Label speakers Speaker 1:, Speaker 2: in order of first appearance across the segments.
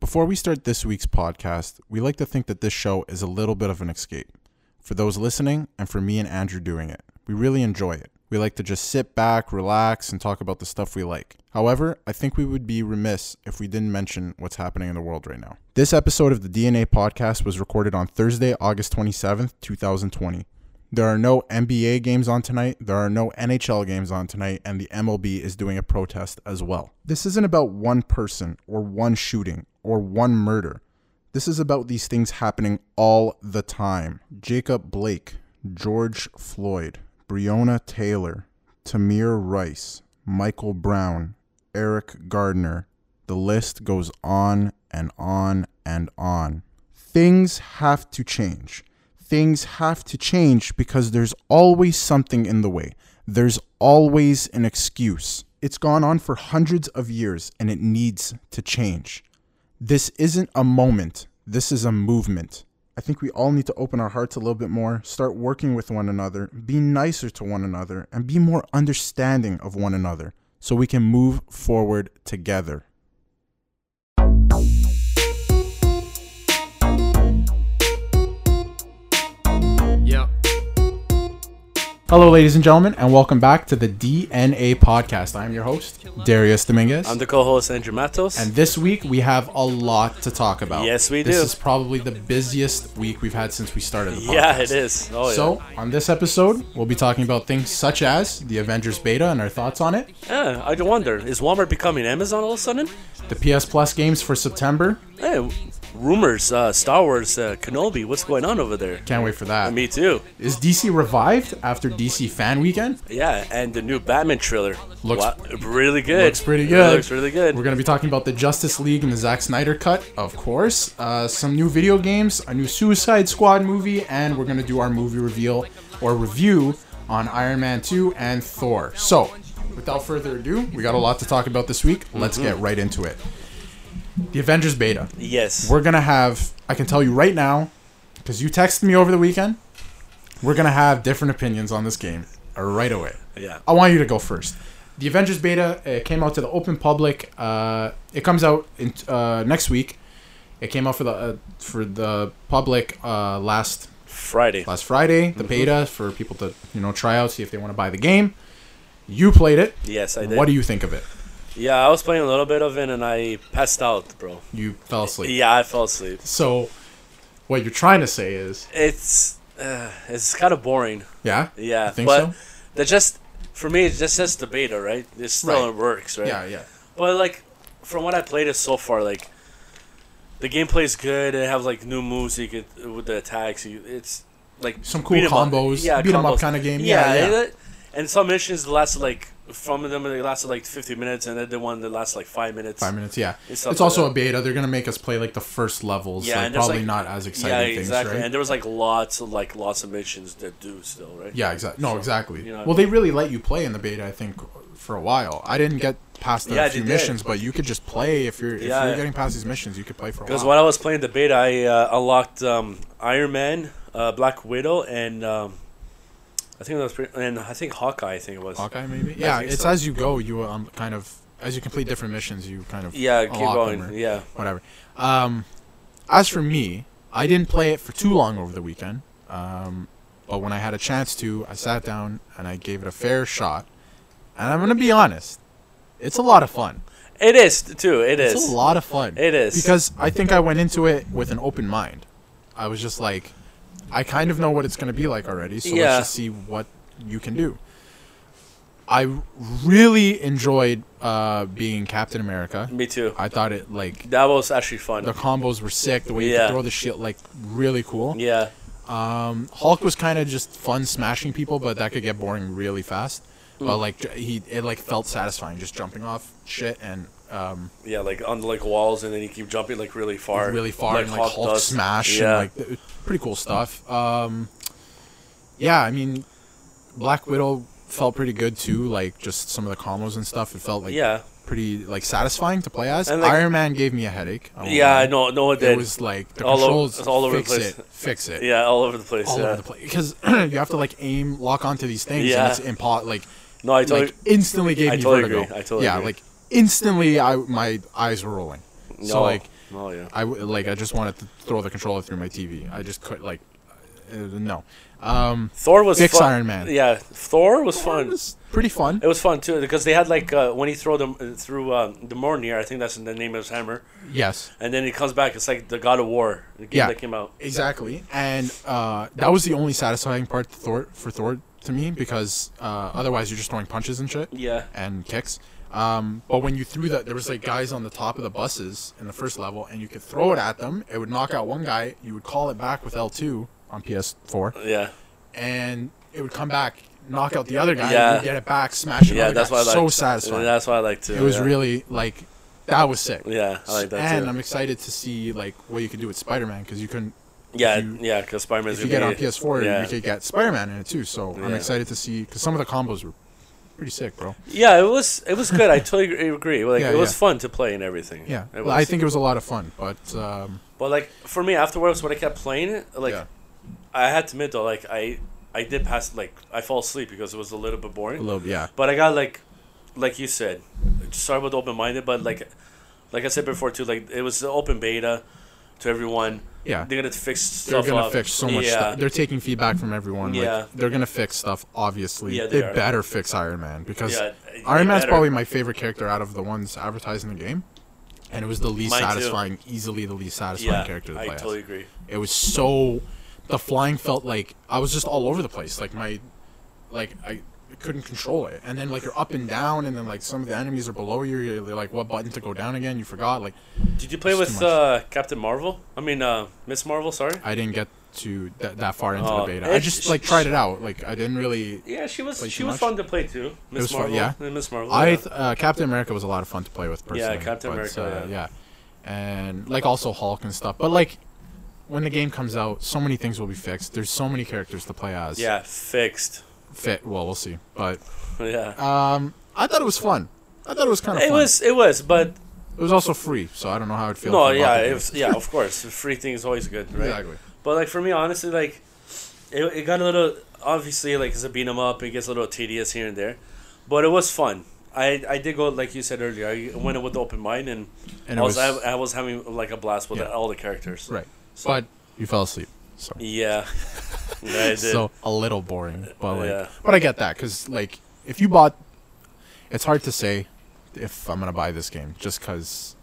Speaker 1: Before we start this week's podcast, we like to think that this show is a little bit of an escape. For those listening, and for me and Andrew doing it, we really enjoy it. We like to just sit back, relax, and talk about the stuff we like. However, I think we would be remiss if we didn't mention what's happening in the world right now. This episode of the DNA podcast was recorded on Thursday, August 27th, 2020. There are no NBA games on tonight. There are no NHL games on tonight. And the MLB is doing a protest as well. This isn't about one person or one shooting or one murder. This is about these things happening all the time. Jacob Blake, George Floyd, Breonna Taylor, Tamir Rice, Michael Brown, Eric Gardner. The list goes on and on and on. Things have to change things have to change because there's always something in the way. There's always an excuse. It's gone on for hundreds of years and it needs to change. This isn't a moment, this is a movement. I think we all need to open our hearts a little bit more, start working with one another, be nicer to one another, and be more understanding of one another so we can move forward together.
Speaker 2: Yeah.
Speaker 1: Hello, ladies and gentlemen, and welcome back to the DNA podcast. I'm your host, Darius Dominguez.
Speaker 2: I'm the co-host Andrew Matos.
Speaker 1: And this week we have a lot to talk about.
Speaker 2: Yes, we
Speaker 1: This
Speaker 2: do.
Speaker 1: is probably the busiest week we've had since we started the podcast.
Speaker 2: yeah, it is. Oh,
Speaker 1: So, on this episode, we'll be talking about things such as the Avengers beta and our thoughts on it,
Speaker 2: yeah. yeah. I do wonder, is Walmart becoming Amazon all of a sudden?
Speaker 1: the PS Plus games for September.
Speaker 2: Hey, w- rumors, uh, Star Wars, uh, Kenobi. What's going on over there?
Speaker 1: Can't wait for that.
Speaker 2: Me too.
Speaker 1: Is DC revived after DC Fan Weekend?
Speaker 2: Yeah, and the new Batman trailer
Speaker 1: Looks-
Speaker 2: really good.
Speaker 1: Looks pretty good.
Speaker 2: Looks really good.
Speaker 1: We're going to be talking about the Justice League and the Zack Snyder cut, of course, uh, some new video games, a new Suicide Squad movie, and we're going to do our movie reveal or review on Iron Man 2 and Thor. So, without further ado, we got a lot to talk about this week. Let's get right into it. The Avengers beta.
Speaker 2: yes.
Speaker 1: We're going to have, I can tell you right now, because you texted me over the weekend, we're going to have different opinions on this game right away.
Speaker 2: yeah.
Speaker 1: I want you to go first. The Avengers beta it came out to the open public. Uh, it comes out in, uh, next week. It came out for the uh, for the public uh, last
Speaker 2: Friday.
Speaker 1: last Friday.
Speaker 2: Mm-hmm.
Speaker 1: The beta for people to you know try out, see if they want to buy the game. You played it.
Speaker 2: Yes, I did.
Speaker 1: What do you think of it?
Speaker 2: yeah, I was playing a little bit of it and I passed out, bro.
Speaker 1: You fell asleep.
Speaker 2: Yeah, I fell asleep.
Speaker 1: So, what you're trying to say is,
Speaker 2: It's uh, it's kind of boring.
Speaker 1: yeah,
Speaker 2: Yeah,
Speaker 1: You think
Speaker 2: but
Speaker 1: so?
Speaker 2: they're just for me. It's just just the beta, right? It's still
Speaker 1: Right.
Speaker 2: in works, right?
Speaker 1: yeah, yeah,
Speaker 2: But like, from what I played it so far, like, the gameplay is good. They have like new moves you could with the attacks. You, it's like
Speaker 1: Some cool
Speaker 2: 'em up.
Speaker 1: combos,
Speaker 2: yeah,
Speaker 1: beat 'em up
Speaker 2: combos.
Speaker 1: kinda game. Yeah, yeah.
Speaker 2: And, and some missions lasted like from them they lasted like 50 minutes, and then the one that lasted like five minutes.
Speaker 1: Five minutes. Yeah,
Speaker 2: It's
Speaker 1: it's,
Speaker 2: something
Speaker 1: also
Speaker 2: that-
Speaker 1: a beta. They're gonna make us play like the first levels.
Speaker 2: Yeah,
Speaker 1: like,
Speaker 2: and there's,
Speaker 1: probably
Speaker 2: like-
Speaker 1: not as exciting
Speaker 2: Yeah,
Speaker 1: things,
Speaker 2: exactly.
Speaker 1: right?
Speaker 2: And there was like lots of like lots of missions that do still, right?
Speaker 1: Yeah, exactly. No, exactly.
Speaker 2: you know what
Speaker 1: well,
Speaker 2: I
Speaker 1: they really let you play in the beta, I think, for a while. I didn't get past the
Speaker 2: Yeah,
Speaker 1: few
Speaker 2: they did.
Speaker 1: missions, but you could just play if you're if
Speaker 2: Yeah,
Speaker 1: you're
Speaker 2: yeah.
Speaker 1: getting past these missions, you could play for a
Speaker 2: Because
Speaker 1: while.
Speaker 2: when I was playing the beta, I uh, unlocked um, Iron Man, uh, Black Widow, and um, I think that was pretty, and I think Hawkeye. I think it was.
Speaker 1: Hawkeye, maybe. Yeah,
Speaker 2: think
Speaker 1: it's
Speaker 2: so.
Speaker 1: as you go, you um kind of as you complete different missions, you kind of
Speaker 2: Yeah, keep
Speaker 1: unlock them
Speaker 2: going.
Speaker 1: or
Speaker 2: Yeah,
Speaker 1: whatever. Um, as for me, I didn't play it for too long over the weekend. Um, but when I had a chance to, I sat down and I gave it a fair shot. And I'm gonna be honest, it's a lot of fun.
Speaker 2: it is too. It is.
Speaker 1: It's a lot of fun.
Speaker 2: It is.
Speaker 1: Because I think I went into it with an open mind. I was just like, I kind of know what it's going to be like already, so
Speaker 2: Yeah.
Speaker 1: let's just see what you can do. I really enjoyed uh, being Captain America.
Speaker 2: Me too.
Speaker 1: I thought it, like,
Speaker 2: That was actually fun.
Speaker 1: the combos were sick, the way you
Speaker 2: Yeah.
Speaker 1: could throw the shit, like, really cool.
Speaker 2: yeah,
Speaker 1: Hulk was kind of just fun smashing people, but that could get boring really fast.
Speaker 2: Mm.
Speaker 1: But, like, j- he, it, like, felt satisfying just jumping off shit and
Speaker 2: yeah, like on like walls, and then you keep jumping like really far,
Speaker 1: really far and like Hulk
Speaker 2: does.
Speaker 1: smash
Speaker 2: Yeah,
Speaker 1: and like th- pretty cool stuff. Um, yeah, I mean, Black Widow felt pretty good too. Like just some of the combos and stuff, it felt like
Speaker 2: yeah,
Speaker 1: pretty like satisfying to play as.
Speaker 2: And, like-
Speaker 1: Iron Man gave me a headache. won't
Speaker 2: yeah.
Speaker 1: lie.
Speaker 2: I know, no, it
Speaker 1: It
Speaker 2: did.
Speaker 1: was like the
Speaker 2: All over-
Speaker 1: controls.
Speaker 2: it's all over the
Speaker 1: fix
Speaker 2: place.
Speaker 1: It, fix it.
Speaker 2: yeah, all over the place.
Speaker 1: All
Speaker 2: yeah.
Speaker 1: over the place because you have to like aim, lock onto these things,
Speaker 2: Yeah.
Speaker 1: and it's impo- like
Speaker 2: no, I totally.
Speaker 1: like instantly gave
Speaker 2: I
Speaker 1: me
Speaker 2: totally
Speaker 1: vertigo.
Speaker 2: agree. I totally
Speaker 1: yeah,
Speaker 2: agree.
Speaker 1: like instantly, I my eyes were rolling.
Speaker 2: No.
Speaker 1: So like
Speaker 2: Oh yeah.
Speaker 1: I w- like I just wanted to throw the controller through my TV. I just could like uh, no. Um,
Speaker 2: Thor was
Speaker 1: Fix
Speaker 2: fun.
Speaker 1: Iron Man.
Speaker 2: Yeah, Thor was fun.
Speaker 1: it was pretty fun.
Speaker 2: It was fun too because they had like uh, when he threw them through um, the Mjolnir, I think that's the name of his hammer,
Speaker 1: Yes.
Speaker 2: and then he comes back. It's like the God of War the game
Speaker 1: Yeah.
Speaker 2: that came out.
Speaker 1: Exactly, and uh, that was the only satisfying part to Thor, for Thor to me because uh, otherwise you're just throwing punches and shit
Speaker 2: Yeah,
Speaker 1: and kicks. Um, but when you threw that, there was like guys on the top of the buses in the first level, and you could throw it at them. It would knock out one guy. You would call it back with L2 on PS4,
Speaker 2: yeah,
Speaker 1: and it would come back, knock out the other guy,
Speaker 2: Yeah.
Speaker 1: you'd get it back, smash it.
Speaker 2: yeah. That's why I like.
Speaker 1: so satisfying.
Speaker 2: That's why I like too.
Speaker 1: it was
Speaker 2: yeah.
Speaker 1: really like that was sick.
Speaker 2: Yeah, I like that
Speaker 1: and um,
Speaker 2: too.
Speaker 1: I'm excited to see like what you can do with Spider-Man because you couldn't
Speaker 2: yeah,
Speaker 1: if you-
Speaker 2: yeah, because Spider Man's
Speaker 1: if you
Speaker 2: gonna
Speaker 1: get
Speaker 2: be,
Speaker 1: on PS4,
Speaker 2: Yeah,
Speaker 1: you could get Spider-Man in it too. So I'm
Speaker 2: Yeah.
Speaker 1: excited to see because some of the combos were pretty sick, bro.
Speaker 2: yeah. It was it was good. I totally agree- agree. Like
Speaker 1: Yeah,
Speaker 2: it was
Speaker 1: yeah.
Speaker 2: fun to play and everything.
Speaker 1: Yeah,
Speaker 2: it
Speaker 1: well, I think it was a lot of fun, but um,
Speaker 2: But like for me afterwards, when I kept playing it, like
Speaker 1: yeah,
Speaker 2: I had to admit though, like I I did pass like I fall asleep because it was a little bit boring.
Speaker 1: a little, yeah,
Speaker 2: But I got like, like you said, sorry about the open minded, but like, like I said before too, like it was the open beta to everyone.
Speaker 1: yeah.
Speaker 2: They're gonna fix stuff.
Speaker 1: They're gonna
Speaker 2: up.
Speaker 1: fix so much
Speaker 2: yeah.
Speaker 1: stuff. They're taking feedback from everyone. Yeah,
Speaker 2: Yeah.
Speaker 1: they're gonna fix stuff. Obviously,
Speaker 2: Yeah,
Speaker 1: they,
Speaker 2: they are.
Speaker 1: better fix Iron Man because
Speaker 2: Yeah, they
Speaker 1: Iron Man's
Speaker 2: better.
Speaker 1: probably my favorite character out of the ones advertised in the game, and it was the least
Speaker 2: Mine too.
Speaker 1: satisfying, easily the least satisfying
Speaker 2: yeah,
Speaker 1: character to
Speaker 2: I
Speaker 1: play as.
Speaker 2: totally agree.
Speaker 1: It was so the flying felt like I was just all over the place. Like my like I couldn't control it. And then like you're up and down and then like some of the enemies are below you, you're like what button to go down again, you forgot. Like
Speaker 2: Did you play
Speaker 1: It's too
Speaker 2: with
Speaker 1: much.
Speaker 2: uh, Captain Marvel? I mean, uh, Miss Marvel. Sorry.
Speaker 1: I didn't get to that, that far into
Speaker 2: Oh,
Speaker 1: the beta. I
Speaker 2: it-
Speaker 1: just like tried it out. Like I didn't really
Speaker 2: Yeah, she was
Speaker 1: Played
Speaker 2: she
Speaker 1: too
Speaker 2: was
Speaker 1: much?
Speaker 2: fun to play too. Miss
Speaker 1: was fun,
Speaker 2: Marvel.
Speaker 1: yeah.
Speaker 2: yeah. Miss Marvel.
Speaker 1: I
Speaker 2: yeah.
Speaker 1: th- uh, Captain America was a lot of fun to play with personally.
Speaker 2: Captain America,
Speaker 1: uh,
Speaker 2: yeah.
Speaker 1: and like also Hulk and stuff. But like when the game comes out, so many things will be fixed. There's so many characters to play as.
Speaker 2: yeah, fixed.
Speaker 1: Fit. Well, we'll see. But
Speaker 2: Yeah.
Speaker 1: Um, I thought it was fun. I thought it was kind of
Speaker 2: It
Speaker 1: fun.
Speaker 2: was, it was, but
Speaker 1: It was also free, so I don't know how it feels.
Speaker 2: no, yeah, it was, yeah, of course, the free thing is always good, right?
Speaker 1: exactly.
Speaker 2: But like for me, honestly, like it, it got a little obviously like it's a beat 'em up. It gets a little tedious here and there, but it was fun. I I did go like you said earlier. I went in with open mind and,
Speaker 1: And
Speaker 2: I
Speaker 1: it
Speaker 2: was,
Speaker 1: was,
Speaker 2: I, I was having like a blast with
Speaker 1: Yeah.
Speaker 2: all the characters.
Speaker 1: right,
Speaker 2: So,
Speaker 1: but you fell asleep, so
Speaker 2: yeah, yeah, I did.
Speaker 1: so a little boring. But like,
Speaker 2: Yeah.
Speaker 1: but I get that because like if you bought, it's hard to say if I'm gonna buy this game just because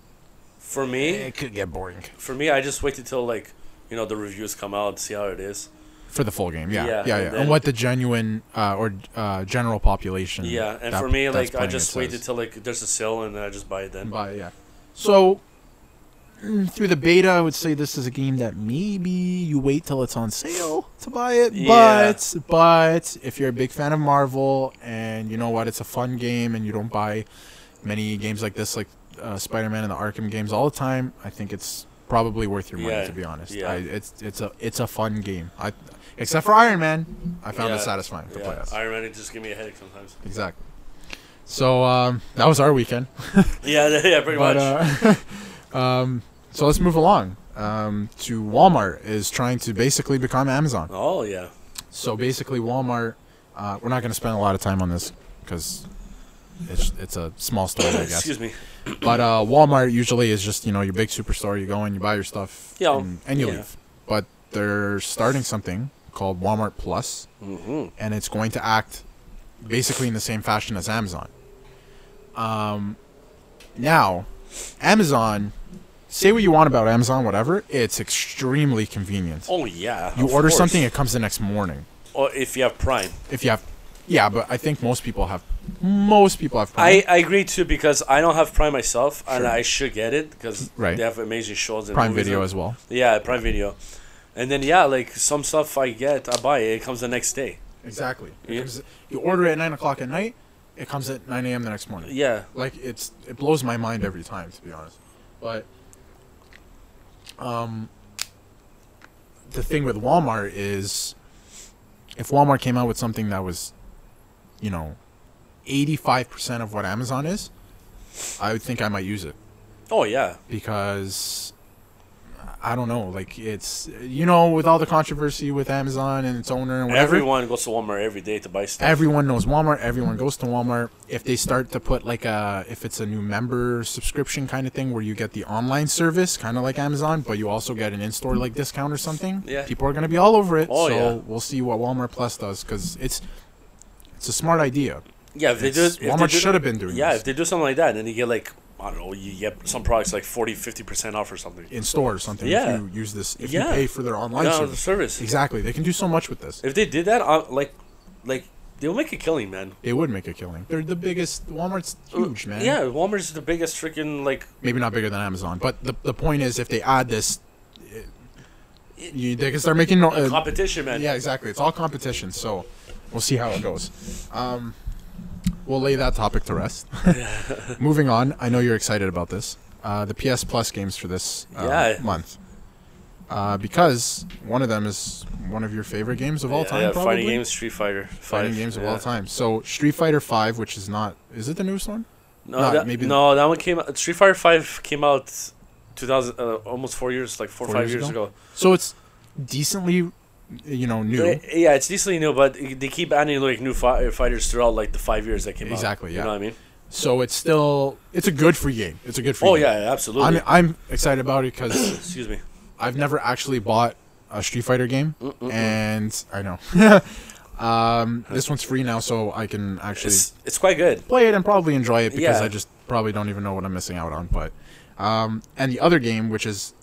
Speaker 2: for me,
Speaker 1: it could get boring
Speaker 2: for me, I just waited till like you know the reviews come out and see how it is.
Speaker 1: for the full game. Yeah, yeah,
Speaker 2: Yeah,
Speaker 1: yeah.
Speaker 2: and
Speaker 1: And,
Speaker 2: then-
Speaker 1: what the genuine uh, or uh, general population.
Speaker 2: Yeah, and
Speaker 1: that-
Speaker 2: for me,
Speaker 1: that's
Speaker 2: like I
Speaker 1: playing it
Speaker 2: just
Speaker 1: says.
Speaker 2: waited till like there's a sale and then I just buy it then.
Speaker 1: But yeah. So mm, through the beta, I would say this is a game that maybe you wait till it's on sale to buy it.
Speaker 2: Yeah.
Speaker 1: But but if you're a big fan of Marvel and you know what, it's a fun game, and you don't buy many games like this, like uh, Spider-Man and the Arkham games all the time, I think it's probably worth your money.
Speaker 2: Yeah,
Speaker 1: To be honest,
Speaker 2: yeah.
Speaker 1: I, it's it's a it's a fun game. I except for Iron Man, I found it
Speaker 2: Yeah,
Speaker 1: satisfying to play
Speaker 2: Yeah,
Speaker 1: as.
Speaker 2: Iron Man it just give me a headache sometimes.
Speaker 1: exactly. So um, that was our weekend.
Speaker 2: Yeah, yeah, pretty
Speaker 1: But
Speaker 2: much.
Speaker 1: uh, um, so let's move along. Um, to Walmart is trying to basically become Amazon.
Speaker 2: oh yeah.
Speaker 1: So basically, Walmart. Uh, we're not going to spend a lot of time on this because it's it's a small story, I guess.
Speaker 2: Excuse me.
Speaker 1: But uh, Walmart usually is just you know your big superstore. You go in, you buy your stuff,
Speaker 2: Yeah.
Speaker 1: and, and you
Speaker 2: Yeah.
Speaker 1: leave. But they're starting something called Walmart Plus,
Speaker 2: Mm-hmm.
Speaker 1: and it's going to act basically in the same fashion as Amazon. Um, now, Amazon, say what you want about Amazon, whatever, it's extremely convenient.
Speaker 2: Oh yeah.
Speaker 1: You
Speaker 2: of
Speaker 1: order
Speaker 2: course.
Speaker 1: something, it comes the next morning.
Speaker 2: or if you have Prime.
Speaker 1: If you have, yeah, but I think most people have. Most people have. Prime.
Speaker 2: I, I agree too because I don't have Prime myself and
Speaker 1: Sure.
Speaker 2: I should get it because
Speaker 1: Right.
Speaker 2: they have amazing shows. And
Speaker 1: Prime
Speaker 2: movies
Speaker 1: Video
Speaker 2: on-
Speaker 1: as well.
Speaker 2: Yeah, Prime Video, and then yeah, like some stuff I get, I buy it. It comes the next day.
Speaker 1: Exactly. It
Speaker 2: Yeah.
Speaker 1: comes- you order it at nine o'clock at night, it comes at nine a.m. the next morning.
Speaker 2: Yeah.
Speaker 1: like it's it blows my mind every time to be honest but um the thing with walmart is if walmart came out with something that was you know 85% of what amazon is i would think i might use it
Speaker 2: Oh yeah.
Speaker 1: because I don't know. Like it's you know with all the controversy with Amazon and its owner and whatever.
Speaker 2: Everyone goes to Walmart every day to buy stuff.
Speaker 1: Everyone knows Walmart. Everyone goes to Walmart. If they start to put like a, if it's a new member subscription kind of thing where you get the online service, kind of like Amazon, but you also get an in-store like discount or something,
Speaker 2: Yeah.
Speaker 1: people are gonna be all over it.
Speaker 2: Oh,
Speaker 1: so
Speaker 2: yeah.
Speaker 1: we'll see what Walmart Plus does because it's it's a smart idea.
Speaker 2: yeah, if they do,
Speaker 1: It's-
Speaker 2: if they
Speaker 1: Walmart
Speaker 2: do-
Speaker 1: should have been doing
Speaker 2: Yeah,
Speaker 1: this.
Speaker 2: if they do something like that, then you get like I don't know, you get some products like 40 50 percent off or something.
Speaker 1: In store or something.
Speaker 2: Yeah.
Speaker 1: If you use this, if
Speaker 2: Yeah.
Speaker 1: you pay for their online
Speaker 2: Yeah, the
Speaker 1: service.
Speaker 2: service.
Speaker 1: Exactly. They can do so much with this.
Speaker 2: If they did that, I, like, like they'll make a killing, man.
Speaker 1: It would make a killing. They're the biggest. Walmart's
Speaker 2: Uh,
Speaker 1: huge, man.
Speaker 2: Yeah, Walmart's the biggest freaking like.
Speaker 1: Maybe not bigger than Amazon, but the, the point is, if they add this, it, you, they can start making. No, uh,
Speaker 2: Competition, man.
Speaker 1: yeah, exactly. It's all competition, so we'll see how it goes. Um, we'll lay that topic to rest. Moving on. I know you're excited about this. Uh, the PS Plus games for this uh,
Speaker 2: Yeah.
Speaker 1: month. Uh, because one of them is one of your favorite games of all
Speaker 2: Yeah,
Speaker 1: time,
Speaker 2: yeah,
Speaker 1: probably.
Speaker 2: fighting games, Street Fighter,
Speaker 1: Fighting
Speaker 2: five,
Speaker 1: games of
Speaker 2: yeah.
Speaker 1: all time. So Street Fighter Five, which is not, is it the newest one?
Speaker 2: No,
Speaker 1: Nah,
Speaker 2: that,
Speaker 1: maybe-
Speaker 2: no, that one came. out Street Fighter Five came out, two thousand, uh, almost four years, like four, or
Speaker 1: Four
Speaker 2: five
Speaker 1: years
Speaker 2: years ago.
Speaker 1: So it's decently, you know, new.
Speaker 2: Uh, Yeah, it's decently new, but they keep adding like new fi- uh, fighters throughout like the five years that came out.
Speaker 1: Exactly,
Speaker 2: You
Speaker 1: yeah.
Speaker 2: know what I mean?
Speaker 1: So it's still, it's a good free game. It's a good free
Speaker 2: Oh
Speaker 1: game.
Speaker 2: yeah, yeah, absolutely.
Speaker 1: I'm, I'm excited about it because
Speaker 2: Excuse me.
Speaker 1: I've never actually bought a Street Fighter game,
Speaker 2: Mm,
Speaker 1: and I know. um, this one's free now, so I can actually
Speaker 2: It's it's quite good.
Speaker 1: play it and probably enjoy it because
Speaker 2: Yeah.
Speaker 1: I just probably don't even know what I'm missing out on. But um, and the other game, which is,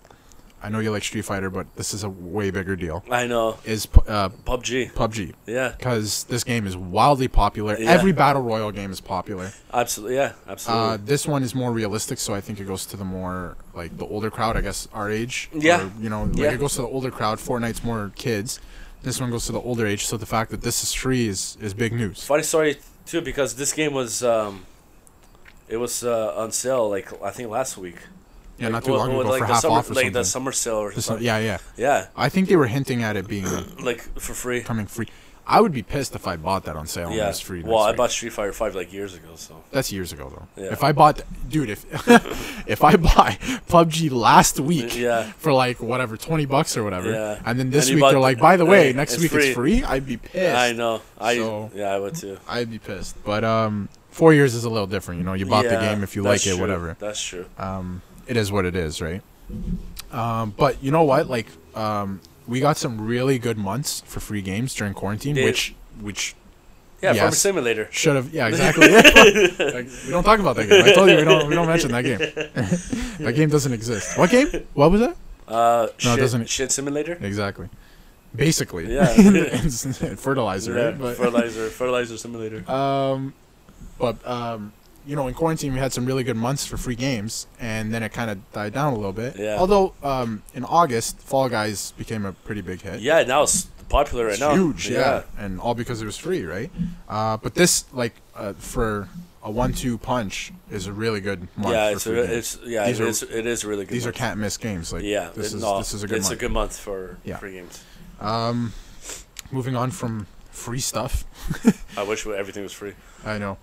Speaker 1: I know you like Street Fighter, but this is a way bigger deal,
Speaker 2: I know.
Speaker 1: is pu- uh,
Speaker 2: PUBG.
Speaker 1: PUBG.
Speaker 2: Yeah,
Speaker 1: Because this game is wildly popular.
Speaker 2: Yeah.
Speaker 1: Every battle royal game is popular.
Speaker 2: absolutely. Yeah,
Speaker 1: Uh,
Speaker 2: absolutely.
Speaker 1: this one is more realistic, so I think it goes to the more like the older crowd, I guess our age.
Speaker 2: Yeah.
Speaker 1: Or, you know, like
Speaker 2: Yeah.
Speaker 1: it goes to the older crowd. Fortnite's more kids. This one goes to the older age, so the fact that this is free is is big news.
Speaker 2: Funny story too, because this game was um, it was uh, on sale like I think last week.
Speaker 1: Yeah, not too
Speaker 2: Well,
Speaker 1: long
Speaker 2: well,
Speaker 1: ago
Speaker 2: like
Speaker 1: for
Speaker 2: the
Speaker 1: half
Speaker 2: summer,
Speaker 1: off or
Speaker 2: like
Speaker 1: something.
Speaker 2: the summer sale or
Speaker 1: This-
Speaker 2: something.
Speaker 1: yeah, yeah.
Speaker 2: Yeah,
Speaker 1: I think they were hinting at it being
Speaker 2: like for free.
Speaker 1: coming free. I would be pissed if I bought that on sale and it
Speaker 2: Yeah.
Speaker 1: was free.
Speaker 2: Well,
Speaker 1: next
Speaker 2: I
Speaker 1: week.
Speaker 2: bought Street Fighter Five like years ago, so
Speaker 1: That's years ago though.
Speaker 2: Yeah.
Speaker 1: If I bought, dude, if if I buy PUBG last week
Speaker 2: Yeah.
Speaker 1: for like whatever twenty bucks or whatever,
Speaker 2: Yeah.
Speaker 1: and then this
Speaker 2: And you
Speaker 1: week
Speaker 2: bought
Speaker 1: they're
Speaker 2: the-
Speaker 1: like, by the
Speaker 2: hey,
Speaker 1: way, next
Speaker 2: it's
Speaker 1: week
Speaker 2: free."
Speaker 1: it's free, I'd be pissed.
Speaker 2: I know. I
Speaker 1: So-
Speaker 2: yeah, I would too.
Speaker 1: I'd be pissed. But um, four years is a little different. You know, you bought
Speaker 2: yeah,
Speaker 1: the game if you like
Speaker 2: that's
Speaker 1: it,
Speaker 2: true.
Speaker 1: whatever.
Speaker 2: That's true.
Speaker 1: Um, it is what it is, right? Um, but you know what? Like, um, we got some really good months for free games during quarantine,
Speaker 2: They-
Speaker 1: which which
Speaker 2: Yeah, Farmer
Speaker 1: Yes.
Speaker 2: Simulator.
Speaker 1: should have. Yeah, exactly. Like, we don't talk about that game. I told you we don't. We don't mention that game. that game doesn't exist. What game? What was that?
Speaker 2: Uh,
Speaker 1: No, it
Speaker 2: shit,
Speaker 1: doesn't-
Speaker 2: shit simulator.
Speaker 1: Exactly. Basically.
Speaker 2: Yeah.
Speaker 1: And fertilizer.
Speaker 2: Yeah,
Speaker 1: right? But,
Speaker 2: fertilizer, fertilizer simulator.
Speaker 1: um, but um, you know, in quarantine we had some really good months for free games, and then it kind of died down a little bit.
Speaker 2: Yeah.
Speaker 1: Although um, in August, Fall Guys became a pretty big hit.
Speaker 2: yeah, now it's popular right
Speaker 1: It's
Speaker 2: now.
Speaker 1: huge, yeah. and all because it was free, right? Uh, but this, like, uh, for a one-two punch, is a really good
Speaker 2: yeah,
Speaker 1: month. for
Speaker 2: it's,
Speaker 1: free
Speaker 2: a,
Speaker 1: games.
Speaker 2: it's yeah,
Speaker 1: These
Speaker 2: it
Speaker 1: are-
Speaker 2: is- it is a really good.
Speaker 1: These are
Speaker 2: month.
Speaker 1: can't miss games. Like,
Speaker 2: yeah.
Speaker 1: this
Speaker 2: it-
Speaker 1: is
Speaker 2: no,
Speaker 1: this is a good
Speaker 2: It's
Speaker 1: month.
Speaker 2: a good month for
Speaker 1: Yeah.
Speaker 2: free games.
Speaker 1: Moving on from free stuff,
Speaker 2: I wish everything was free.
Speaker 1: I know.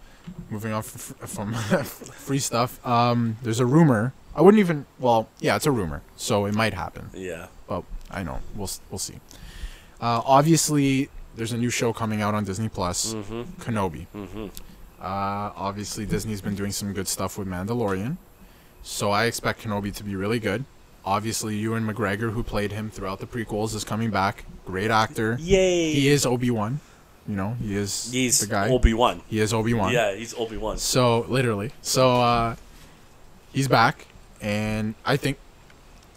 Speaker 1: Moving on from, from free stuff, um, there's a rumor. I wouldn't even. Well, yeah, it's a rumor, so it might happen.
Speaker 2: Yeah,
Speaker 1: But I know we'll s- we'll see. Uh, obviously, there's a new show coming out on Disney Plus,
Speaker 2: Mm-hmm.
Speaker 1: Kenobi. Uh, obviously, Disney's been doing some good stuff with Mandalorian, so I expect Kenobi to be really good. Obviously, Ewan McGregor, who played him throughout the prequels, is coming back. Great actor.
Speaker 2: Yay.
Speaker 1: He is Obi Wan. You know, he is
Speaker 2: he's
Speaker 1: the guy.
Speaker 2: Obi Wan.
Speaker 1: he is Obi Wan.
Speaker 2: Yeah, he's Obi Wan.
Speaker 1: So literally, so uh, he's back, and I think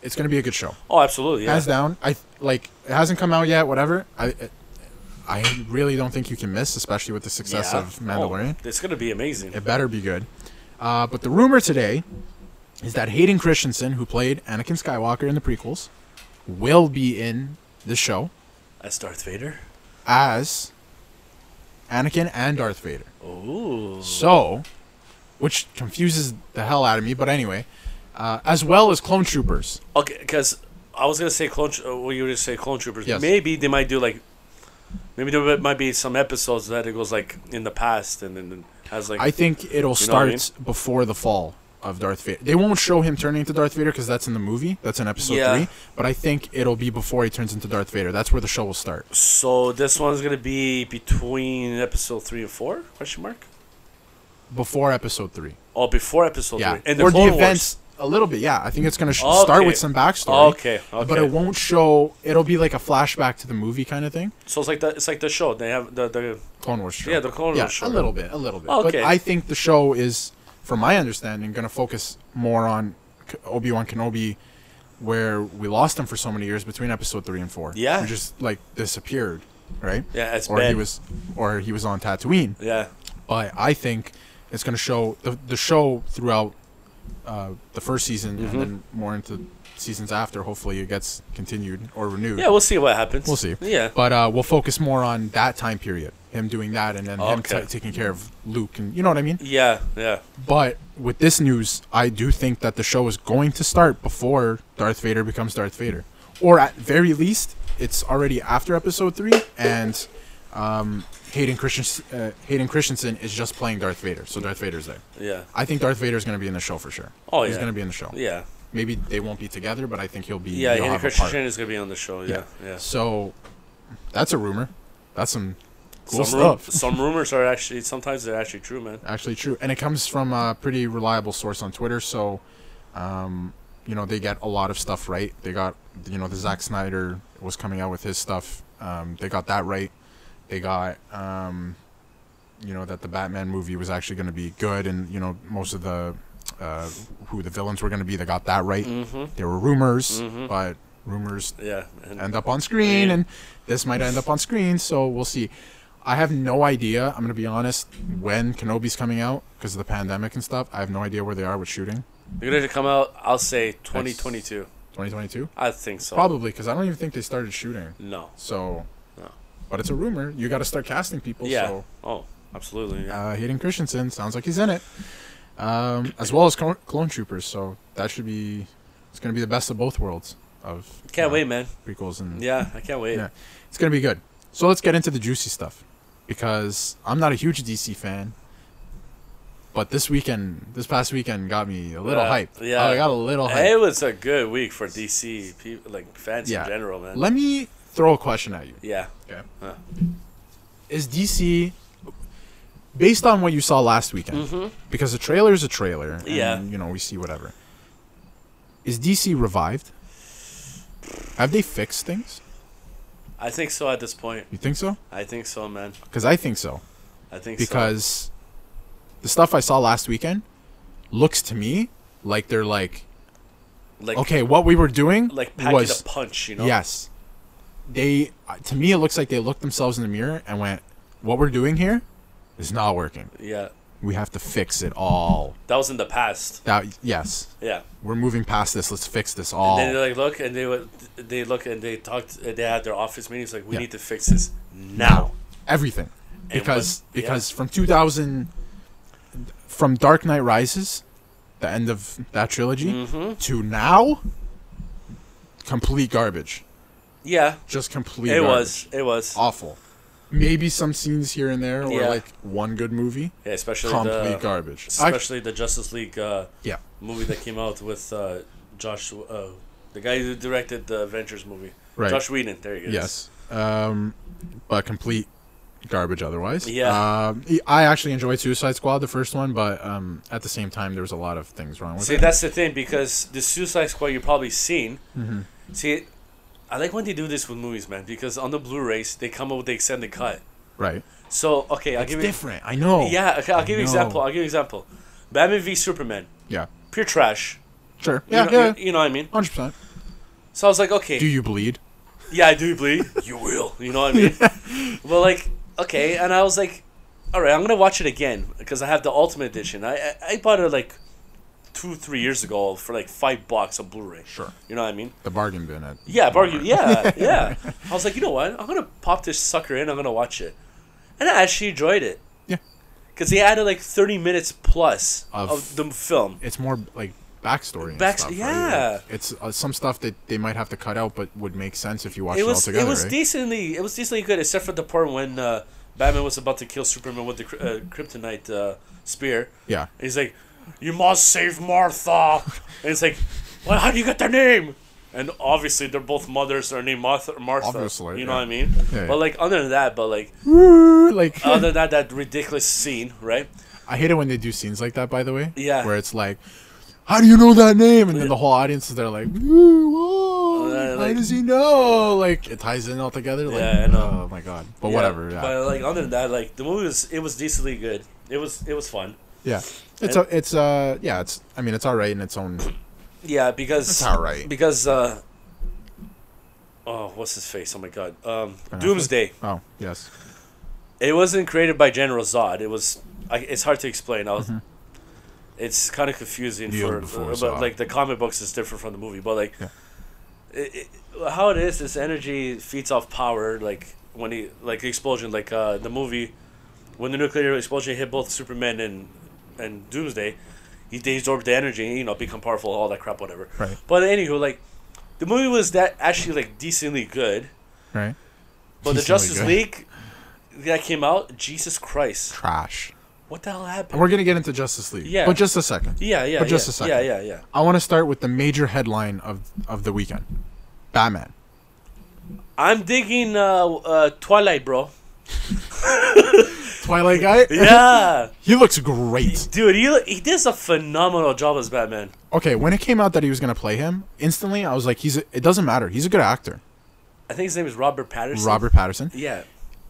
Speaker 1: it's gonna be a good show.
Speaker 2: Oh, absolutely. Yeah.
Speaker 1: Hands down. I like it hasn't come out yet. Whatever. I I really don't think you can miss, especially with the success
Speaker 2: Yeah.
Speaker 1: of Mandalorian.
Speaker 2: Oh, it's gonna be amazing.
Speaker 1: It better be good. Uh, but the rumor today is that Hayden Christensen, who played Anakin Skywalker in the prequels, will be in the show
Speaker 2: As Darth Vader.
Speaker 1: as Anakin and Darth Vader.
Speaker 2: Oh. Ooh.
Speaker 1: So, which confuses the hell out of me, but anyway, uh, as well as clone troopers.
Speaker 2: Okay, because I was gonna say clone. Tro- uh, well, you were gonna say clone troopers.
Speaker 1: Yes.
Speaker 2: Maybe they might do like. Maybe there mi- might be some episodes that it goes like in the past and then has like.
Speaker 1: I think it'll
Speaker 2: You know what I
Speaker 1: start before the fall. of Darth Vader. They won't show him turning into Darth Vader because that's in the movie. That's in episode
Speaker 2: Yeah.
Speaker 1: three. But I think it'll be before he turns into Darth Vader. That's where the show will start.
Speaker 2: So this one's gonna be between episode three and four? Question mark.
Speaker 1: Before episode three.
Speaker 2: Oh, before episode
Speaker 1: Yeah.
Speaker 2: three. And the
Speaker 1: or
Speaker 2: Clone
Speaker 1: the events. A little bit, yeah. I think it's gonna sh- start
Speaker 2: Okay.
Speaker 1: with some backstory.
Speaker 2: Wars. Okay. Okay.
Speaker 1: But it won't show. It'll be like a flashback to the movie kind of thing.
Speaker 2: so it's like the it's like the show they have the the
Speaker 1: Clone Wars show.
Speaker 2: yeah the Clone
Speaker 1: yeah,
Speaker 2: Wars show.
Speaker 1: a little bit, a little bit. But
Speaker 2: Okay.
Speaker 1: I think the show is, from my understanding, going to focus more on Obi Wan Kenobi, where we lost him for so many years between episode three and four.
Speaker 2: Yeah.
Speaker 1: he just like disappeared, right?
Speaker 2: Yeah, it's
Speaker 1: or
Speaker 2: bad.
Speaker 1: he was, or he was on Tatooine.
Speaker 2: yeah.
Speaker 1: But I think it's going to show the the show throughout uh, the first season
Speaker 2: Mhm.
Speaker 1: and then more into seasons after. Hopefully, it gets continued or renewed.
Speaker 2: Yeah, we'll see what happens.
Speaker 1: We'll see.
Speaker 2: Yeah.
Speaker 1: But uh, we'll focus more on that time period, him doing that, and then him
Speaker 2: Okay.
Speaker 1: ta taking care of Luke, and you know what I mean.
Speaker 2: Yeah. Yeah.
Speaker 1: But with this news, I do think that the show is going to start before Darth Vader becomes Darth Vader, or at very least, it's already after Episode Three, and um, Hayden Christensen, uh, Hayden Christensen is just playing Darth Vader, so Darth Vader's there.
Speaker 2: Yeah.
Speaker 1: I think Darth Vader is going to be in the show for sure.
Speaker 2: Oh,
Speaker 1: he's
Speaker 2: yeah.
Speaker 1: going to be in the show.
Speaker 2: Yeah.
Speaker 1: Maybe they won't be together, but I think he'll be.
Speaker 2: Yeah.
Speaker 1: he'll
Speaker 2: Hayden
Speaker 1: have a part.
Speaker 2: Christensen is gonna be on the show. Yeah. Yeah.
Speaker 1: So, that's a rumor. That's some cool
Speaker 2: some rum-
Speaker 1: stuff.
Speaker 2: some rumors are actually sometimes they're actually true, man.
Speaker 1: actually true, and it comes from a pretty reliable source on Twitter. So, um, you know, they get a lot of stuff right. They got, you know, the Zack Snyder was coming out with his stuff. Um, they got that right. They got, um, you know, that the Batman movie was actually going to be good, and you know, most of the uh, who the villains were going to be, they got that right.
Speaker 2: Mm-hmm.
Speaker 1: There were rumors,
Speaker 2: Mhm.
Speaker 1: but rumors
Speaker 2: Yeah. And,
Speaker 1: end up on screen and this might end up on screen so we'll see i have no idea i'm gonna be honest when kenobi's coming out because of the pandemic and stuff i have no idea where they are with shooting
Speaker 2: they're gonna come out. I'll say 2022.
Speaker 1: 2022
Speaker 2: I think so.
Speaker 1: probably because i don't even think they started shooting
Speaker 2: No.
Speaker 1: so
Speaker 2: No.
Speaker 1: but it's a rumor you gotta start casting people
Speaker 2: Yeah.
Speaker 1: so
Speaker 2: Oh, absolutely. Yeah.
Speaker 1: uh hayden christensen sounds like he's in it um as well as Clone- clone troopers so that should be it's gonna be the best of both worlds of
Speaker 2: Can't
Speaker 1: uh,
Speaker 2: wait, man.
Speaker 1: prequels and
Speaker 2: Yeah, I can't wait.
Speaker 1: Yeah. It's gonna be good. So let's get into the juicy stuff because I'm not a huge DC fan, but this weekend, this past weekend, got me a little
Speaker 2: Yeah,
Speaker 1: hype.
Speaker 2: yeah.
Speaker 1: I got a little hype.
Speaker 2: It was a good week for DC people, like fans
Speaker 1: Yeah.
Speaker 2: in general, man.
Speaker 1: Let me throw a question at you.
Speaker 2: yeah.
Speaker 1: Is DC based on what you saw last weekend?
Speaker 2: Mhm.
Speaker 1: Because a trailer is a trailer. And,
Speaker 2: Yeah.
Speaker 1: You know, we see whatever. Is DC revived? Have they fixed things?
Speaker 2: I think so at this point.
Speaker 1: You think so?
Speaker 2: I think so, man.
Speaker 1: Because I think so.
Speaker 2: I think so.
Speaker 1: because the stuff I saw last weekend looks to me like they're like,
Speaker 2: Like,
Speaker 1: okay, what we were doing
Speaker 2: like packing
Speaker 1: was
Speaker 2: a punch, you know?
Speaker 1: yes, they uh, to me it looks like they looked themselves in the mirror and went, what we're doing here is not working.
Speaker 2: Yeah.
Speaker 1: We have to fix it all.
Speaker 2: That was in the past.
Speaker 1: That yes,
Speaker 2: Yeah.
Speaker 1: we're moving past this. Let's fix this all.
Speaker 2: Then they like look and they would they look and they talked. and They had their office meetings like we
Speaker 1: Yeah.
Speaker 2: need to fix this now.
Speaker 1: everything because
Speaker 2: what- yeah.
Speaker 1: because from 2000 from Dark Knight Rises the end of that trilogy
Speaker 2: Mm-hmm.
Speaker 1: to now complete garbage
Speaker 2: Yeah,
Speaker 1: just complete
Speaker 2: it
Speaker 1: garbage.
Speaker 2: was. It was.
Speaker 1: awful maybe some scenes here and there or
Speaker 2: Yeah.
Speaker 1: like one good movie
Speaker 2: Yeah, especially
Speaker 1: complete
Speaker 2: the
Speaker 1: garbage I,
Speaker 2: especially the Justice League uh,
Speaker 1: yeah
Speaker 2: movie that came out with uh, Josh, uh, the guy who directed the Avengers movie.
Speaker 1: Right.
Speaker 2: Josh Whedon. There you go.
Speaker 1: yes um but complete garbage otherwise
Speaker 2: Yeah.
Speaker 1: um, I actually enjoyed Suicide Squad the first one but um at the same time there was a lot of things wrong with
Speaker 2: See,
Speaker 1: it
Speaker 2: that's the thing because the Suicide Squad you've probably seen.
Speaker 1: Mm-hmm.
Speaker 2: See, I like when they do this with movies, man, because on the Blu-rays they come up with the extended cut.
Speaker 1: right
Speaker 2: So okay, I'll give you.
Speaker 1: different I know
Speaker 2: Yeah, okay, I'll give you
Speaker 1: know.
Speaker 2: example. I'll give you example. Batman v Superman,
Speaker 1: yeah
Speaker 2: pure trash.
Speaker 1: Sure.
Speaker 2: You
Speaker 1: Yeah,
Speaker 2: know,
Speaker 1: yeah.
Speaker 2: You, you know what I mean?
Speaker 1: Hundred percent.
Speaker 2: So I was like, okay,
Speaker 1: Do you bleed?
Speaker 2: yeah, I do bleed. you will. You know what I mean? But like, okay, and I was like, all right, I'm gonna watch it again because I have the Ultimate Edition. I I, I bought it like two, three years ago for like five bucks on Blu-ray.
Speaker 1: Sure.
Speaker 2: You know what I mean?
Speaker 1: The bargain bin at
Speaker 2: Yeah, bargain. Yeah, yeah. I was like, you know what? I'm gonna pop this sucker in. I'm gonna watch it, and I actually enjoyed it.
Speaker 1: Yeah.
Speaker 2: Because they added like 30 minutes plus
Speaker 1: Of-
Speaker 2: of, the film.
Speaker 1: It's more like backstory. And
Speaker 2: Back-
Speaker 1: stuff, right?
Speaker 2: yeah.
Speaker 1: Like, it's uh, some stuff that they might have to cut out, but would make sense if you watched it,
Speaker 2: It was
Speaker 1: all together.
Speaker 2: it was
Speaker 1: right?
Speaker 2: decently it was decently good except for the part when uh, Batman was about to kill Superman with the kry- uh, kryptonite uh, spear.
Speaker 1: yeah.
Speaker 2: He's like, you must save Martha. And it's like, well, how do you get their name? And obviously, they're both mothers. They're named Martha. Martha
Speaker 1: Obviously,
Speaker 2: you know
Speaker 1: yeah.
Speaker 2: what I mean.
Speaker 1: Yeah, yeah.
Speaker 2: But like, other than that, but like,
Speaker 1: like
Speaker 2: other than that, that ridiculous scene, right?
Speaker 1: I hate it when they do scenes like that. By the way,
Speaker 2: Yeah.
Speaker 1: where it's like, how do you know that name? And then the whole audience is there like, "Ooh, oh,
Speaker 2: Uh,
Speaker 1: how
Speaker 2: like-
Speaker 1: does he know? Like it ties in all together. Like,
Speaker 2: Yeah, I know.
Speaker 1: Oh my god. But
Speaker 2: Yeah,
Speaker 1: whatever. Yeah.
Speaker 2: But like, other than that, like the movie was it was decently good. It was it was fun.
Speaker 1: yeah. It's a, it's uh yeah it's I mean it's all right in its own
Speaker 2: Yeah, because
Speaker 1: That's all right.
Speaker 2: Because uh, oh, what's his face? Oh my god, um,
Speaker 1: Affleck.
Speaker 2: Doomsday.
Speaker 1: oh yes
Speaker 2: It wasn't created by General Zod. It was. I, it's hard to explain. I was, It's kind of confusing
Speaker 1: Mm-hmm. Even
Speaker 2: for, uh,
Speaker 1: before
Speaker 2: but
Speaker 1: Zod.
Speaker 2: like the comic books is different from the movie. But like,
Speaker 1: Yeah.
Speaker 2: it, it, how it is, this energy feeds off power. Like when he like explosion, like uh, the movie, when the nuclear explosion hit both Superman and and Doomsday, he desorbed the energy. You know, become powerful, all that crap, whatever.
Speaker 1: Right.
Speaker 2: But anywho, like, the movie was that actually like decently good.
Speaker 1: right
Speaker 2: But the
Speaker 1: Decently
Speaker 2: Justice
Speaker 1: good.
Speaker 2: League that came out, Jesus Christ.
Speaker 1: trash
Speaker 2: What the hell
Speaker 1: And
Speaker 2: happened?
Speaker 1: we're gonna get into Justice League
Speaker 2: Yeah.
Speaker 1: but just a second
Speaker 2: Yeah, yeah,
Speaker 1: but just
Speaker 2: yeah,
Speaker 1: a second
Speaker 2: yeah, yeah, yeah.
Speaker 1: I want to start with the major headline of of the weekend Batman
Speaker 2: I'm digging uh, uh, Twilight, bro.
Speaker 1: Twilight guy
Speaker 2: Yeah,
Speaker 1: he looks great
Speaker 2: dude, he he does a phenomenal job as Batman.
Speaker 1: okay when it came out that he was gonna play him instantly I was like he's a, it doesn't matter he's a good actor
Speaker 2: I think his name is Robert Patterson.
Speaker 1: Robert Patterson
Speaker 2: Yeah,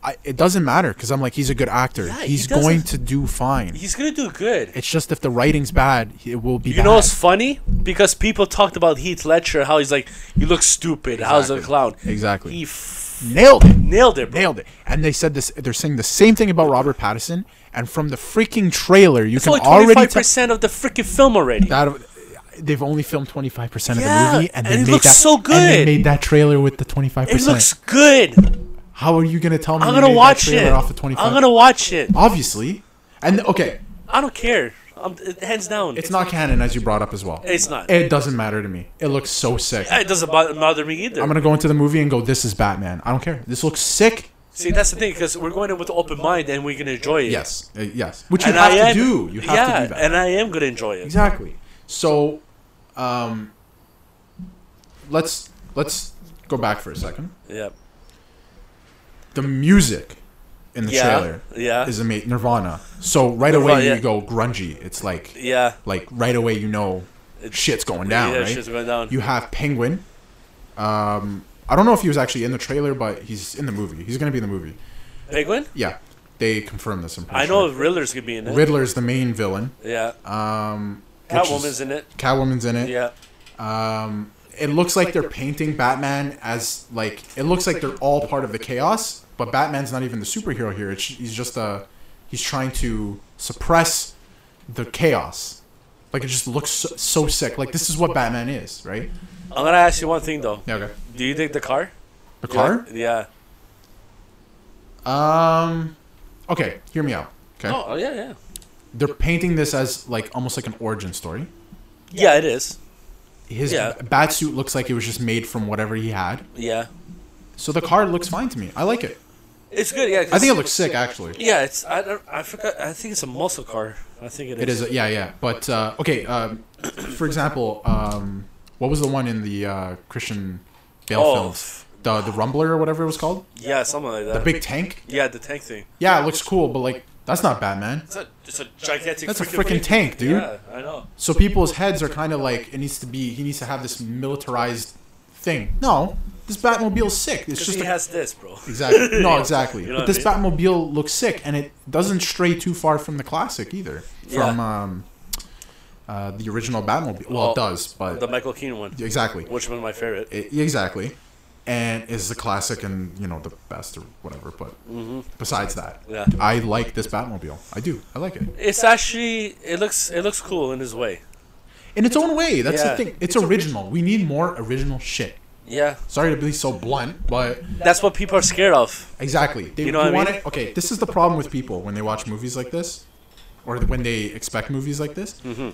Speaker 1: I, it doesn't matter because I'm like he's a good actor
Speaker 2: Yeah, he
Speaker 1: he's
Speaker 2: doesn't-
Speaker 1: going to do fine
Speaker 2: he's gonna do good.
Speaker 1: it's just if the writing's bad it will be
Speaker 2: You know
Speaker 1: bad.
Speaker 2: what's funny? Because people talked about Heath Ledger, how he's like, you look stupid. How's a
Speaker 1: Exactly.
Speaker 2: clown?
Speaker 1: Exactly.
Speaker 2: He f-
Speaker 1: nailed it
Speaker 2: nailed it, bro.
Speaker 1: nailed it. And they said this. They're saying the same thing about Robert Pattinson. And from the freaking trailer, you
Speaker 2: It's
Speaker 1: can
Speaker 2: only
Speaker 1: already
Speaker 2: twenty-five
Speaker 1: tell
Speaker 2: percent of the freaking film already.
Speaker 1: that they've only filmed twenty five percent of
Speaker 2: Yeah,
Speaker 1: the movie, and they
Speaker 2: and it
Speaker 1: made
Speaker 2: looks
Speaker 1: that.
Speaker 2: so
Speaker 1: And they
Speaker 2: good.
Speaker 1: made that trailer with the twenty five
Speaker 2: it looks
Speaker 1: percent.
Speaker 2: good.
Speaker 1: How are you gonna tell me?
Speaker 2: I'm
Speaker 1: you
Speaker 2: gonna
Speaker 1: made that
Speaker 2: watch
Speaker 1: trailer
Speaker 2: it.
Speaker 1: off the twenty
Speaker 2: I'm
Speaker 1: five.
Speaker 2: gonna watch it.
Speaker 1: Obviously, and okay,
Speaker 2: I don't care. I'm hands down.
Speaker 1: it's not canon as you brought up as well.
Speaker 2: It's not.
Speaker 1: It doesn't matter to me. It looks so sick.
Speaker 2: It doesn't bother bother me either.
Speaker 1: I'm gonna go into the movie and go, "This is Batman." I don't care. This looks sick.
Speaker 2: See, that's the thing, because we're going in with an open mind and we can enjoy it.
Speaker 1: Yes, uh, yes. Which you
Speaker 2: And
Speaker 1: have
Speaker 2: I
Speaker 1: to
Speaker 2: am,
Speaker 1: do. You have
Speaker 2: yeah,
Speaker 1: to do that.
Speaker 2: and I am going to enjoy it.
Speaker 1: Exactly. So, um, let's let's go back for a second.
Speaker 2: Yeah.
Speaker 1: The music in the
Speaker 2: Yeah,
Speaker 1: trailer
Speaker 2: yeah.
Speaker 1: is amazing. Nirvana. So right
Speaker 2: Nirvana,
Speaker 1: away
Speaker 2: yeah.
Speaker 1: you go grungy. It's like
Speaker 2: Yeah.
Speaker 1: like right away you know shit's going down.
Speaker 2: yeah,
Speaker 1: right?
Speaker 2: shit's going down.
Speaker 1: You have Penguin. Um, I don't know if he was actually in the trailer, but he's in the movie. He's gonna be in the movie.
Speaker 2: Penguin?
Speaker 1: Yeah, they confirmed this. I'm pretty
Speaker 2: I know
Speaker 1: Sure.
Speaker 2: Riddler's going to be in it.
Speaker 1: Riddler's the main villain.
Speaker 2: yeah. Um,
Speaker 1: which
Speaker 2: Catwoman's
Speaker 1: is-
Speaker 2: in it.
Speaker 1: Catwoman's in it.
Speaker 2: Yeah.
Speaker 1: it looks like they're painting Batman as like it looks like they're all part of the chaos, but Batman's not even the superhero here. It's, he's just a he's trying to suppress the chaos. Like it just looks so, so sick. Like this is what Batman is, right?
Speaker 2: I'm going to ask you one thing, though.
Speaker 1: Yeah. Okay.
Speaker 2: Do you dig the car?
Speaker 1: The car.
Speaker 2: Yeah.
Speaker 1: Um. Okay. Hear me out. Okay.
Speaker 2: Oh, yeah, yeah.
Speaker 1: They're painting this as like almost like an origin story.
Speaker 2: Yeah, it is.
Speaker 1: His
Speaker 2: Yeah.
Speaker 1: bat suit looks like it was just made from whatever he had.
Speaker 2: Yeah.
Speaker 1: So the car looks fine to me. I like it.
Speaker 2: It's good, yeah. 'cause-
Speaker 1: I think it looks sick actually.
Speaker 2: Yeah, it's. I, don't, I forgot. I think it's a muscle car. I think it is.
Speaker 1: It is, yeah, yeah. But uh, okay, um, for example, um, what was the one in the uh, Christian Bale
Speaker 2: Oh,
Speaker 1: films? The the Rumbler or whatever it was called,
Speaker 2: Yeah, something like that.
Speaker 1: the big tank.
Speaker 2: yeah, the tank thing.
Speaker 1: Yeah, it looks cool, but like that's not Batman.
Speaker 2: It's a, it's a gigantic.
Speaker 1: That's a freaking tank, dude.
Speaker 2: Yeah, I know.
Speaker 1: So people's heads are kind of like it needs to be. He needs to have this militarized thing. No, this Batmobile's sick. It's
Speaker 2: Because
Speaker 1: just
Speaker 2: he
Speaker 1: a,
Speaker 2: has this, bro.
Speaker 1: exactly no, exactly.
Speaker 2: You know
Speaker 1: but
Speaker 2: what
Speaker 1: this
Speaker 2: I
Speaker 1: Batmobile looks sick, and it doesn't stray too far from the classic either. From um, uh, the original Batmobile. Well,
Speaker 2: Well,
Speaker 1: it does, but
Speaker 2: The Michael Keaton one,
Speaker 1: exactly.
Speaker 2: which was my favorite.
Speaker 1: I- exactly and is the classic and you know the best or whatever but besides that
Speaker 2: Mm-hmm. Yeah.
Speaker 1: i like this batmobile i do i like it
Speaker 2: It's actually it looks it looks cool in his way.
Speaker 1: in its own way that's
Speaker 2: Yeah.
Speaker 1: the thing it's, original we need more original shit
Speaker 2: Yeah,
Speaker 1: sorry to be so blunt but
Speaker 2: that's what people are scared of.
Speaker 1: exactly they,
Speaker 2: You know what I
Speaker 1: want
Speaker 2: mean?
Speaker 1: it okay this is the problem with people when they watch movies like this or when they expect movies like this
Speaker 2: Mm-hmm.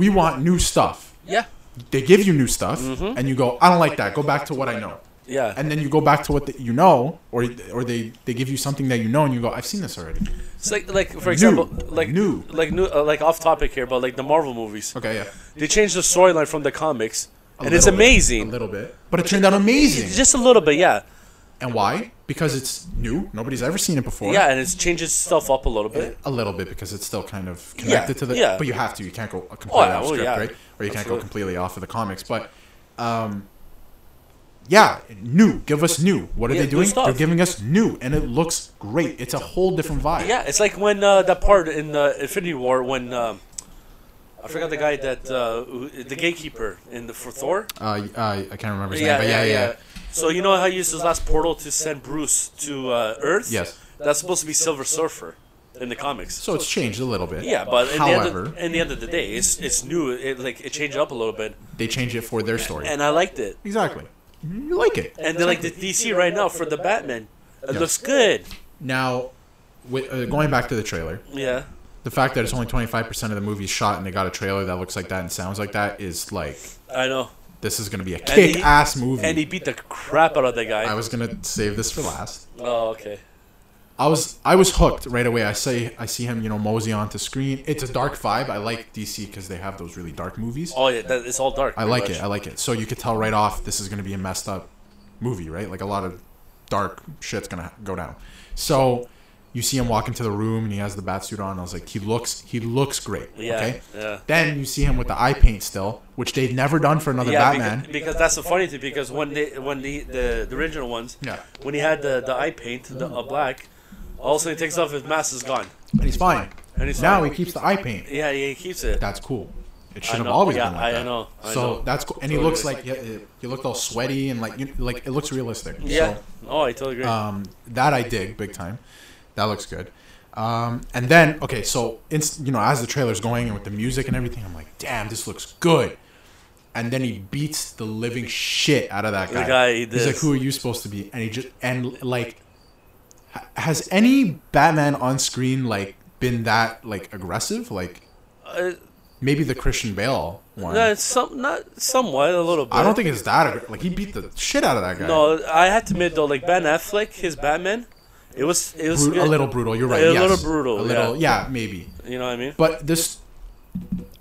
Speaker 1: we want new stuff
Speaker 2: Yeah, Mm-hmm.
Speaker 1: they give you new stuff and you go i don't like that go back to what i know
Speaker 2: yeah.
Speaker 1: and then you go back to what the, you know, or or they they give you something that you know, and you go, I've seen this already.
Speaker 2: It's like like for example, like
Speaker 1: New.
Speaker 2: like new, uh, like off topic here, but like the Marvel movies.
Speaker 1: Okay, yeah,
Speaker 2: They changed the storyline from the comics, and it's
Speaker 1: little bit.
Speaker 2: amazing.
Speaker 1: a little bit, but it turned out amazing.
Speaker 2: Just a little bit, yeah,
Speaker 1: And why? Because it's new. Nobody's ever seen it before.
Speaker 2: yeah, and it changes stuff up a little bit.
Speaker 1: a little bit because it's still kind of connected to the.
Speaker 2: yeah.
Speaker 1: But you have to. You can't go completely
Speaker 2: yeah,
Speaker 1: off
Speaker 2: oh,
Speaker 1: script,
Speaker 2: yeah.
Speaker 1: right? Or you can't go
Speaker 2: Absolutely.
Speaker 1: completely off of the comics. But, um, yeah, new. Give us new. What are
Speaker 2: Yeah,
Speaker 1: they
Speaker 2: new
Speaker 1: doing?
Speaker 2: stuff.
Speaker 1: They're giving us new, and it looks great. It's a whole different vibe.
Speaker 2: Yeah, it's like when uh, that part in uh, Infinity War when um, I forgot the guy that uh, who- the gatekeeper in the for Thor.
Speaker 1: Uh, uh, I can't remember his
Speaker 2: Yeah,
Speaker 1: name, but
Speaker 2: yeah, yeah,
Speaker 1: yeah. yeah.
Speaker 2: So you know how he used his last portal to send Bruce to uh, Earth?
Speaker 1: Yes.
Speaker 2: That's supposed to be Silver Surfer in the comics.
Speaker 1: So it's changed a little bit.
Speaker 2: yeah, but in the, end
Speaker 1: however,
Speaker 2: of, in the end of the day, it's it's new. It like it changed up a little bit,
Speaker 1: they change it for their story.
Speaker 2: and I liked it.
Speaker 1: Exactly. You like it.
Speaker 2: And then like the DC right now for the Batman, it
Speaker 1: Yeah.
Speaker 2: looks good.
Speaker 1: Now, wi- uh, going back to the trailer,
Speaker 2: Yeah,
Speaker 1: the fact that it's only 25% of the movie shot and they got a trailer that looks like that and sounds like that is like,
Speaker 2: I know.
Speaker 1: this is going to be a
Speaker 2: he-
Speaker 1: kick ass movie.
Speaker 2: And he beat the crap out of the guy.
Speaker 1: I was going to save this for last.
Speaker 2: oh, okay.
Speaker 1: I was I was hooked right away. I say I see him, you know, mosey onto screen. It's a dark vibe. I like DC because they have those really dark movies.
Speaker 2: Oh yeah, that, it's all dark.
Speaker 1: I
Speaker 2: pretty
Speaker 1: like
Speaker 2: much.
Speaker 1: it. I like it. So you could tell right off this is going to be a messed up movie, right? Like a lot of dark shit's going to go down. So you see him walk into the room and he has the bat suit on. I was like, he looks he looks great.
Speaker 2: Yeah,
Speaker 1: okay.
Speaker 2: yeah.
Speaker 1: Then you see him with the eye paint still, which they've never done for another
Speaker 2: yeah,
Speaker 1: Batman.
Speaker 2: Because, because that's the funny thing. Because when they when the the, the original ones,
Speaker 1: Yeah.
Speaker 2: when he had the, the eye paint, the uh, black, all of a sudden he takes off his mask is gone,
Speaker 1: and he's fine.
Speaker 2: and he's
Speaker 1: Now
Speaker 2: like,
Speaker 1: he keeps the eye paint.
Speaker 2: yeah, yeah, he keeps it.
Speaker 1: That's cool. It should have
Speaker 2: know,
Speaker 1: always
Speaker 2: yeah,
Speaker 1: been like
Speaker 2: I
Speaker 1: that.
Speaker 2: know, I
Speaker 1: so
Speaker 2: know.
Speaker 1: that's cool. And he looks like yeah, uh, he looked all sweaty and like you, like it looks realistic.
Speaker 2: Yeah.
Speaker 1: So,
Speaker 2: oh, I totally agree.
Speaker 1: Um, that I dig big time. That looks good. Um, and then okay, so inst- you know, as the trailer's going and with the music and everything, I'm like, damn, this looks good. And then he beats the living shit out of that guy.
Speaker 2: guy he
Speaker 1: He's like,
Speaker 2: did.
Speaker 1: who are you supposed to be? And he just and like, ha- has any Batman on screen like been that like aggressive? Like
Speaker 2: Uh,
Speaker 1: maybe the Christian Bale one.
Speaker 2: no, it's some not somewhat a little bit.
Speaker 1: I don't think it's that aggr- like he beat the shit out of that guy.
Speaker 2: No, I had to admit though, like Ben Affleck, his Batman, it was it was
Speaker 1: Bru- a
Speaker 2: good.
Speaker 1: little brutal. You're right.
Speaker 2: A
Speaker 1: yes.
Speaker 2: little brutal,
Speaker 1: A little, yeah, maybe.
Speaker 2: You know what I mean?
Speaker 1: But this,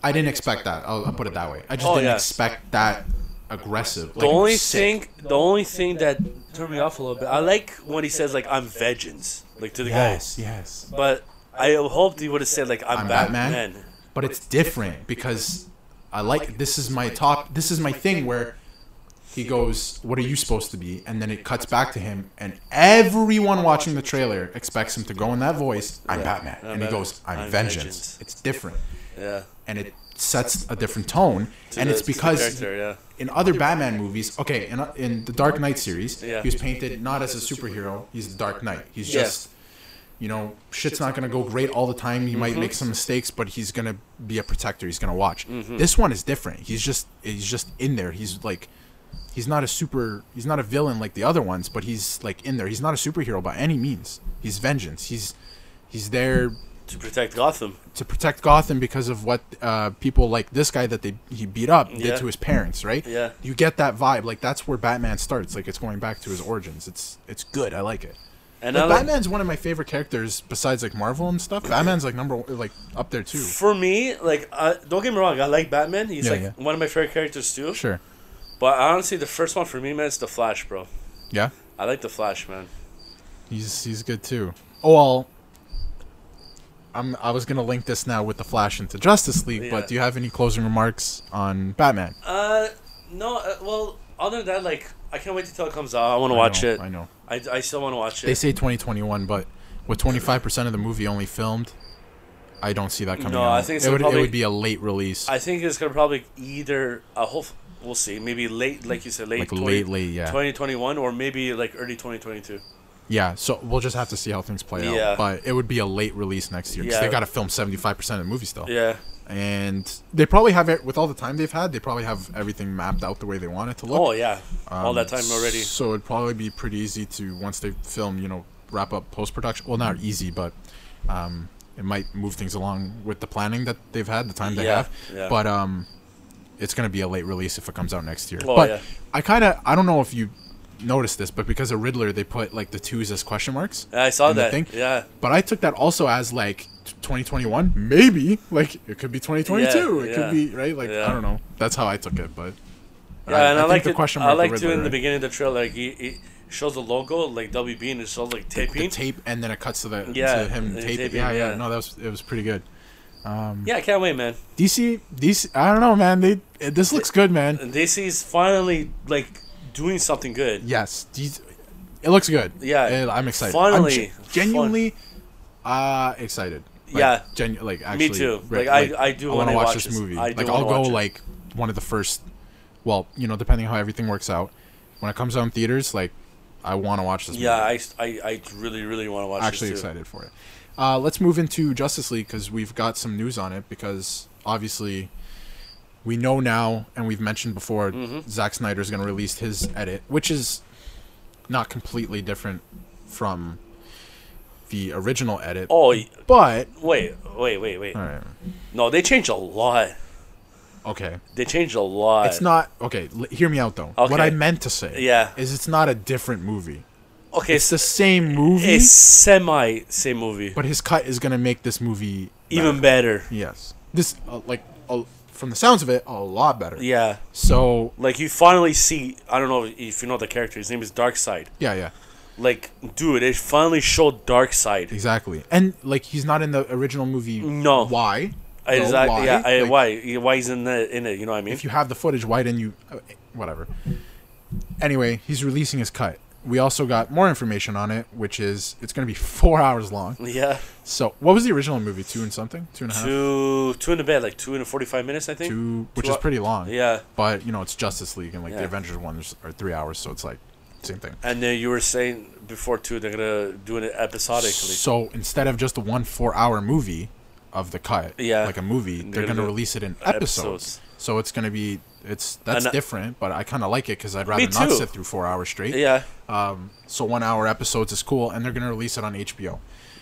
Speaker 1: I didn't expect that. I'll, I'll put it that way. I just
Speaker 2: Oh,
Speaker 1: didn't
Speaker 2: yeah.
Speaker 1: expect that aggressive.
Speaker 2: The only thing, the only thing that turned me off a little bit, I like when he says like I'm vengeance, like to the guys.
Speaker 1: Yes, yes.
Speaker 2: But I hoped he would have said like I'm,
Speaker 1: I'm Batman.
Speaker 2: Batman.
Speaker 1: But it's different because I like this is my top. This is my thing where he goes, "What are you supposed to be?" And then it cuts back to him, and everyone watching the trailer expects him to go in that voice. I'm Batman,
Speaker 2: I'm
Speaker 1: and he
Speaker 2: Batman.
Speaker 1: goes, "I'm,
Speaker 2: I'm
Speaker 1: vengeance.
Speaker 2: vengeance.
Speaker 1: It's different,
Speaker 2: Yeah.
Speaker 1: and it sets a different tone, and
Speaker 2: The-
Speaker 1: it's
Speaker 2: to the
Speaker 1: because
Speaker 2: character, yeah.
Speaker 1: in other Batman movies, okay, in, in the Dark Knight series,
Speaker 2: Yeah.
Speaker 1: he was painted not as a superhero. He's the Dark Knight. He's
Speaker 2: Yeah.
Speaker 1: just, you know, shit's not gonna go great all the time. He might make some mistakes, but he's gonna be a protector. He's gonna watch. This one is different. He's just, he's just in there. He's like, he's not a super, he's not a villain like the other ones, but he's like in there. He's not a superhero by any means. He's vengeance. He's, he's there
Speaker 2: to protect Gotham.
Speaker 1: to protect Gotham because of what uh, people like this guy that they he beat up
Speaker 2: Yeah.
Speaker 1: did to his parents, right?
Speaker 2: Yeah.
Speaker 1: You get that vibe. Like that's where Batman starts. Like it's going back to his origins. It's it's good. I like it.
Speaker 2: And I
Speaker 1: Like,
Speaker 2: like-
Speaker 1: Batman's one of my favorite characters besides like Marvel and stuff. Batman's like number one, like up there too.
Speaker 2: for me, like I, don't get me wrong, I like Batman. He's
Speaker 1: Yeah,
Speaker 2: like
Speaker 1: yeah.
Speaker 2: one of my favorite characters too.
Speaker 1: Sure.
Speaker 2: But honestly, the first one for me, man, is the Flash, bro.
Speaker 1: Yeah.
Speaker 2: I like the Flash, man.
Speaker 1: He's he's good too. Oh well. I'm I was gonna link this now with the Flash into Justice League,
Speaker 2: Yeah.
Speaker 1: but do you have any closing remarks on Batman?
Speaker 2: Uh, no, uh, well, other than that, like I can't wait till it comes out. I want to watch
Speaker 1: I know,
Speaker 2: it.
Speaker 1: I know.
Speaker 2: I, I still want to watch
Speaker 1: They
Speaker 2: it.
Speaker 1: say 2021, but with 25% of the movie only filmed, I don't see that coming
Speaker 2: No,
Speaker 1: out.
Speaker 2: I think it's
Speaker 1: it would,
Speaker 2: probably-
Speaker 1: it would be a late release.
Speaker 2: I think it's gonna probably either a whole. We'll see. Maybe late, like you said, late.
Speaker 1: Like late, late, yeah.
Speaker 2: 2021 or maybe like early 2022.
Speaker 1: yeah, so we'll just have to see how things play
Speaker 2: Yeah.
Speaker 1: out. But it would be a late release next year because
Speaker 2: Yeah.
Speaker 1: they got to film 75% of the movie still.
Speaker 2: Yeah.
Speaker 1: And they probably have it, with all the time they've had, they probably have everything mapped out the way they want it to look.
Speaker 2: Oh yeah. All that
Speaker 1: um,
Speaker 2: time already.
Speaker 1: So it'd probably be pretty easy to, once they film, you know, wrap up post production. Well, not easy, but um, it might move things along with the planning that they've had, the time they
Speaker 2: Yeah,
Speaker 1: have.
Speaker 2: yeah.
Speaker 1: But um, it's going to be a late release if it comes out next year.
Speaker 2: Oh,
Speaker 1: but
Speaker 2: yeah.
Speaker 1: I kind of, I don't know if you noticed this, but because of Riddler, they put like the twos as question marks.
Speaker 2: I saw
Speaker 1: in the
Speaker 2: that.
Speaker 1: thing.
Speaker 2: Yeah.
Speaker 1: But I took that also as like t- 2021, maybe. Like it could be 2022.
Speaker 2: Yeah,
Speaker 1: it
Speaker 2: yeah.
Speaker 1: could be right. Like
Speaker 2: Yeah.
Speaker 1: I don't know. That's how I took it, but
Speaker 2: Yeah, and I,
Speaker 1: think
Speaker 2: like
Speaker 1: the
Speaker 2: it.
Speaker 1: question
Speaker 2: I
Speaker 1: mark, the
Speaker 2: like
Speaker 1: Riddler,
Speaker 2: too in the
Speaker 1: right?
Speaker 2: beginning of the trailer, like he, he shows the logo, like WB, and it shows like
Speaker 1: the
Speaker 2: taping.
Speaker 1: tape, and then it cuts to the
Speaker 2: Yeah,
Speaker 1: to him
Speaker 2: the
Speaker 1: tape.
Speaker 2: taping,
Speaker 1: yeah, yeah,
Speaker 2: yeah.
Speaker 1: No, that was it was pretty good.
Speaker 2: yeah, I can't wait, man.
Speaker 1: DC, DC. I don't know, man. They eh, this looks good, man.
Speaker 2: And DC is finally like doing something good.
Speaker 1: Yes, DC, it looks good.
Speaker 2: Yeah,
Speaker 1: Eh, I'm excited.
Speaker 2: finally,
Speaker 1: I'm gen- genuinely, uh, excited. Like,
Speaker 2: Yeah.
Speaker 1: genu- like actually,
Speaker 2: too.
Speaker 1: re-
Speaker 2: Like, I- I do
Speaker 1: wanna
Speaker 2: wanna
Speaker 1: watch,
Speaker 2: watch
Speaker 1: this
Speaker 2: this.
Speaker 1: movie.
Speaker 2: I do
Speaker 1: like
Speaker 2: wanna
Speaker 1: I'll go
Speaker 2: watch it.
Speaker 1: like one of the first. Well, you know, depending how everything works out, when it comes out in theaters, like I want to watch this.
Speaker 2: Yeah,
Speaker 1: movie.
Speaker 2: I, I, I really, really want to watch
Speaker 1: actually
Speaker 2: this too.
Speaker 1: excited for it. Uh, let's move into Justice League because we've got some news on it. Because obviously, we know now, and we've mentioned before,
Speaker 2: Mm-hmm.
Speaker 1: Zack Snyder's going to release his edit, which is not completely different from the original edit.
Speaker 2: Oh, y-
Speaker 1: but
Speaker 2: wait, wait, wait, wait.
Speaker 1: all right,
Speaker 2: No, they changed a lot.
Speaker 1: okay,
Speaker 2: They changed a lot.
Speaker 1: it's not okay. L- hear me out though. What
Speaker 2: Okay.
Speaker 1: I meant to say,
Speaker 2: Yeah.
Speaker 1: is it's not a different movie.
Speaker 2: okay.
Speaker 1: It's
Speaker 2: It's,
Speaker 1: the same movie,
Speaker 2: a semi same movie,
Speaker 1: but his cut is going to make this movie better.
Speaker 2: even better.
Speaker 1: Yes. This, uh, like, uh, from the sounds of it, a lot better.
Speaker 2: Yeah,
Speaker 1: So,
Speaker 2: like you finally see. I don't know if you know the character. His name is Darkseid.
Speaker 1: yeah, yeah,
Speaker 2: Like, dude, they finally showed Darkseid.
Speaker 1: exactly. And, like, he's not in the original movie.
Speaker 2: No.
Speaker 1: Why? Though,
Speaker 2: Exactly. Yeah. I,
Speaker 1: Like,
Speaker 2: why? Why he's in the in it? You know what I mean?
Speaker 1: If you have the footage, why didn't you. uh, Whatever. Anyway, he's releasing his cut. We also got more information on it, which is it's going to be four hours long.
Speaker 2: yeah.
Speaker 1: So, what was the original movie? Two and something? Two and a half?
Speaker 2: Two two in the bed, like two and forty five minutes, I think.
Speaker 1: Uh-huh. Two, which
Speaker 2: two
Speaker 1: is
Speaker 2: hou-
Speaker 1: pretty long.
Speaker 2: Yeah.
Speaker 1: But, you know, it's Justice League and, like, the
Speaker 2: Yeah.
Speaker 1: Avengers ones are three hours, so it's like same thing.
Speaker 2: And then you were saying before too, they're gonna do it episodically.
Speaker 1: So instead of just the one four hour movie of the cut,
Speaker 2: Yeah.
Speaker 1: like a movie, they're,
Speaker 2: They're
Speaker 1: going to
Speaker 2: gonna do
Speaker 1: release it in episodes.
Speaker 2: episodes.
Speaker 1: So it's going to be it's that's
Speaker 2: And I-
Speaker 1: different, but I kind of like it because I'd rather not
Speaker 2: too.
Speaker 1: sit through four hours straight.
Speaker 2: Yeah.
Speaker 1: Um, so one hour episodes is cool, and they're going to release it on HBO,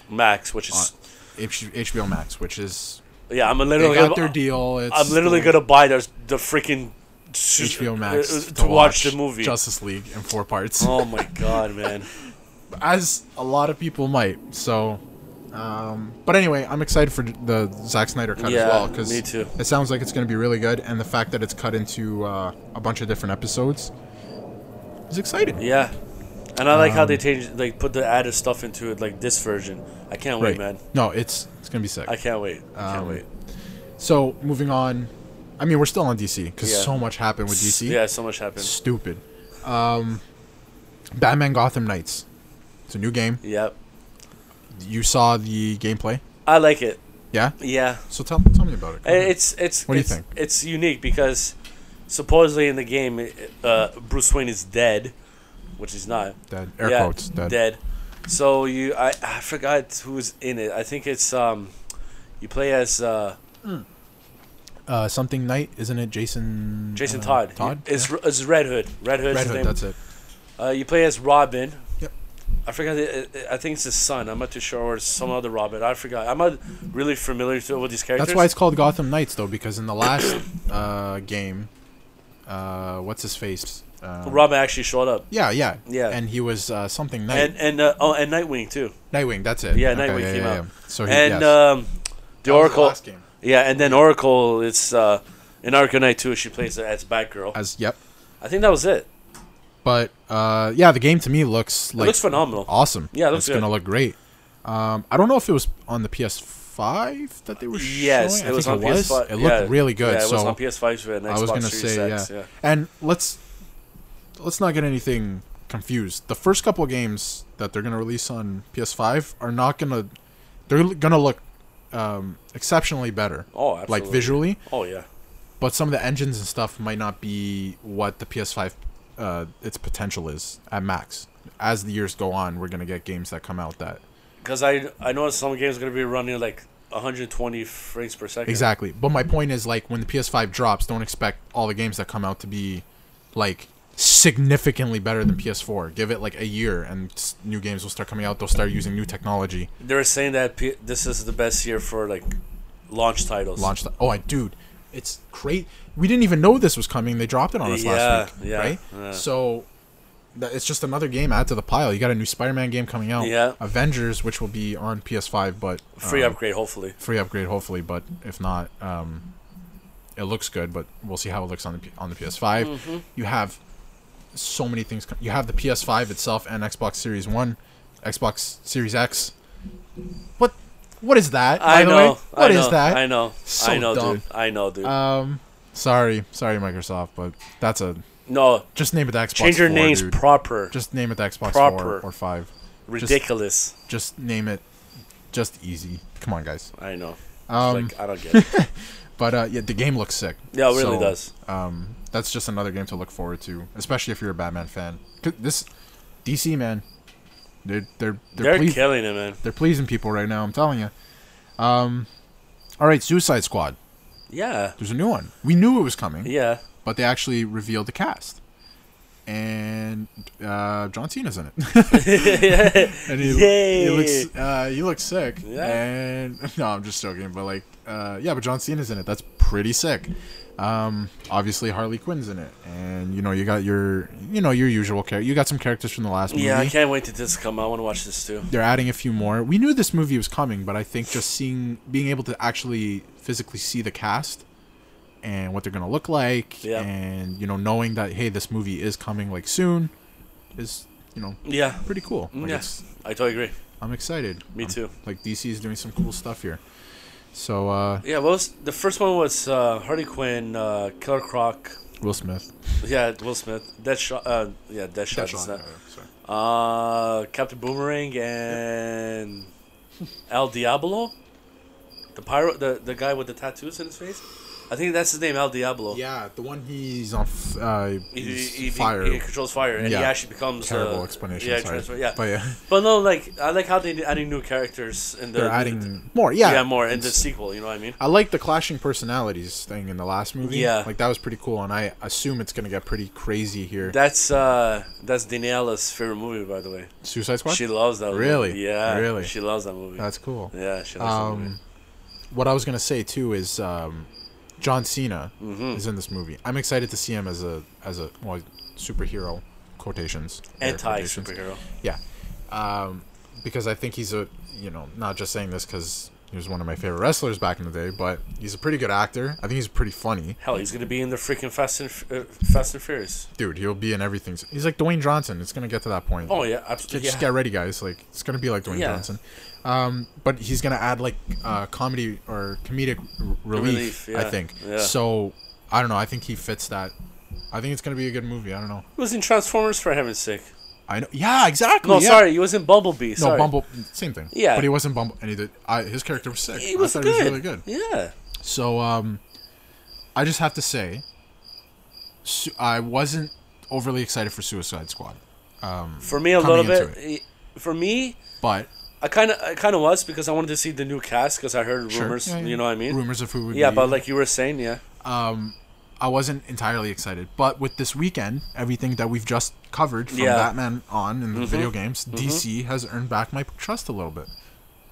Speaker 2: Max, which is
Speaker 1: Uh, H- HBO Max, which is
Speaker 2: yeah, I'm
Speaker 1: they
Speaker 2: literally
Speaker 1: got
Speaker 2: gonna,
Speaker 1: their deal. It's
Speaker 2: I'm literally
Speaker 1: still
Speaker 2: gonna buy the the freaking s-
Speaker 1: HBO
Speaker 2: uh,
Speaker 1: Max
Speaker 2: to watch the movie.
Speaker 1: Justice League in four parts,
Speaker 2: Oh my god, man!
Speaker 1: as a lot of people might. So. Um, but anyway, I'm excited for the Zack Snyder cut as
Speaker 2: Yeah,
Speaker 1: well because
Speaker 2: me too.
Speaker 1: It sounds like it's going to be really good, and the fact that it's cut into uh, a bunch of different episodes is exciting.
Speaker 2: Yeah, and I like how
Speaker 1: Um,
Speaker 2: they changed, like put the added stuff into it, like this version. I can't wait, man!
Speaker 1: No, it's it's going to be sick.
Speaker 2: I can't wait! I can't
Speaker 1: Um,
Speaker 2: wait!
Speaker 1: so moving on, I mean we're still on DC because
Speaker 2: Yeah.
Speaker 1: so much happened with DC.
Speaker 2: Yeah, so much happened.
Speaker 1: Stupid. Um, Batman Gotham Knights. It's a new game.
Speaker 2: Yep,
Speaker 1: You saw the gameplay,
Speaker 2: I like it.
Speaker 1: yeah?
Speaker 2: Yeah,
Speaker 1: So tell tell me about it. Go
Speaker 2: I-
Speaker 1: ahead.
Speaker 2: it's it's
Speaker 1: What do you
Speaker 2: it's,
Speaker 1: think?
Speaker 2: it's unique because supposedly in the game, uh, Bruce Wayne is dead, which he's not.
Speaker 1: dead. Air
Speaker 2: Yeah,
Speaker 1: quotes. Dead.
Speaker 2: So you, I, I forgot who's in it. I think it's um, you play as uh,
Speaker 1: Uh, something Knight, isn't it? Jason.
Speaker 2: Jason
Speaker 1: uh,
Speaker 2: Todd.
Speaker 1: Todd.
Speaker 2: It's
Speaker 1: Yeah.
Speaker 2: it's Red Hood. Red Hood's
Speaker 1: Red
Speaker 2: his
Speaker 1: Hood.
Speaker 2: name.
Speaker 1: That's it.
Speaker 2: Uh, you play as Robin.
Speaker 1: Yep.
Speaker 2: I forgot. The, uh, I I think it's his son. I'm not too sure, or some other Robin. I forgot. I'm not really familiar to, with these characters.
Speaker 1: That's why it's called Gotham Knights, though, because in the last uh, game, uh, what's his face? Um,
Speaker 2: Robin actually showed up.
Speaker 1: yeah, yeah,
Speaker 2: Yeah.
Speaker 1: And he was uh, something Knight,
Speaker 2: And and uh, oh, and Nightwing too.
Speaker 1: Nightwing. That's it.
Speaker 2: Yeah, Nightwing came out.
Speaker 1: So he,
Speaker 2: And
Speaker 1: yes.
Speaker 2: um,
Speaker 1: That
Speaker 2: the
Speaker 1: was
Speaker 2: Oracle.
Speaker 1: last game.
Speaker 2: yeah, and then Oracle. It's uh, in Arkham Knight too. She plays as Batgirl.
Speaker 1: as yep.
Speaker 2: I think that was it.
Speaker 1: But uh, yeah, the game to me looks
Speaker 2: It
Speaker 1: like
Speaker 2: looks phenomenal.
Speaker 1: awesome.
Speaker 2: Yeah, it looks
Speaker 1: it's gonna
Speaker 2: good.
Speaker 1: look great. Um, I don't know if it was on the PS5 that they were
Speaker 2: Yes,
Speaker 1: showing.
Speaker 2: it was
Speaker 1: I
Speaker 2: on
Speaker 1: think it was.
Speaker 2: PS5.
Speaker 1: It looked
Speaker 2: yeah.
Speaker 1: really good.
Speaker 2: Yeah, it
Speaker 1: so
Speaker 2: was on PS5 for an Xbox
Speaker 1: I was gonna
Speaker 2: Series
Speaker 1: say
Speaker 2: X.
Speaker 1: yeah.
Speaker 2: Yeah.
Speaker 1: And let's let's not get anything confused. The first couple of games that they're gonna release on PS5 are not gonna they're gonna look um, exceptionally better,
Speaker 2: Oh, absolutely.
Speaker 1: like visually.
Speaker 2: Oh yeah.
Speaker 1: But some of the engines and stuff might not be what the PS5 uh, its potential is at max. As the years go on, we're gonna get games that come out that
Speaker 2: Because I I know some games are gonna be running like 120 frames per second.
Speaker 1: Exactly. But my point is like when the PS5 drops, don't expect all the games that come out to be like significantly better than PS4. Give it like a year and s- new games will start coming out. They'll start using new technology.
Speaker 2: They were saying that P- this is the best year for like launch titles.
Speaker 1: Launch the Oh, I dude, it's great. We didn't even know this was coming. They dropped it on us
Speaker 2: Yeah,
Speaker 1: last week,
Speaker 2: yeah,
Speaker 1: right?
Speaker 2: yeah.
Speaker 1: So that it's just another game add to the pile. You got a new Spider-Man game coming out.
Speaker 2: Yeah.
Speaker 1: Avengers, which will be on PS5, but
Speaker 2: Free
Speaker 1: um,
Speaker 2: upgrade, hopefully.
Speaker 1: free upgrade hopefully. But if not, um, it looks good. But we'll see how it looks on the P- on the PS5.
Speaker 2: Mm-hmm.
Speaker 1: You have so many things. co- You have the PS5 itself and Xbox Series One, Xbox Series X. What what is that?
Speaker 2: I
Speaker 1: by
Speaker 2: know.
Speaker 1: the way? What
Speaker 2: I
Speaker 1: is
Speaker 2: know,
Speaker 1: that?
Speaker 2: I know.
Speaker 1: So
Speaker 2: I know,
Speaker 1: dumb.
Speaker 2: dude. I know, dude.
Speaker 1: Um, sorry, sorry, Microsoft, but that's a
Speaker 2: no,
Speaker 1: just name it the Xbox.
Speaker 2: change your
Speaker 1: 4,
Speaker 2: names
Speaker 1: dude.
Speaker 2: proper.
Speaker 1: just name it the Xbox
Speaker 2: proper.
Speaker 1: 4 or 5.
Speaker 2: Ridiculous.
Speaker 1: Just name it just easy. Come on, guys.
Speaker 2: I know.
Speaker 1: Um,
Speaker 2: like I don't get it.
Speaker 1: But uh, yeah, the game looks sick.
Speaker 2: Yeah, it really
Speaker 1: So,
Speaker 2: does.
Speaker 1: Um, that's just another game to look forward to, especially if you're a Batman fan. 'Cause This DC man, they're they're they're,
Speaker 2: They're
Speaker 1: pleas-
Speaker 2: killing it, man.
Speaker 1: they're pleasing people right now. I'm telling you. Um, all right, Suicide Squad.
Speaker 2: Yeah.
Speaker 1: There's a new one. We knew it was coming.
Speaker 2: Yeah.
Speaker 1: but they actually revealed the cast. And uh, John Cena's in it. and he, he
Speaker 2: Yay.
Speaker 1: looks uh, he looks sick.
Speaker 2: Yeah.
Speaker 1: And no, I'm just joking, but like uh, yeah, but John Cena's in it. That's pretty sick. Um, obviously Harley Quinn's in it. And you know, you got your you know, your usual character. You got some characters from the last movie.
Speaker 2: Yeah, I can't wait to this come. I want to watch this too.
Speaker 1: They're adding a few more. We knew this movie was coming, but I think just seeing being able to actually physically see the cast and what they're gonna look like,
Speaker 2: Yeah.
Speaker 1: and you know, knowing that hey, this movie is coming like soon, is you know
Speaker 2: Yeah,
Speaker 1: pretty cool. Like,
Speaker 2: Yeah.
Speaker 1: it's-
Speaker 2: I totally agree.
Speaker 1: I'm excited.
Speaker 2: Me
Speaker 1: I'm-
Speaker 2: too.
Speaker 1: Like DC is doing some cool stuff here. So uh,
Speaker 2: Yeah, what was the first one was uh, Harley Quinn, uh, Killer Croc.
Speaker 1: Will Smith,
Speaker 2: Yeah, Will Smith, Deadshot. Uh, yeah, Deadshot.
Speaker 1: Sean,
Speaker 2: Deadshot.
Speaker 1: uh, sorry.
Speaker 2: Uh, Captain Boomerang and El Diablo, the pyro, the the guy with the tattoos in his face. I think that's his name, El Diablo.
Speaker 1: yeah, the one he's on f- uh,
Speaker 2: oh. He,
Speaker 1: he's
Speaker 2: he- he-
Speaker 1: fire.
Speaker 2: he controls fire, and he
Speaker 1: Yeah.
Speaker 2: actually becomes
Speaker 1: Terrible
Speaker 2: uh,
Speaker 1: explanation.
Speaker 2: Yeah,
Speaker 1: sorry.
Speaker 2: transfer- yeah.
Speaker 1: but yeah,
Speaker 2: But no, like I like how they adding new characters in the
Speaker 1: they're adding more. Yeah,
Speaker 2: yeah, more in the
Speaker 1: It's-
Speaker 2: sequel. You know what I mean?
Speaker 1: I like the clashing personalities thing in the last movie.
Speaker 2: Yeah.
Speaker 1: like that was pretty cool, and I assume it's gonna get pretty crazy here.
Speaker 2: That's uh that's Daniela's favorite movie, by the way.
Speaker 1: Suicide Squad.
Speaker 2: She loves that.
Speaker 1: Really?
Speaker 2: movie. Yeah,
Speaker 1: Really?
Speaker 2: She loves that movie.
Speaker 1: That's cool.
Speaker 2: yeah, she loves that movie.
Speaker 1: Um, what I was gonna say too is um, John Cena Um,
Speaker 2: Mm-hmm.
Speaker 1: is in this movie. I'm excited to see him as a as a well, superhero quotations air
Speaker 2: Anti
Speaker 1: quotations.
Speaker 2: superhero.
Speaker 1: Yeah, um, because I think he's a you know not just saying this because he was one of my favorite wrestlers back in the day, but he's a pretty good actor. I think he's pretty funny,
Speaker 2: Hell, he's gonna be in the freaking Fast and F- uh, Fast and Furious.
Speaker 1: dude. He'll be in everything. He's like Dwayne Johnson. It's gonna get to that point.
Speaker 2: Oh yeah,
Speaker 1: Just-
Speaker 2: absolutely.
Speaker 1: just
Speaker 2: yeah.
Speaker 1: get ready, guys. Like it's gonna be like Dwayne
Speaker 2: Yeah.
Speaker 1: Johnson, um, but he's gonna add like uh, comedy or comedic r- relief.
Speaker 2: Relief,
Speaker 1: I
Speaker 2: yeah,
Speaker 1: think.
Speaker 2: yeah.
Speaker 1: So I don't know. I think he fits that. I think it's gonna be a good movie. I don't know.
Speaker 2: He was in Transformers for heaven's sake.
Speaker 1: I know. Yeah, exactly.
Speaker 2: No,
Speaker 1: Oh, yeah.
Speaker 2: sorry, he was in Bumblebee.
Speaker 1: No,
Speaker 2: Sorry.
Speaker 1: Bumble. Same thing.
Speaker 2: Yeah.
Speaker 1: but he wasn't Bumble, and he did. I, his character was sick.
Speaker 2: He was
Speaker 1: I thought
Speaker 2: good.
Speaker 1: he was really good.
Speaker 2: Yeah.
Speaker 1: So um, I just have to say, su- I wasn't overly excited for Suicide Squad,
Speaker 2: For me, a
Speaker 1: Coming
Speaker 2: little
Speaker 1: into
Speaker 2: bit. he- For me,
Speaker 1: but
Speaker 2: I kind of, I kind of was because I wanted to see the new cast because I heard
Speaker 1: sure,
Speaker 2: rumors.
Speaker 1: yeah, yeah.
Speaker 2: You know what I mean?
Speaker 1: Rumors of who would
Speaker 2: yeah,
Speaker 1: be-
Speaker 2: but like you were saying, yeah.
Speaker 1: I wasn't entirely excited, but with this weekend, everything that we've just covered from
Speaker 2: Yeah. Mm-hmm.
Speaker 1: Batman on in the video games, DC has earned back my trust a little bit.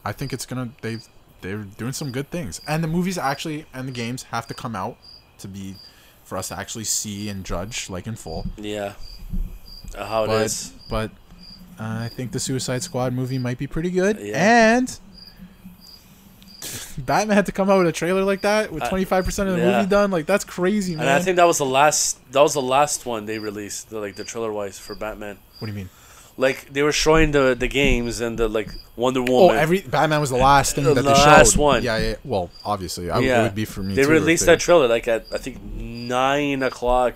Speaker 1: I think it's gonna they they're doing some good things, and the movies actually and the games have to come out to be for us to actually see and judge like in full.
Speaker 2: Yeah. Uh, how it
Speaker 1: But
Speaker 2: is.
Speaker 1: but uh, I think the Suicide Squad movie might be pretty good,
Speaker 2: Yeah.
Speaker 1: and. Batman had to come out with a trailer like that with
Speaker 2: I-
Speaker 1: twenty five percent of the
Speaker 2: yeah.
Speaker 1: movie done. Like that's crazy, man.
Speaker 2: And I think that was the last. That was the last one they released, the, like the trailer wise for Batman.
Speaker 1: what do you mean?
Speaker 2: Like they were showing the the games and the like Wonder
Speaker 1: Oh,
Speaker 2: Woman.
Speaker 1: every Batman was the last thing
Speaker 2: The
Speaker 1: that they showed.
Speaker 2: last one.
Speaker 1: Yeah, yeah. Well, obviously, I, it would be for me.
Speaker 2: They
Speaker 1: too if
Speaker 2: released
Speaker 1: they-
Speaker 2: that trailer like at I think nine o'clock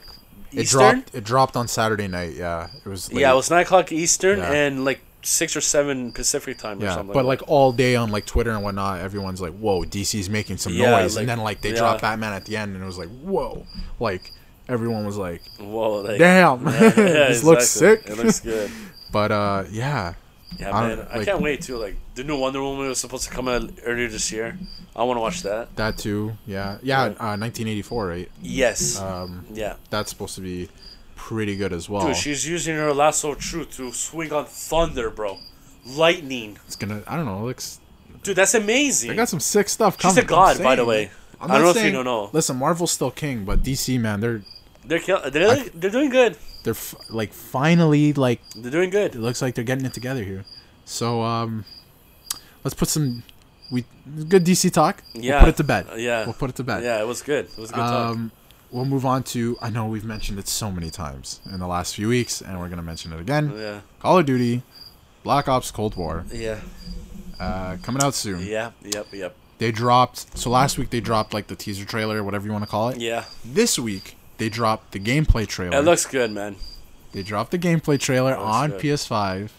Speaker 1: It
Speaker 2: Eastern.
Speaker 1: dropped. It dropped on Saturday night. Yeah, it was. Late.
Speaker 2: yeah, it was nine o'clock Eastern
Speaker 1: Yeah.
Speaker 2: and like six or seven Pacific time or
Speaker 1: Yeah,
Speaker 2: something.
Speaker 1: but
Speaker 2: like,
Speaker 1: like all day on like Twitter and whatnot, everyone's like, "Whoa, DC's making some
Speaker 2: Yeah,
Speaker 1: noise,"
Speaker 2: like-
Speaker 1: and then like they
Speaker 2: yeah.
Speaker 1: dropped Batman at the end, and it was like, "Whoa!" Like everyone was like,
Speaker 2: that. whoa, like,
Speaker 1: "Damn,
Speaker 2: Yeah, yeah,
Speaker 1: this looks sick."
Speaker 2: It looks good.
Speaker 1: but uh, yeah,
Speaker 2: Yeah,
Speaker 1: I
Speaker 2: man,
Speaker 1: don't-
Speaker 2: I
Speaker 1: like-
Speaker 2: can't wait to like the new Wonder Woman was supposed to come out earlier this year. I want to watch that.
Speaker 1: that too. Yeah, yeah. Uh, 1984, right?
Speaker 2: Yes.
Speaker 1: Um,
Speaker 2: yeah.
Speaker 1: that's supposed to be pretty good as well.
Speaker 2: Dude, she's using her lasso of truth to swing on thunder, bro. Lightning.
Speaker 1: it's gonna. I don't know. It looks
Speaker 2: Dude, that's amazing.
Speaker 1: They got some sick stuff coming.
Speaker 2: She's a
Speaker 1: I'm
Speaker 2: god, by
Speaker 1: saying.
Speaker 2: the way.
Speaker 1: I'm
Speaker 2: I don't
Speaker 1: not
Speaker 2: know if you
Speaker 1: saying-
Speaker 2: don't know.
Speaker 1: Listen, Marvel's still king, but DC man, they're
Speaker 2: They're kill- they're, they're doing good.
Speaker 1: they're f- like finally like
Speaker 2: They're doing good.
Speaker 1: it looks like they're getting it together here. So um, let's put some we good DC talk.
Speaker 2: Yeah.
Speaker 1: we'll put it to bed.
Speaker 2: Uh, yeah.
Speaker 1: we'll put it to bed.
Speaker 2: Yeah, it was good. It was a good talk.
Speaker 1: Um, we'll move on to I know we've mentioned it so many times in the last few weeks, and we're gonna mention it again.
Speaker 2: Yeah.
Speaker 1: Call of Duty, Black Ops Cold War,
Speaker 2: Yeah.
Speaker 1: uh, coming out soon.
Speaker 2: Yeah. Yep. Yep.
Speaker 1: They dropped so last week they dropped like the teaser trailer, whatever you want to call it.
Speaker 2: Yeah.
Speaker 1: This week they dropped the gameplay trailer.
Speaker 2: It looks good, man.
Speaker 1: they dropped the gameplay trailer
Speaker 2: looks
Speaker 1: on
Speaker 2: good.
Speaker 1: PS5,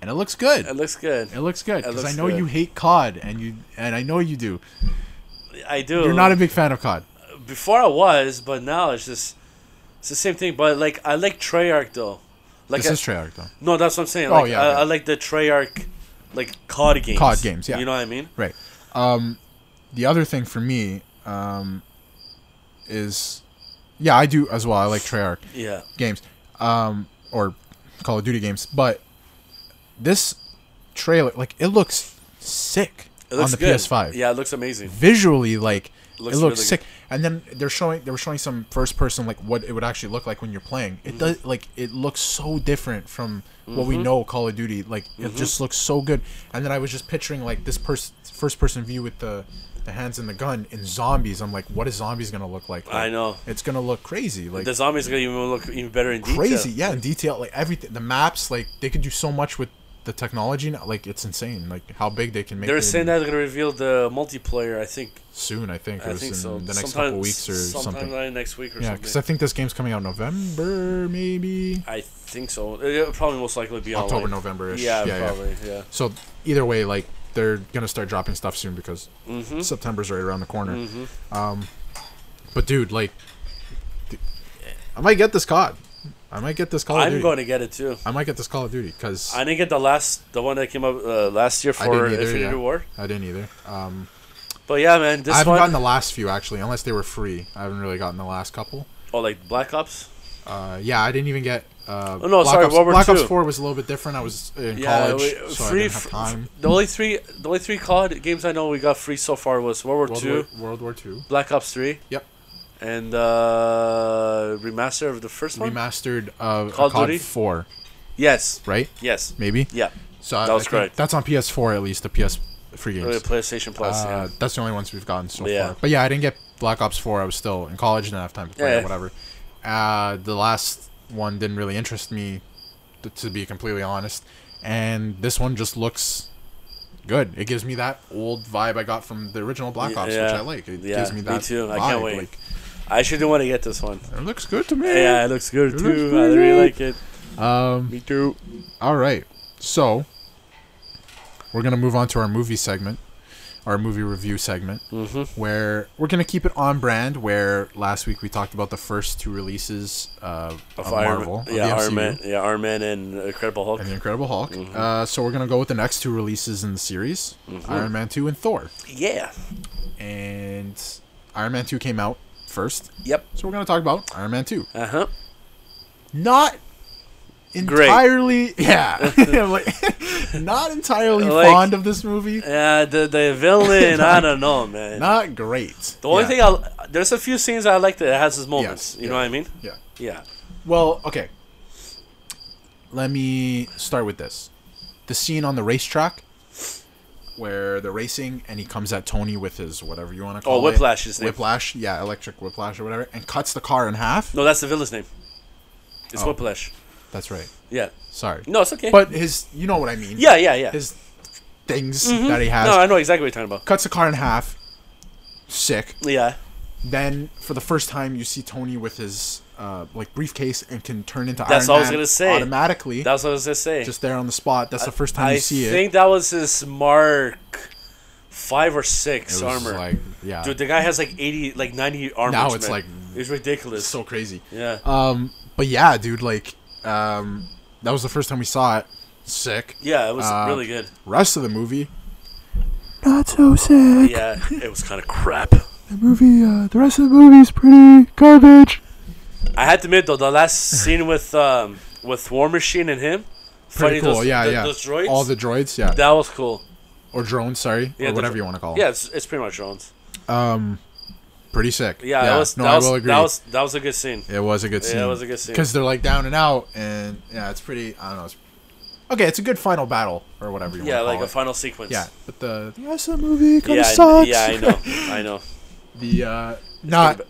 Speaker 1: and it looks good.
Speaker 2: It looks good.
Speaker 1: It looks good
Speaker 2: It
Speaker 1: because I
Speaker 2: looks
Speaker 1: know
Speaker 2: good.
Speaker 1: you hate COD, and you and I know you do.
Speaker 2: I do.
Speaker 1: You're not a big fan of COD.
Speaker 2: Before I was, but now it's just it's the same thing. But like I like Treyarch though. Like
Speaker 1: this
Speaker 2: I-
Speaker 1: is Treyarch though,
Speaker 2: no, that's what I'm saying.
Speaker 1: Oh,
Speaker 2: Like,
Speaker 1: yeah,
Speaker 2: I,
Speaker 1: okay.
Speaker 2: I like the Treyarch, like COD games.
Speaker 1: COD games, yeah.
Speaker 2: You know what I mean?
Speaker 1: right? Um, the other thing for me um, is, yeah, I do as well. I like Treyarch
Speaker 2: Yeah.
Speaker 1: games, um, or Call of Duty games, but this trailer, like, it looks sick
Speaker 2: It looks
Speaker 1: on the
Speaker 2: good.
Speaker 1: PS5.
Speaker 2: Yeah, it looks amazing.
Speaker 1: visually like
Speaker 2: Looks
Speaker 1: it
Speaker 2: really
Speaker 1: looks sick and then they're showing they were showing some first person like what it would actually look like when you're playing
Speaker 2: Mm-hmm.
Speaker 1: it does like it looks so different from what we know call of duty like it
Speaker 2: Mm-hmm.
Speaker 1: just looks so good and then i was just picturing like this pers- first person view with the the hands and the gun in zombies i'm like what is zombies gonna look like,
Speaker 2: I
Speaker 1: Like,
Speaker 2: know.
Speaker 1: it's gonna look crazy like
Speaker 2: The zombies are gonna even look even better in detail.
Speaker 1: crazy yeah in detail like everything the maps like they could do so much with the technology now like it's insane like how big they can make
Speaker 2: They're
Speaker 1: it
Speaker 2: saying that they're gonna reveal the multiplayer. I think.
Speaker 1: soon i think it
Speaker 2: I
Speaker 1: was
Speaker 2: think
Speaker 1: in
Speaker 2: so.
Speaker 1: the next
Speaker 2: Sometime-
Speaker 1: couple weeks or
Speaker 2: sometime
Speaker 1: something
Speaker 2: like next week or
Speaker 1: Yeah, because I
Speaker 2: something.
Speaker 1: think this game's coming out November, maybe
Speaker 2: I think so. It'll probably most likely be
Speaker 1: October,
Speaker 2: online.
Speaker 1: November ish.
Speaker 2: Yeah, probably. Yeah.
Speaker 1: So either way, like they're gonna start dropping stuff soon because
Speaker 2: Mhm.
Speaker 1: September's right around the corner.
Speaker 2: Mm-hmm.
Speaker 1: Um, but dude, like, th- I might get this COD. I might get this Call of
Speaker 2: I'm
Speaker 1: Duty.
Speaker 2: going to get it too.
Speaker 1: I might get this Call of Duty because
Speaker 2: I didn't get the last, the one that came up uh, last year
Speaker 1: didn't
Speaker 2: for
Speaker 1: either,
Speaker 2: Infinity
Speaker 1: yeah.
Speaker 2: War.
Speaker 1: I didn't either. Um,
Speaker 2: But yeah, man, this
Speaker 1: I haven't
Speaker 2: one,
Speaker 1: gotten the last few actually, unless they were free. I haven't really gotten the last couple.
Speaker 2: oh, like Black Ops.
Speaker 1: Uh, yeah, I didn't even get. Uh,
Speaker 2: Oh, no,
Speaker 1: Black
Speaker 2: sorry,
Speaker 1: Ops,
Speaker 2: World War
Speaker 1: Black Ops
Speaker 2: II.
Speaker 1: Four was a little bit different. I was in
Speaker 2: yeah,
Speaker 1: college,
Speaker 2: we-
Speaker 1: so I
Speaker 2: free.
Speaker 1: didn't have
Speaker 2: f-
Speaker 1: time.
Speaker 2: the only three, the only three COD games I know we got free so far was World War
Speaker 1: World
Speaker 2: Two,
Speaker 1: War, World War Two.
Speaker 2: Black Ops Three.
Speaker 1: Yep.
Speaker 2: And uh remaster of the first one.
Speaker 1: remastered uh,
Speaker 2: Call
Speaker 1: Call
Speaker 2: of Duty?
Speaker 1: COD Four,
Speaker 2: yes.
Speaker 1: right?
Speaker 2: Yes.
Speaker 1: Maybe.
Speaker 2: Yeah.
Speaker 1: So I-
Speaker 2: That
Speaker 1: I
Speaker 2: was
Speaker 1: think
Speaker 2: correct.
Speaker 1: That's on PS4 at least. The PS free
Speaker 2: Uh,
Speaker 1: games.
Speaker 2: PlayStation Plus.
Speaker 1: Uh, that's the only ones we've gotten so
Speaker 2: Yeah.
Speaker 1: far. But yeah, I didn't get Black Ops Four. I was still in college, didn't have time to play
Speaker 2: Yeah.
Speaker 1: it, whatever. Uh, the last one didn't really interest me, t- to be completely honest. And this one just looks good. It gives me that old vibe I got from the original Black
Speaker 2: Y-
Speaker 1: Ops, which
Speaker 2: yeah.
Speaker 1: I like. It
Speaker 2: Yeah,
Speaker 1: gives me
Speaker 2: me
Speaker 1: that.
Speaker 2: too.
Speaker 1: Vibe.
Speaker 2: I can't wait.
Speaker 1: Like,
Speaker 2: yeah. I actually do want to get this one.
Speaker 1: it looks good to me.
Speaker 2: Yeah, it looks good
Speaker 1: It
Speaker 2: too.
Speaker 1: looks
Speaker 2: I
Speaker 1: pretty
Speaker 2: really
Speaker 1: good.
Speaker 2: like it.
Speaker 1: Um.
Speaker 2: Me too.
Speaker 1: All right. So we're gonna move on to our movie segment, our movie review segment,
Speaker 2: Mm-hmm.
Speaker 1: where we're gonna keep it on brand. Where last week we talked about the first two releases uh, of,
Speaker 2: Of Iron
Speaker 1: Marvel, of
Speaker 2: yeah,
Speaker 1: the
Speaker 2: Iron
Speaker 1: MCU,
Speaker 2: Man, Mm-hmm. yeah, Iron Man and Incredible Hulk.
Speaker 1: and the Incredible Hulk. Uh, so we're gonna go with the next two releases in the series:
Speaker 2: Mm-hmm.
Speaker 1: Iron Man two and Thor.
Speaker 2: Yeah.
Speaker 1: And Iron Man two came out first,
Speaker 2: Yep.
Speaker 1: so we're gonna talk about Iron Man two.
Speaker 2: Uh huh.
Speaker 1: Not.
Speaker 2: Great.
Speaker 1: Entirely, yeah, I'm like, not entirely
Speaker 2: Like-
Speaker 1: fond of this movie.
Speaker 2: Yeah, the the villain, I don't know, man.
Speaker 1: Not great.
Speaker 2: the only
Speaker 1: yeah.
Speaker 2: thing I there's a few scenes I like that has his moments.
Speaker 1: Yes,
Speaker 2: you
Speaker 1: yeah.
Speaker 2: know what I mean?
Speaker 1: Yeah.
Speaker 2: Yeah.
Speaker 1: Well, okay. Let me start with this. The scene on the racetrack where they're racing and he comes at Tony with his whatever you want to call it.
Speaker 2: Oh, Whiplash, his name.
Speaker 1: Whiplash, yeah, electric whiplash or whatever, and cuts the car in half.
Speaker 2: No, that's the villain's name. It's
Speaker 1: Oh.
Speaker 2: Whiplash.
Speaker 1: That's right.
Speaker 2: Yeah.
Speaker 1: Sorry.
Speaker 2: No, it's okay.
Speaker 1: But his, you know what I mean.
Speaker 2: eh. yeah, yeah, yeah.
Speaker 1: His things that he has.
Speaker 2: no, I know exactly what you're talking about.
Speaker 1: cuts the car in half. Sick.
Speaker 2: Yeah.
Speaker 1: then for the first time you see Tony with his uh, like briefcase and can turn into
Speaker 2: That's
Speaker 1: Iron
Speaker 2: what I was
Speaker 1: Man
Speaker 2: gonna say.
Speaker 1: automatically
Speaker 2: That's what I was gonna say.
Speaker 1: just there on the spot. That's the first time
Speaker 2: I
Speaker 1: you see
Speaker 2: think
Speaker 1: it.
Speaker 2: that was his mark five or six
Speaker 1: It was
Speaker 2: armor.
Speaker 1: like yeah,
Speaker 2: Dude, the guy has like eighty like ninety armor.
Speaker 1: Now it's like-
Speaker 2: it's ridiculous.
Speaker 1: it's so crazy.
Speaker 2: yeah.
Speaker 1: Um, but yeah, dude, like um, that was the first time we saw it. Sick.
Speaker 2: Yeah, it was
Speaker 1: uh,
Speaker 2: really good.
Speaker 1: Rest of the movie, not so sick.
Speaker 2: Yeah, it was kind of crap.
Speaker 1: The movie, uh, the rest of the movie's pretty garbage.
Speaker 2: I had to admit though, the last scene with um with War Machine and him
Speaker 1: Pretty
Speaker 2: fighting
Speaker 1: cool.
Speaker 2: those,
Speaker 1: yeah,
Speaker 2: the-
Speaker 1: yeah.
Speaker 2: those droids,
Speaker 1: All the droids, yeah,
Speaker 2: that was cool.
Speaker 1: or drones, sorry,
Speaker 2: Yeah,
Speaker 1: or
Speaker 2: the
Speaker 1: whatever
Speaker 2: dro-
Speaker 1: you want to call. 'em.
Speaker 2: Yeah, it's, it's pretty much drones.
Speaker 1: Um, pretty sick.
Speaker 2: Yeah, that was
Speaker 1: no,
Speaker 2: that
Speaker 1: I
Speaker 2: was,
Speaker 1: will agree. Oh,
Speaker 2: that was that was a good scene.
Speaker 1: it was a good
Speaker 2: Yeah, it
Speaker 1: scene.
Speaker 2: was a good scene.
Speaker 1: because they're like down and out, and yeah, it's pretty. I don't know. It's, okay, it's a good final battle or whatever you
Speaker 2: Yeah,
Speaker 1: want to
Speaker 2: like
Speaker 1: call
Speaker 2: a
Speaker 1: it.
Speaker 2: final sequence.
Speaker 1: yeah, but the the rest of the movie kind
Speaker 2: yeah,
Speaker 1: of
Speaker 2: I-
Speaker 1: sucks.
Speaker 2: yeah, I know, I know.
Speaker 1: the uh, not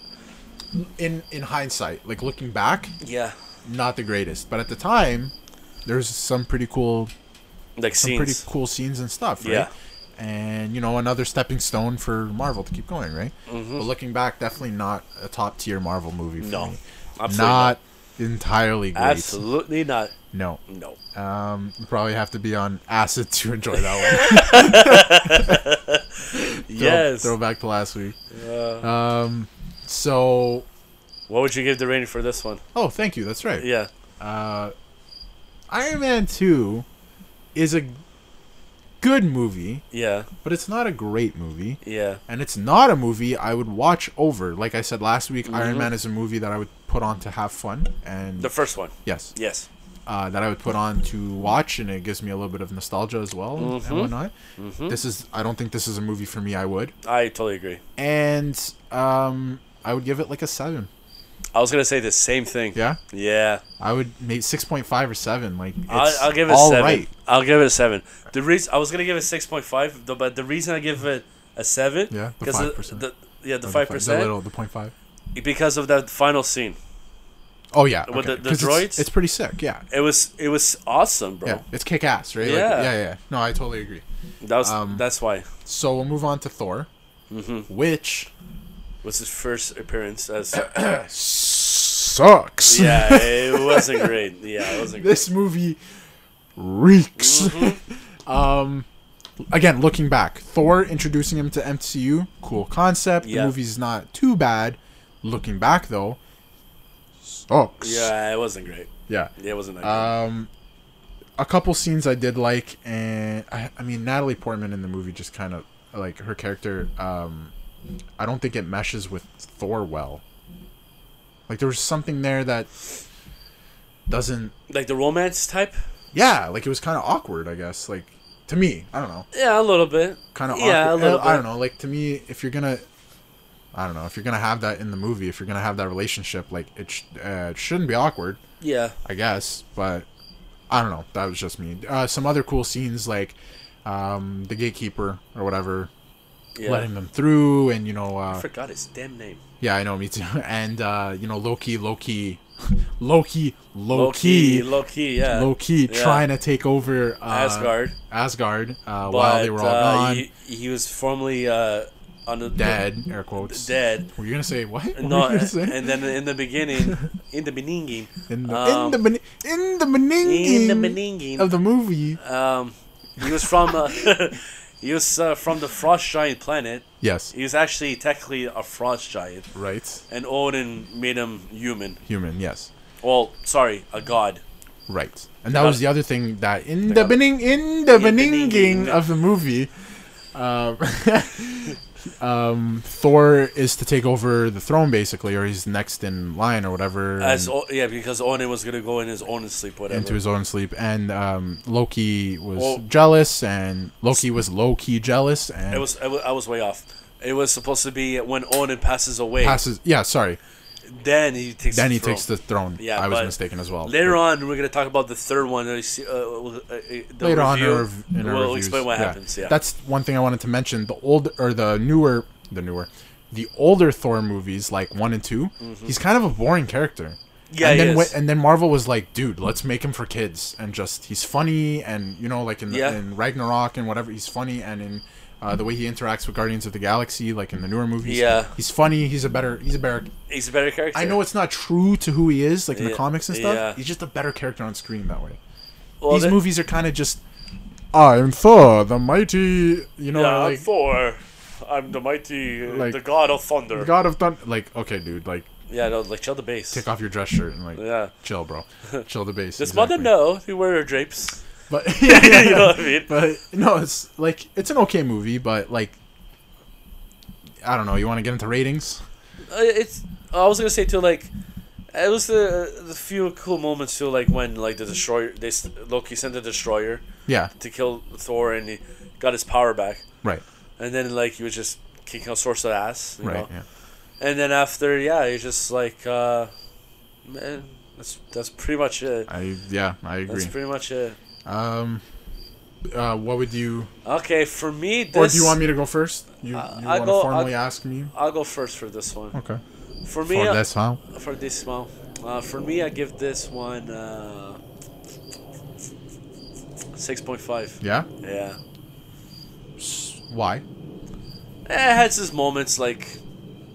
Speaker 1: in in hindsight, like looking back,
Speaker 2: Yeah,
Speaker 1: not the greatest, but at the time, there's some pretty cool
Speaker 2: like
Speaker 1: some
Speaker 2: scenes.
Speaker 1: pretty cool scenes and stuff, right?
Speaker 2: Yeah.
Speaker 1: And you know, another stepping stone for Marvel to keep going, right? But looking back, definitely not a top tier Marvel movie. For
Speaker 2: Mm-hmm. No,
Speaker 1: me.
Speaker 2: absolutely
Speaker 1: not entirely great.
Speaker 2: Absolutely not.
Speaker 1: No,
Speaker 2: No.
Speaker 1: um, you probably have to be on acid to enjoy that one. Throw-
Speaker 2: Yes.
Speaker 1: throwback to last week.
Speaker 2: Uh,
Speaker 1: Um, so
Speaker 2: what would you give the rating for this one?
Speaker 1: oh, thank you. That's right.
Speaker 2: Yeah.
Speaker 1: Uh, Iron Man Two is a good movie,
Speaker 2: Yeah.
Speaker 1: but it's not a great movie.
Speaker 2: Yeah.
Speaker 1: and it's not a movie I would watch over. Like I said last week, Iron Man is a movie that I would put on to have fun, and
Speaker 2: Mm-hmm. The first one.
Speaker 1: yes,
Speaker 2: Yes.
Speaker 1: uh, that I would put on to watch, and it gives me a little bit of nostalgia as well
Speaker 2: Mm-hmm.
Speaker 1: and whatnot. This is I don't think this is a movie for me. I would,
Speaker 2: I totally agree.
Speaker 1: and um, I would give it like a seven.
Speaker 2: I was gonna say the same thing.
Speaker 1: Yeah,
Speaker 2: Yeah.
Speaker 1: I would make six point five or seven. Like it's
Speaker 2: I'll, I'll give it a
Speaker 1: all
Speaker 2: seven.
Speaker 1: right.
Speaker 2: I'll give it a seven. The reason I was gonna give it six point five, but the reason I give it a seven,
Speaker 1: Yeah, the 5%.
Speaker 2: the, yeah, the
Speaker 1: Or
Speaker 2: five
Speaker 1: fi- the
Speaker 2: percent,
Speaker 1: little the point five.
Speaker 2: because of that final scene.
Speaker 1: Oh yeah,
Speaker 2: With the- the
Speaker 1: 'Cause It's,
Speaker 2: droids?
Speaker 1: it's pretty sick. Yeah,
Speaker 2: It was it was awesome, bro.
Speaker 1: yeah, it's kick ass, right? Like,
Speaker 2: Yeah.
Speaker 1: yeah, yeah. No, I totally agree.
Speaker 2: That was
Speaker 1: Um,
Speaker 2: that's why it
Speaker 1: So we'll move on to Thor,
Speaker 2: Mm-hmm.
Speaker 1: which
Speaker 2: was his first appearance as.
Speaker 1: sucks.
Speaker 2: yeah, it wasn't great. Yeah, it wasn't. great.
Speaker 1: this movie reeks.
Speaker 2: Mm-hmm.
Speaker 1: um, again, looking back, Thor introducing him to MCU, cool concept.
Speaker 2: Yeah.
Speaker 1: The movie's not too bad. Looking back though, sucks.
Speaker 2: Yeah, it wasn't great.
Speaker 1: Yeah.
Speaker 2: Yeah, it wasn't that. great.
Speaker 1: Um, a couple scenes I did like, and I, I mean Natalie Portman in the movie just kind of like her character. Um, I don't think it meshes with Thor well. Like there was something there that doesn't.
Speaker 2: like the romance type.
Speaker 1: Yeah, like it was kind of awkward. I guess like to me, I don't know,
Speaker 2: Yeah, a little bit.
Speaker 1: kind of
Speaker 2: Yeah, a
Speaker 1: awkward.
Speaker 2: little
Speaker 1: I, I don't
Speaker 2: bit.
Speaker 1: know. Like to me, if you're gonna. I don't know if you're gonna have that in the movie. If you're gonna have that relationship, like it, sh- uh, it shouldn't be awkward.
Speaker 2: Yeah,
Speaker 1: I guess, but I don't know. That was just me. Uh, some other cool scenes like um, the gatekeeper or whatever
Speaker 2: yeah.
Speaker 1: letting them through, and you know,
Speaker 2: I
Speaker 1: uh,
Speaker 2: forgot his damn name.
Speaker 1: yeah, I know, me too. And uh, you know, Loki, Loki, Loki,
Speaker 2: Low key,
Speaker 1: Loki,
Speaker 2: low key. Yeah,
Speaker 1: Loki
Speaker 2: Yeah.
Speaker 1: trying to take over uh,
Speaker 2: Asgard.
Speaker 1: Asgard uh,
Speaker 2: But
Speaker 1: while they were all
Speaker 2: uh,
Speaker 1: gone,
Speaker 2: He, he was formerly uh, under
Speaker 1: dead. Air quotes.
Speaker 2: Dead.
Speaker 1: Were you gonna say what? What
Speaker 2: No,
Speaker 1: were you gonna say?
Speaker 2: and then in the beginning, in the beginning,
Speaker 1: in the
Speaker 2: um,
Speaker 1: in the ben- in the
Speaker 2: in the
Speaker 1: beninging of
Speaker 2: beginning,
Speaker 1: the movie.
Speaker 2: um, he was from uh, he was uh, from the frost giant planet.
Speaker 1: Yes.
Speaker 2: He was actually technically a frost giant,
Speaker 1: Right.
Speaker 2: and Odin made him human.
Speaker 1: Human. Yes.
Speaker 2: Well, sorry, a god.
Speaker 1: Right. And that
Speaker 2: got
Speaker 1: was
Speaker 2: it.
Speaker 1: the other thing that in the
Speaker 2: got it.
Speaker 1: bening in the
Speaker 2: beninging.
Speaker 1: beninging of the movie, um, um, Thor is to take over the throne basically, or he's next in line or whatever,
Speaker 2: As
Speaker 1: and
Speaker 2: o- yeah, because Odin was gonna go in his own sleep, whatever.
Speaker 1: into his own sleep. And um, Loki was
Speaker 2: Well-
Speaker 1: jealous, and Loki was low key jealous, and
Speaker 2: it was I wa- I was way off. It was supposed to be when Odin passes away.
Speaker 1: passes. Yeah, sorry.
Speaker 2: then he takes.
Speaker 1: Then
Speaker 2: the
Speaker 1: he
Speaker 2: throne.
Speaker 1: takes the throne.
Speaker 2: Yeah,
Speaker 1: I was
Speaker 2: but
Speaker 1: mistaken as well.
Speaker 2: Later
Speaker 1: But
Speaker 2: on, we're gonna talk about the third one. Uh, see- uh, uh, uh, the
Speaker 1: later on, in
Speaker 2: review.
Speaker 1: our, rev- in our
Speaker 2: we'll
Speaker 1: reviews.
Speaker 2: explain what happens. Yeah,
Speaker 1: that's one thing I wanted to mention. The old or the newer, the newer, the older Thor movies, like one and 2 he's kind of a boring character.
Speaker 2: Mm-hmm. Yeah,
Speaker 1: and
Speaker 2: he
Speaker 1: then
Speaker 2: is.
Speaker 1: and then Marvel was like, dude, let's make him for kids, and just he's funny, and you know, like in, the-
Speaker 2: Yeah.
Speaker 1: in Ragnarok and whatever, he's funny, and in uh, the way he interacts with Guardians of the Galaxy, like in the newer movies,
Speaker 2: Yeah.
Speaker 1: he's funny, he's a better, he's a better.
Speaker 2: he's a better character.
Speaker 1: I know it's not true to who he is, like in the
Speaker 2: Yeah,
Speaker 1: comics and stuff.
Speaker 2: yeah.
Speaker 1: He's just a better character on screen that way
Speaker 2: Well,
Speaker 1: these
Speaker 2: the-
Speaker 1: movies are kind of just I'm Thor, the mighty, you know,
Speaker 2: Yeah,
Speaker 1: like
Speaker 2: Thor. I'm the mighty, uh,
Speaker 1: Like-
Speaker 2: the god of thunder.
Speaker 1: God of Thunder. Like, okay, dude, like
Speaker 2: Yeah, no, like chill the base.
Speaker 1: take off your dress shirt and like
Speaker 2: Yeah.
Speaker 1: chill, bro, chill the base.
Speaker 2: Does
Speaker 1: exactly.
Speaker 2: mother know you wear her drapes?
Speaker 1: But yeah, yeah,
Speaker 2: you know what I mean?
Speaker 1: but no, it's like it's an okay movie, but like I don't know. You want to get into ratings?
Speaker 2: Uh, it's. I was gonna say too, like, it was the the few cool moments too, like when like the destroyer, they s- Loki sent the destroyer
Speaker 1: Yeah,
Speaker 2: to kill Thor, and he got his power back,
Speaker 1: right,
Speaker 2: and then like he was just kicking all sorts of ass, you
Speaker 1: right,
Speaker 2: know?
Speaker 1: yeah.
Speaker 2: And then after, yeah, it's just like, uh, man, that's that's pretty much it.
Speaker 1: I yeah, I agree.
Speaker 2: That's pretty much it.
Speaker 1: Um, uh, what would you?
Speaker 2: Okay, for me, this.
Speaker 1: Or do you want me to go first? You,
Speaker 2: Uh,
Speaker 1: you
Speaker 2: I
Speaker 1: want to
Speaker 2: go-
Speaker 1: formally
Speaker 2: I-
Speaker 1: ask me?
Speaker 2: I'll go first for this one.
Speaker 1: Okay.
Speaker 2: For me,
Speaker 1: Oh, For
Speaker 2: uh,
Speaker 1: this, huh?
Speaker 2: for this one, uh, for me, I give this one uh, six point five.
Speaker 1: Yeah.
Speaker 2: Yeah,
Speaker 1: S- Why?
Speaker 2: Eh, it has its moments like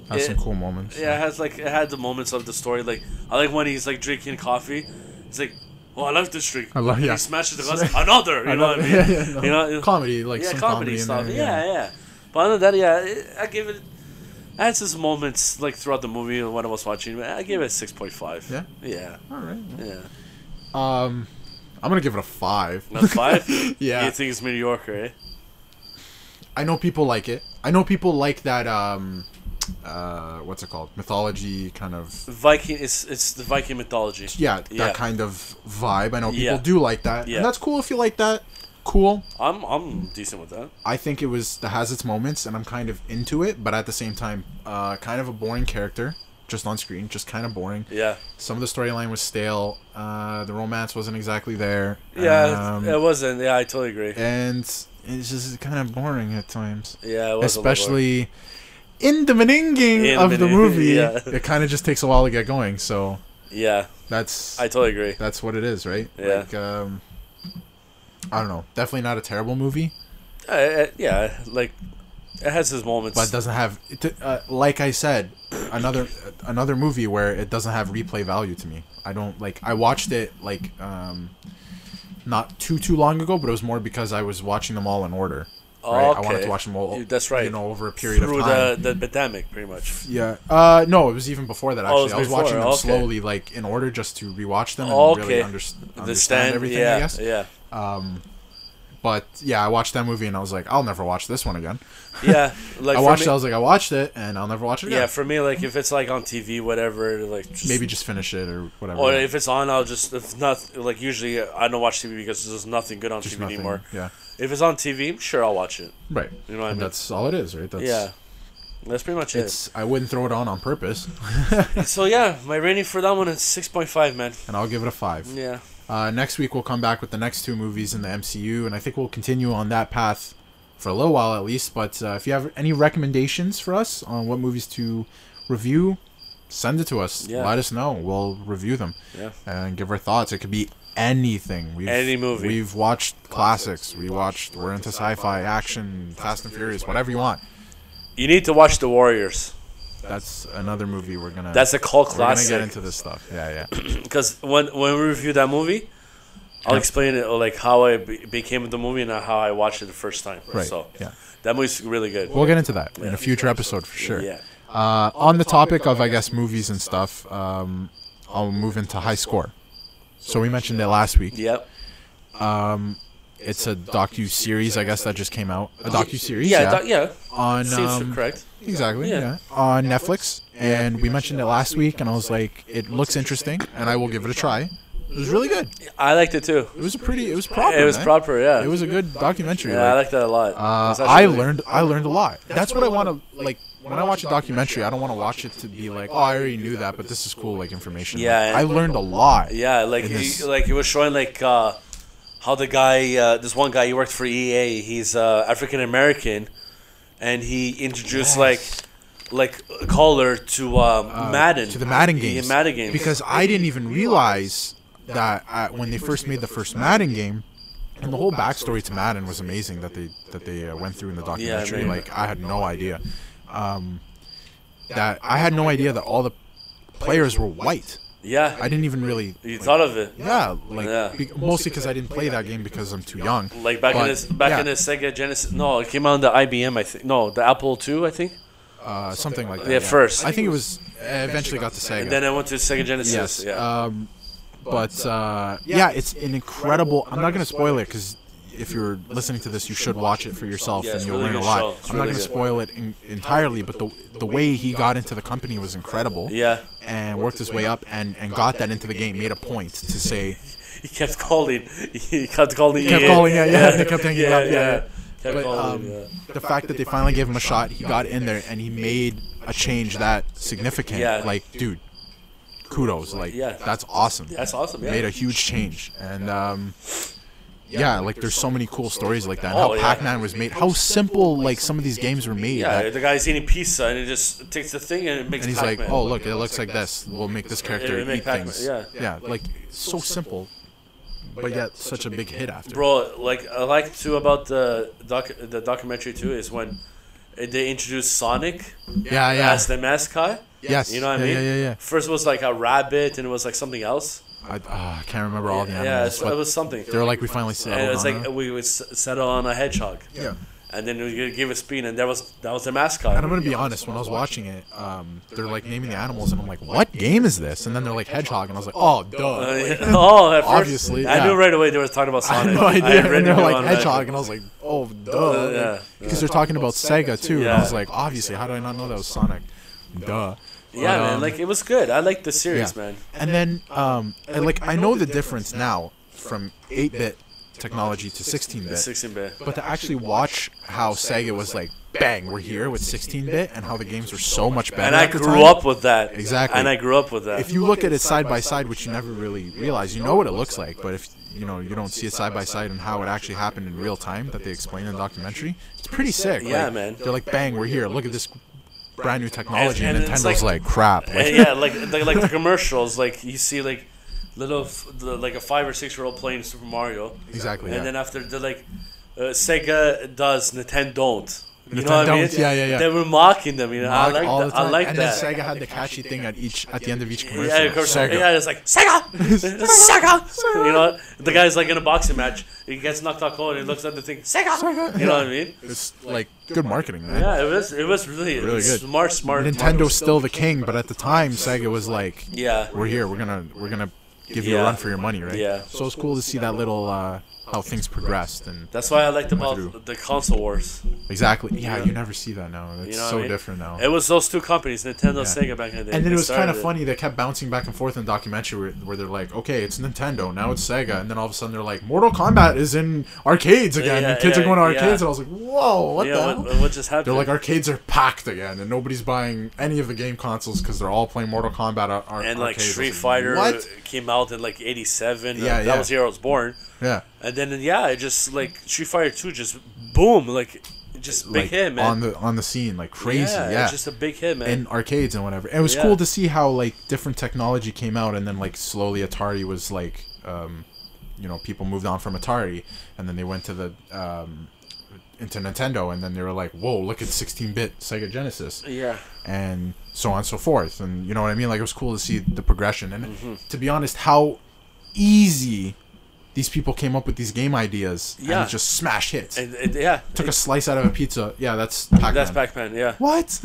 Speaker 1: Has
Speaker 2: Yeah.
Speaker 1: some cool moments.
Speaker 2: Yeah, it has like it had the moments of the story. Like I like when he's like drinking coffee. He's like, "Oh, I love this drink."
Speaker 1: I love- yeah.
Speaker 2: He smashes the glass. Another. You know what I mean?
Speaker 1: Yeah, yeah, no.
Speaker 2: You know.
Speaker 1: comedy like
Speaker 2: yeah,
Speaker 1: some
Speaker 2: comedy,
Speaker 1: comedy, in
Speaker 2: stuff.
Speaker 1: there,
Speaker 2: yeah. yeah, But other than that, yeah, it, I give it. I had his moments like throughout the movie and when I was watching. it. I gave it six point five.
Speaker 1: Yeah?
Speaker 2: Yeah.
Speaker 1: All right.
Speaker 2: Yeah.
Speaker 1: Um, I'm gonna give it a five.
Speaker 2: Not five.
Speaker 1: Yeah.
Speaker 2: You think it's mediocre? Eh?
Speaker 1: I know people like it. I know people like that. Um, uh, what's it called? Mythology kind of.
Speaker 2: Viking. It's it's the Viking mythology.
Speaker 1: Yeah, that
Speaker 2: Yeah.
Speaker 1: kind of vibe. I know people
Speaker 2: Yeah.
Speaker 1: do like that,
Speaker 2: Yeah.
Speaker 1: and that's cool if you like that. Cool.
Speaker 2: I'm I'm decent with that.
Speaker 1: I think it was that has its moments, and I'm kind of into it, but at the same time, uh, kind of a boring character, just on screen, just kind of boring.
Speaker 2: Yeah.
Speaker 1: Some of the storyline was stale. Uh, the romance wasn't exactly there.
Speaker 2: Yeah.
Speaker 1: um,
Speaker 2: it wasn't. Yeah, I totally agree.
Speaker 1: and it's just kind of boring at times,
Speaker 2: Yeah. It was a little boring.
Speaker 1: especially in the beginning
Speaker 2: In the
Speaker 1: of the
Speaker 2: beginning,
Speaker 1: movie.
Speaker 2: yeah.
Speaker 1: It kind of just takes a while to get going, so
Speaker 2: Yeah.
Speaker 1: that's
Speaker 2: I totally agree.
Speaker 1: that's what it is, right?
Speaker 2: Yeah.
Speaker 1: Like, um, I don't know. Definitely not a terrible movie.
Speaker 2: Uh, uh, yeah, like it has his moments.
Speaker 1: but it doesn't have it, uh, like i said another another movie where it doesn't have replay value to me i don't like i watched it like um not too too long ago but it was more because i was watching them all in order right i wanted
Speaker 2: Okay.
Speaker 1: to watch them all
Speaker 2: You- that's right.
Speaker 1: you know over a period
Speaker 2: through
Speaker 1: of time
Speaker 2: the the pandemic, pretty much.
Speaker 1: yeah uh no it was even before that
Speaker 2: Oh, it
Speaker 1: actually
Speaker 2: was
Speaker 1: i was
Speaker 2: before,
Speaker 1: watching them
Speaker 2: okay.
Speaker 1: slowly like in order just to rewatch them and really
Speaker 2: Okay.
Speaker 1: under-
Speaker 2: The
Speaker 1: understand
Speaker 2: stand,
Speaker 1: everything
Speaker 2: yeah,
Speaker 1: i guess
Speaker 2: yeah,
Speaker 1: but yeah i watched that movie and i was like i'll never watch this one again
Speaker 2: yeah. Like
Speaker 1: i
Speaker 2: for
Speaker 1: watched
Speaker 2: me,
Speaker 1: it i was like i watched it and i'll never watch it again
Speaker 2: yeah, for me, like if it's like on TV, whatever, like just,
Speaker 1: maybe just finish it or whatever
Speaker 2: Or if it's on, I'll just if not like usually I don't watch TV because there's nothing good on
Speaker 1: Just
Speaker 2: TV
Speaker 1: nothing.
Speaker 2: anymore.
Speaker 1: Yeah.
Speaker 2: If it's on TV, sure I'll watch it.
Speaker 1: Right.
Speaker 2: You know what I
Speaker 1: And
Speaker 2: mean?
Speaker 1: That's all it is, right? That's,
Speaker 2: yeah, that's pretty much
Speaker 1: It's I wouldn't throw it on on purpose,
Speaker 2: it. So yeah, my rating for that one is six point five, man.
Speaker 1: and I'll give it a five.
Speaker 2: Yeah,
Speaker 1: Uh, next week we'll come back with the next two movies in the MCU, and I think we'll continue on that path for a little while at least. But uh, if you have any recommendations for us on what movies to review, send it to us.
Speaker 2: Yeah.
Speaker 1: Let us know. We'll review them
Speaker 2: yeah.
Speaker 1: and give our thoughts. It could be anything. We've,
Speaker 2: Any movie.
Speaker 1: We've watched classics. We watched. We're into sci-fi, action, Fast and Furious, whatever you want.
Speaker 2: You need to watch The Warriors.
Speaker 1: That's another movie we're gonna.
Speaker 2: That's a cult
Speaker 1: We're gonna
Speaker 2: classic.
Speaker 1: get into this stuff. Yeah, yeah.
Speaker 2: because when when we review that movie, I'll
Speaker 1: Yeah.
Speaker 2: explain it like how I be- became the movie and how I watched it the first time.
Speaker 1: Right.
Speaker 2: So
Speaker 1: Yeah.
Speaker 2: that movie's really good.
Speaker 1: We'll get into that in a future episode for sure.
Speaker 2: Yeah.
Speaker 1: Uh, on the topic of, I guess, movies and stuff, um, I'll move into High Score. So we mentioned it last week.
Speaker 2: Yep.
Speaker 1: It's a docu series, I guess, that just came out. A docu series,
Speaker 2: Yeah.
Speaker 1: yeah.
Speaker 2: that- Yeah.
Speaker 1: On
Speaker 2: Seems
Speaker 1: um,
Speaker 2: correct.
Speaker 1: exactly,
Speaker 2: Yeah.
Speaker 1: yeah, on Netflix, and we mentioned it last week, and I was like, it looks interesting, and I will give it a try. It was really good.
Speaker 2: I liked it too.
Speaker 1: It was a pretty. It was proper.
Speaker 2: it was
Speaker 1: man.
Speaker 2: proper. Yeah.
Speaker 1: It was a good documentary.
Speaker 2: Yeah, I
Speaker 1: like-
Speaker 2: liked that a lot.
Speaker 1: Uh,
Speaker 2: It's
Speaker 1: I
Speaker 2: actually-
Speaker 1: learned I learned a lot. That's what I want to like. When I watch a documentary, I don't want to watch it to be like, oh, I already knew that, but this is cool, like information. Like,
Speaker 2: Yeah,
Speaker 1: I learned a lot.
Speaker 2: Yeah, like
Speaker 1: in this-
Speaker 2: he, like it was showing like uh, how the guy, uh, this one guy, he worked for EA. He's uh, African American, and he introduced like like a caller to um, Madden
Speaker 1: Uh, to the Madden
Speaker 2: Yeah,
Speaker 1: games.
Speaker 2: Madden games.
Speaker 1: Because I didn't even realize that uh when they first made the first Madden game, and the whole backstory to Madden was amazing that they that they uh, went through in the documentary.
Speaker 2: man.
Speaker 1: like I had no idea. Um, that I had no idea that all the players were white.
Speaker 2: yeah,
Speaker 1: I didn't even really
Speaker 2: you thought of it.
Speaker 1: Yeah, like
Speaker 2: Yeah.
Speaker 1: Be, mostly because I didn't play that game because I'm too young.
Speaker 2: Like back
Speaker 1: But,
Speaker 2: in this, back
Speaker 1: yeah,
Speaker 2: in the Sega Genesis. No, it came out on the IBM, I think. No, the Apple II, I think.
Speaker 1: uh, something like that.
Speaker 2: Yeah, first.
Speaker 1: I think it was uh, eventually got to Sega.
Speaker 2: Then I went to Sega Genesis.
Speaker 1: yes.
Speaker 2: Yeah.
Speaker 1: Um, but uh, yeah, it's an incredible. I'm not gonna spoil it because if you're listening to this, you should watch it for yourself
Speaker 2: Yeah,
Speaker 1: and
Speaker 2: it's
Speaker 1: you'll
Speaker 2: really
Speaker 1: learn a
Speaker 2: good
Speaker 1: lot.
Speaker 2: show. It's
Speaker 1: I'm not
Speaker 2: really
Speaker 1: gonna
Speaker 2: good.
Speaker 1: spoil it in, entirely, but the the way he got into the company was incredible.
Speaker 2: yeah.
Speaker 1: And worked his way up and, and got that into the game, made a point to say
Speaker 2: He kept calling. He kept calling.
Speaker 1: kept
Speaker 2: EA.
Speaker 1: calling, yeah, yeah, they kept hanging
Speaker 2: yeah,
Speaker 1: up, yeah,
Speaker 2: yeah.
Speaker 1: yeah.
Speaker 2: Kept
Speaker 1: But,
Speaker 2: calling.
Speaker 1: um,
Speaker 2: yeah.
Speaker 1: the fact that they finally gave him a shot, he got in there and he made a change that significant.
Speaker 2: Yeah.
Speaker 1: Like, dude, kudos. Like,
Speaker 2: Yeah.
Speaker 1: that's awesome.
Speaker 2: That's awesome. Yeah.
Speaker 1: Made a huge change. And um, yeah, like there's so many cool stories like that. and
Speaker 2: Oh,
Speaker 1: How
Speaker 2: yeah.
Speaker 1: Pac-Man was made. How simple like some of these games were made.
Speaker 2: yeah,
Speaker 1: that-
Speaker 2: the guy's eating pizza and he just takes the thing and it makes.
Speaker 1: and he's
Speaker 2: Pac-Man.
Speaker 1: like, oh look, it looks like this. We'll make this character
Speaker 2: Yeah, we make
Speaker 1: eat
Speaker 2: Pac-Man,
Speaker 1: things.
Speaker 2: yeah.
Speaker 1: Yeah, like so simple, but yet such a big hit after.
Speaker 2: Bro, like I like too about the doc the documentary too is when they introduced Sonic
Speaker 1: Yeah, yeah.
Speaker 2: as the mascot.
Speaker 1: Yes.
Speaker 2: You know what
Speaker 1: yeah,
Speaker 2: I mean?
Speaker 1: Yeah, yeah, yeah.
Speaker 2: First was like a rabbit and it was like something else.
Speaker 1: I, uh, I can't remember all the
Speaker 2: Yeah,
Speaker 1: animals.
Speaker 2: it's-
Speaker 1: but
Speaker 2: it was something.
Speaker 1: they were like, we finally
Speaker 2: And it
Speaker 1: settled
Speaker 2: was
Speaker 1: on
Speaker 2: like
Speaker 1: it.
Speaker 2: we would s- settle on a hedgehog.
Speaker 1: Yeah.
Speaker 2: And then we give a spin and that was that was their mascot.
Speaker 1: And I'm gonna be honest. When I was watching it, um, they're like naming the animals, and I'm like, "What game is this?" And then they're like hedgehog, and I was like, "Oh,
Speaker 2: Uh,
Speaker 1: duh."
Speaker 2: yeah. oh, at first,
Speaker 1: Obviously,
Speaker 2: I knew
Speaker 1: yeah.
Speaker 2: right away they were talking about
Speaker 1: I had
Speaker 2: Sonic.
Speaker 1: no idea.
Speaker 2: read
Speaker 1: And they're
Speaker 2: it
Speaker 1: like
Speaker 2: on-
Speaker 1: hedgehog, and I was like, "Oh, duh."
Speaker 2: Uh, yeah.
Speaker 1: Because they're talking about Sega too, and I
Speaker 2: Yeah.
Speaker 1: was like, "Obviously, how did I not know that was Sonic?" Duh.
Speaker 2: Yeah,
Speaker 1: But,
Speaker 2: man.
Speaker 1: um,
Speaker 2: Like it was good. I liked the series,
Speaker 1: Yeah.
Speaker 2: man.
Speaker 1: And then, um, and like I know the difference now from 8-bit technology to 16-bit.
Speaker 2: 16 bit.
Speaker 1: but to actually watch how Sega was like, bang, we're here with 16-bit, and how the games were so much better.
Speaker 2: And I
Speaker 1: at the
Speaker 2: grew
Speaker 1: time.
Speaker 2: up with that.
Speaker 1: Exactly.
Speaker 2: And I grew up with that.
Speaker 1: If you look at it side by side, which you never really realize, you know what it looks like, but if you know you don't see it side by side and how it actually happened in real time that they explain in the documentary, it's pretty sick.
Speaker 2: Yeah,
Speaker 1: Like,
Speaker 2: man.
Speaker 1: They're like, bang, we're here. Look at this brand new technology, and,
Speaker 2: and it's
Speaker 1: Nintendo's
Speaker 2: like-
Speaker 1: like, crap. Like,
Speaker 2: And yeah, like like, like the commercials, like you see like little f- the, like a five or six year old playing Super Mario,
Speaker 1: exactly.
Speaker 2: and
Speaker 1: yeah.
Speaker 2: then after the like uh, Sega does, Nintendo don't. You
Speaker 1: Nintendo
Speaker 2: know what I mean?
Speaker 1: don't, yeah, yeah, yeah.
Speaker 2: They were mocking them. You know,
Speaker 1: Mock
Speaker 2: I
Speaker 1: all the
Speaker 2: like that. I
Speaker 1: time.
Speaker 2: like
Speaker 1: and
Speaker 2: that.
Speaker 1: then Sega had the catchy thing at each at the end of each commercial.
Speaker 2: Yeah, of course.
Speaker 1: Sega.
Speaker 2: Yeah, it's like Sega, Sega. You know, the guy's like in a boxing match. He gets knocked out cold. and He looks at the thing, Sega.
Speaker 1: Sega,
Speaker 2: You know
Speaker 1: yeah.
Speaker 2: what I mean?
Speaker 1: It's like good marketing, man.
Speaker 2: Yeah, it was it was really,
Speaker 1: Really good.
Speaker 2: smart, smart.
Speaker 1: Nintendo's still the king, but at the time, Sega was like,
Speaker 2: Yeah.
Speaker 1: "We're here. We're gonna we're gonna give you
Speaker 2: Yeah.
Speaker 1: a run for your money, right?"
Speaker 2: Yeah.
Speaker 1: So it's cool to see that little uh, how things progressed and
Speaker 2: That's why I liked
Speaker 1: through.
Speaker 2: about the console wars.
Speaker 1: exactly. Yeah, you never see that now. It's
Speaker 2: You know what
Speaker 1: so
Speaker 2: I mean?
Speaker 1: different now.
Speaker 2: It was those two companies, Nintendo,
Speaker 1: Oh. Yeah.
Speaker 2: Sega, back in the day.
Speaker 1: And then it
Speaker 2: They
Speaker 1: was kind
Speaker 2: started
Speaker 1: of
Speaker 2: it.
Speaker 1: funny. They kept bouncing back and forth in the documentary where, where they're like, "Okay, it's Nintendo. Now it's Sega." And then all of a sudden they're like, "Mortal Kombat is in arcades again.
Speaker 2: Yeah,
Speaker 1: and kids
Speaker 2: yeah,
Speaker 1: are going to
Speaker 2: yeah.
Speaker 1: arcades." And I was like, "Whoa, what the?"
Speaker 2: Yeah,
Speaker 1: hell?"
Speaker 2: what, what just happened?
Speaker 1: They're like arcades are packed again, and nobody's buying any of the game consoles because they're all playing Mortal Kombat. Ar- ar-
Speaker 2: and like
Speaker 1: arcades. I was
Speaker 2: Street Fighter
Speaker 1: What?
Speaker 2: came out in like '87. Yeah,
Speaker 1: Yeah,
Speaker 2: that
Speaker 1: yeah.
Speaker 2: was the year I was born.
Speaker 1: Yeah,
Speaker 2: And then yeah, it just like Street Fighter Two, just boom, like just big
Speaker 1: like,
Speaker 2: hit, man.
Speaker 1: on the on the scene, like crazy.
Speaker 2: yeah,
Speaker 1: Yeah,
Speaker 2: it's just a big hit, man.
Speaker 1: in arcades and whatever. And it was
Speaker 2: Yeah.
Speaker 1: cool to see how like different technology came out, and then like slowly Atari was like, um, you know, people moved on from Atari, and then they went to the um, into Nintendo, and then they were like, "Whoa, look at 16-bit Sega Genesis."
Speaker 2: yeah,
Speaker 1: and so on and so forth. And you know what I mean? Like it was cool to see the progression. And
Speaker 2: Mm-hmm.
Speaker 1: to be honest, how easy these people came up with these game ideas
Speaker 2: Yeah.
Speaker 1: and just smash hits.
Speaker 2: and, and- yeah,
Speaker 1: Took a slice out of a pizza. Yeah, that's Pac-Man.
Speaker 2: that's Pac-Man. Yeah,
Speaker 1: What?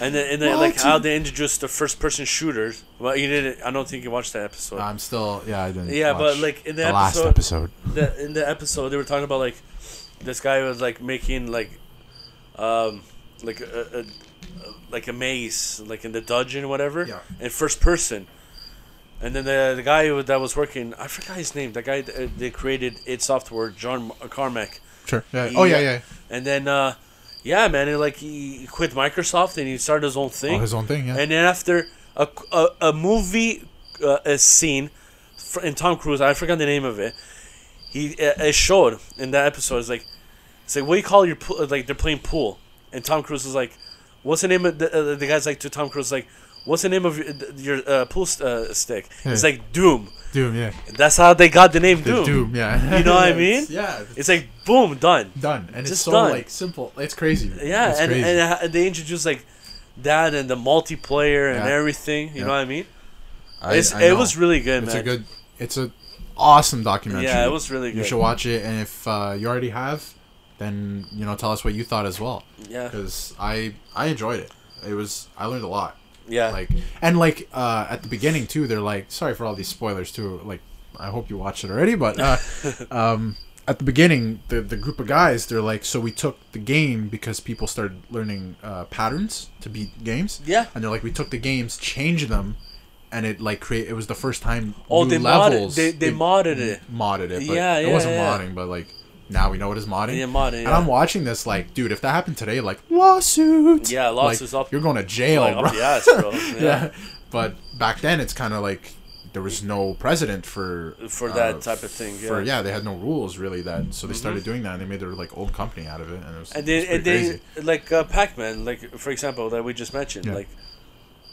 Speaker 2: and then, and then
Speaker 1: What?
Speaker 2: like how they introduced the first-person shooters. Well, you didn't. I don't think you watched that episode.
Speaker 1: I'm still. Yeah, I didn't.
Speaker 2: Yeah, but,
Speaker 1: watch
Speaker 2: like, in the
Speaker 1: last
Speaker 2: episode-
Speaker 1: episode,
Speaker 2: the, in the episode they were talking about like this guy was like making like um like a, a, a- like a maze like in the dungeon or whatever
Speaker 1: Yeah.
Speaker 2: in first person and then the, the guy who- that was working i forgot his name the guy that, they created it software john carmack
Speaker 1: sure. Yeah. Oh yeah, yeah.
Speaker 2: and then uh yeah man he, like he quit microsoft and he started his own thing
Speaker 1: Oh, his own thing. Yeah.
Speaker 2: and then after a, a, a movie uh, a scene fr- in Tom Cruise, I forgot the name of it. He uh, it showed in that episode. It's like, it's like what do you call your pool? uh, Like they're playing pool, and Tom Cruise is like, "What's the name of the, uh, the guy's like to Tom Cruise like, what's the name of your, your uh, pool st- uh, stick?" He's
Speaker 1: Yeah.
Speaker 2: like Doom.
Speaker 1: Doom. Yeah.
Speaker 2: That's how they got the name
Speaker 1: The
Speaker 2: Doom.
Speaker 1: Doom. Yeah.
Speaker 2: You know what I
Speaker 1: Yeah, it's-
Speaker 2: mean?
Speaker 1: Yeah. It's
Speaker 2: It's like boom done.
Speaker 1: done, and it's
Speaker 2: just
Speaker 1: so
Speaker 2: done.
Speaker 1: like simple. It's crazy.
Speaker 2: Yeah,
Speaker 1: It's
Speaker 2: and
Speaker 1: crazy.
Speaker 2: and uh, they introduced like that and the multiplayer and
Speaker 1: Yeah.
Speaker 2: everything. You
Speaker 1: Yeah.
Speaker 2: know what I mean?
Speaker 1: I-
Speaker 2: it's,
Speaker 1: I
Speaker 2: it
Speaker 1: know.
Speaker 2: was really good,
Speaker 1: It's
Speaker 2: man.
Speaker 1: a good. It's a awesome documentary.
Speaker 2: Yeah, it was really
Speaker 1: You
Speaker 2: good.
Speaker 1: should watch it, and if uh, you already have, then you know tell us what you thought as well.
Speaker 2: Yeah.
Speaker 1: Because I I enjoyed it. It was I learned a lot.
Speaker 2: Yeah.
Speaker 1: Like and like uh, at the beginning too, they're like sorry for all these spoilers too. Like I hope you watched it already, but uh, um, at the beginning, the the group of guys they're like so we took the game because people started learning uh, patterns to beat games.
Speaker 2: Yeah.
Speaker 1: And they're like we took the games, changed them. And it like create. It was the first time.
Speaker 2: Oh,
Speaker 1: new
Speaker 2: they modded-
Speaker 1: levels
Speaker 2: they- they modded it.
Speaker 1: Modded it. But
Speaker 2: Yeah,
Speaker 1: It
Speaker 2: yeah,
Speaker 1: wasn't
Speaker 2: yeah.
Speaker 1: modding, but like Now we know what is modding.
Speaker 2: Yeah, modding,
Speaker 1: And
Speaker 2: yeah.
Speaker 1: I'm watching this like, dude, if that happened today, like lawsuit.
Speaker 2: Yeah, lawsuits
Speaker 1: like,
Speaker 2: up-
Speaker 1: You're going to jail,
Speaker 2: Like,
Speaker 1: oh, bro.
Speaker 2: up the ass, bro.
Speaker 1: yeah. But back then, it's kind of like there was no precedent for uh,
Speaker 2: For that type of thing,
Speaker 1: For,
Speaker 2: yeah. Mm-hmm.
Speaker 1: yeah, they had no rules really. That so they started doing that and they made their like old company out of it, and it was,
Speaker 2: And
Speaker 1: it was
Speaker 2: they,
Speaker 1: pretty
Speaker 2: and they
Speaker 1: crazy.
Speaker 2: like uh, Pac Man, like for example, that we just mentioned,
Speaker 1: Yeah.
Speaker 2: like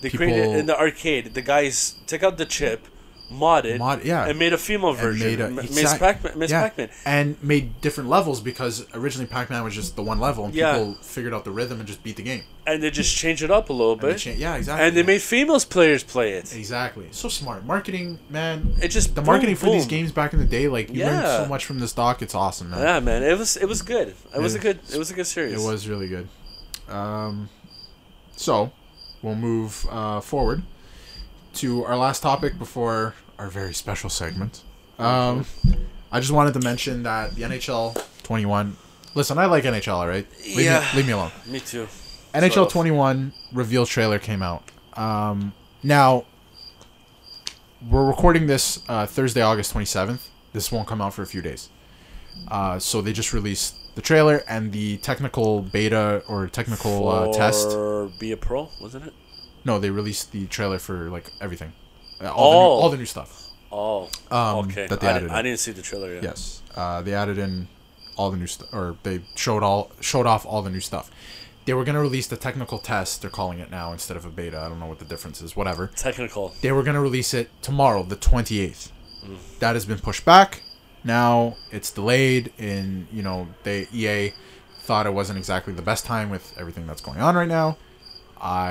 Speaker 2: they
Speaker 1: People-
Speaker 2: created in the arcade. The guys took out the chip, modded,
Speaker 1: Mod- yeah.
Speaker 2: and made a female
Speaker 1: And
Speaker 2: version.
Speaker 1: made a-
Speaker 2: M- Miss
Speaker 1: exact-
Speaker 2: Pac Man, Miss
Speaker 1: yeah,
Speaker 2: Pac Man.
Speaker 1: and made different levels because originally Pac-Man was just the one level, and
Speaker 2: Yeah.
Speaker 1: people figured out the rhythm and just beat the game.
Speaker 2: and they just changed it up a little
Speaker 1: And they
Speaker 2: bit,
Speaker 1: cha- yeah, exactly.
Speaker 2: and they made females players play it.
Speaker 1: Exactly. So smart. Marketing, man.
Speaker 2: It just
Speaker 1: the
Speaker 2: boom,
Speaker 1: marketing for these
Speaker 2: boom.
Speaker 1: games back in the day, like you learned
Speaker 2: Yeah.
Speaker 1: so much from this doc. It's awesome, man.
Speaker 2: Yeah, man, it was it was good. It was a
Speaker 1: Yeah.
Speaker 2: good it was a good series.
Speaker 1: It was really good. Um, so we'll move uh, forward to our last topic before our very special segment. Um, I just wanted to mention that the NHL 21. Listen, I like NHL, all right? Leave
Speaker 2: Yeah.
Speaker 1: Me, leave me alone.
Speaker 2: Me too.
Speaker 1: NHL
Speaker 2: Sort of.
Speaker 1: 21 reveal trailer came out. Um, now, we're recording this uh, Thursday, August 27th. This won't come out for a few days. Uh, so they just released the trailer and the technical beta or technical uh, test.
Speaker 2: For be a pro, wasn't it?
Speaker 1: No, they released the trailer for like everything, Uh, all, the,
Speaker 2: Oh.
Speaker 1: new, all the new stuff.
Speaker 2: Oh,
Speaker 1: Um,
Speaker 2: okay.
Speaker 1: that they
Speaker 2: I,
Speaker 1: added
Speaker 2: didn't,
Speaker 1: in.
Speaker 2: I didn't see the trailer yet.
Speaker 1: Yes, uh, they added in all the new stuff, or they showed all showed off all the new stuff. They were gonna release the technical test. They're calling it now instead of a beta. I don't know what the difference is. Whatever.
Speaker 2: Technical.
Speaker 1: They were gonna release it tomorrow, the twenty eighth. That has been pushed back. Now it's delayed. In you know, they EA thought it wasn't exactly the best time with everything that's going on right now.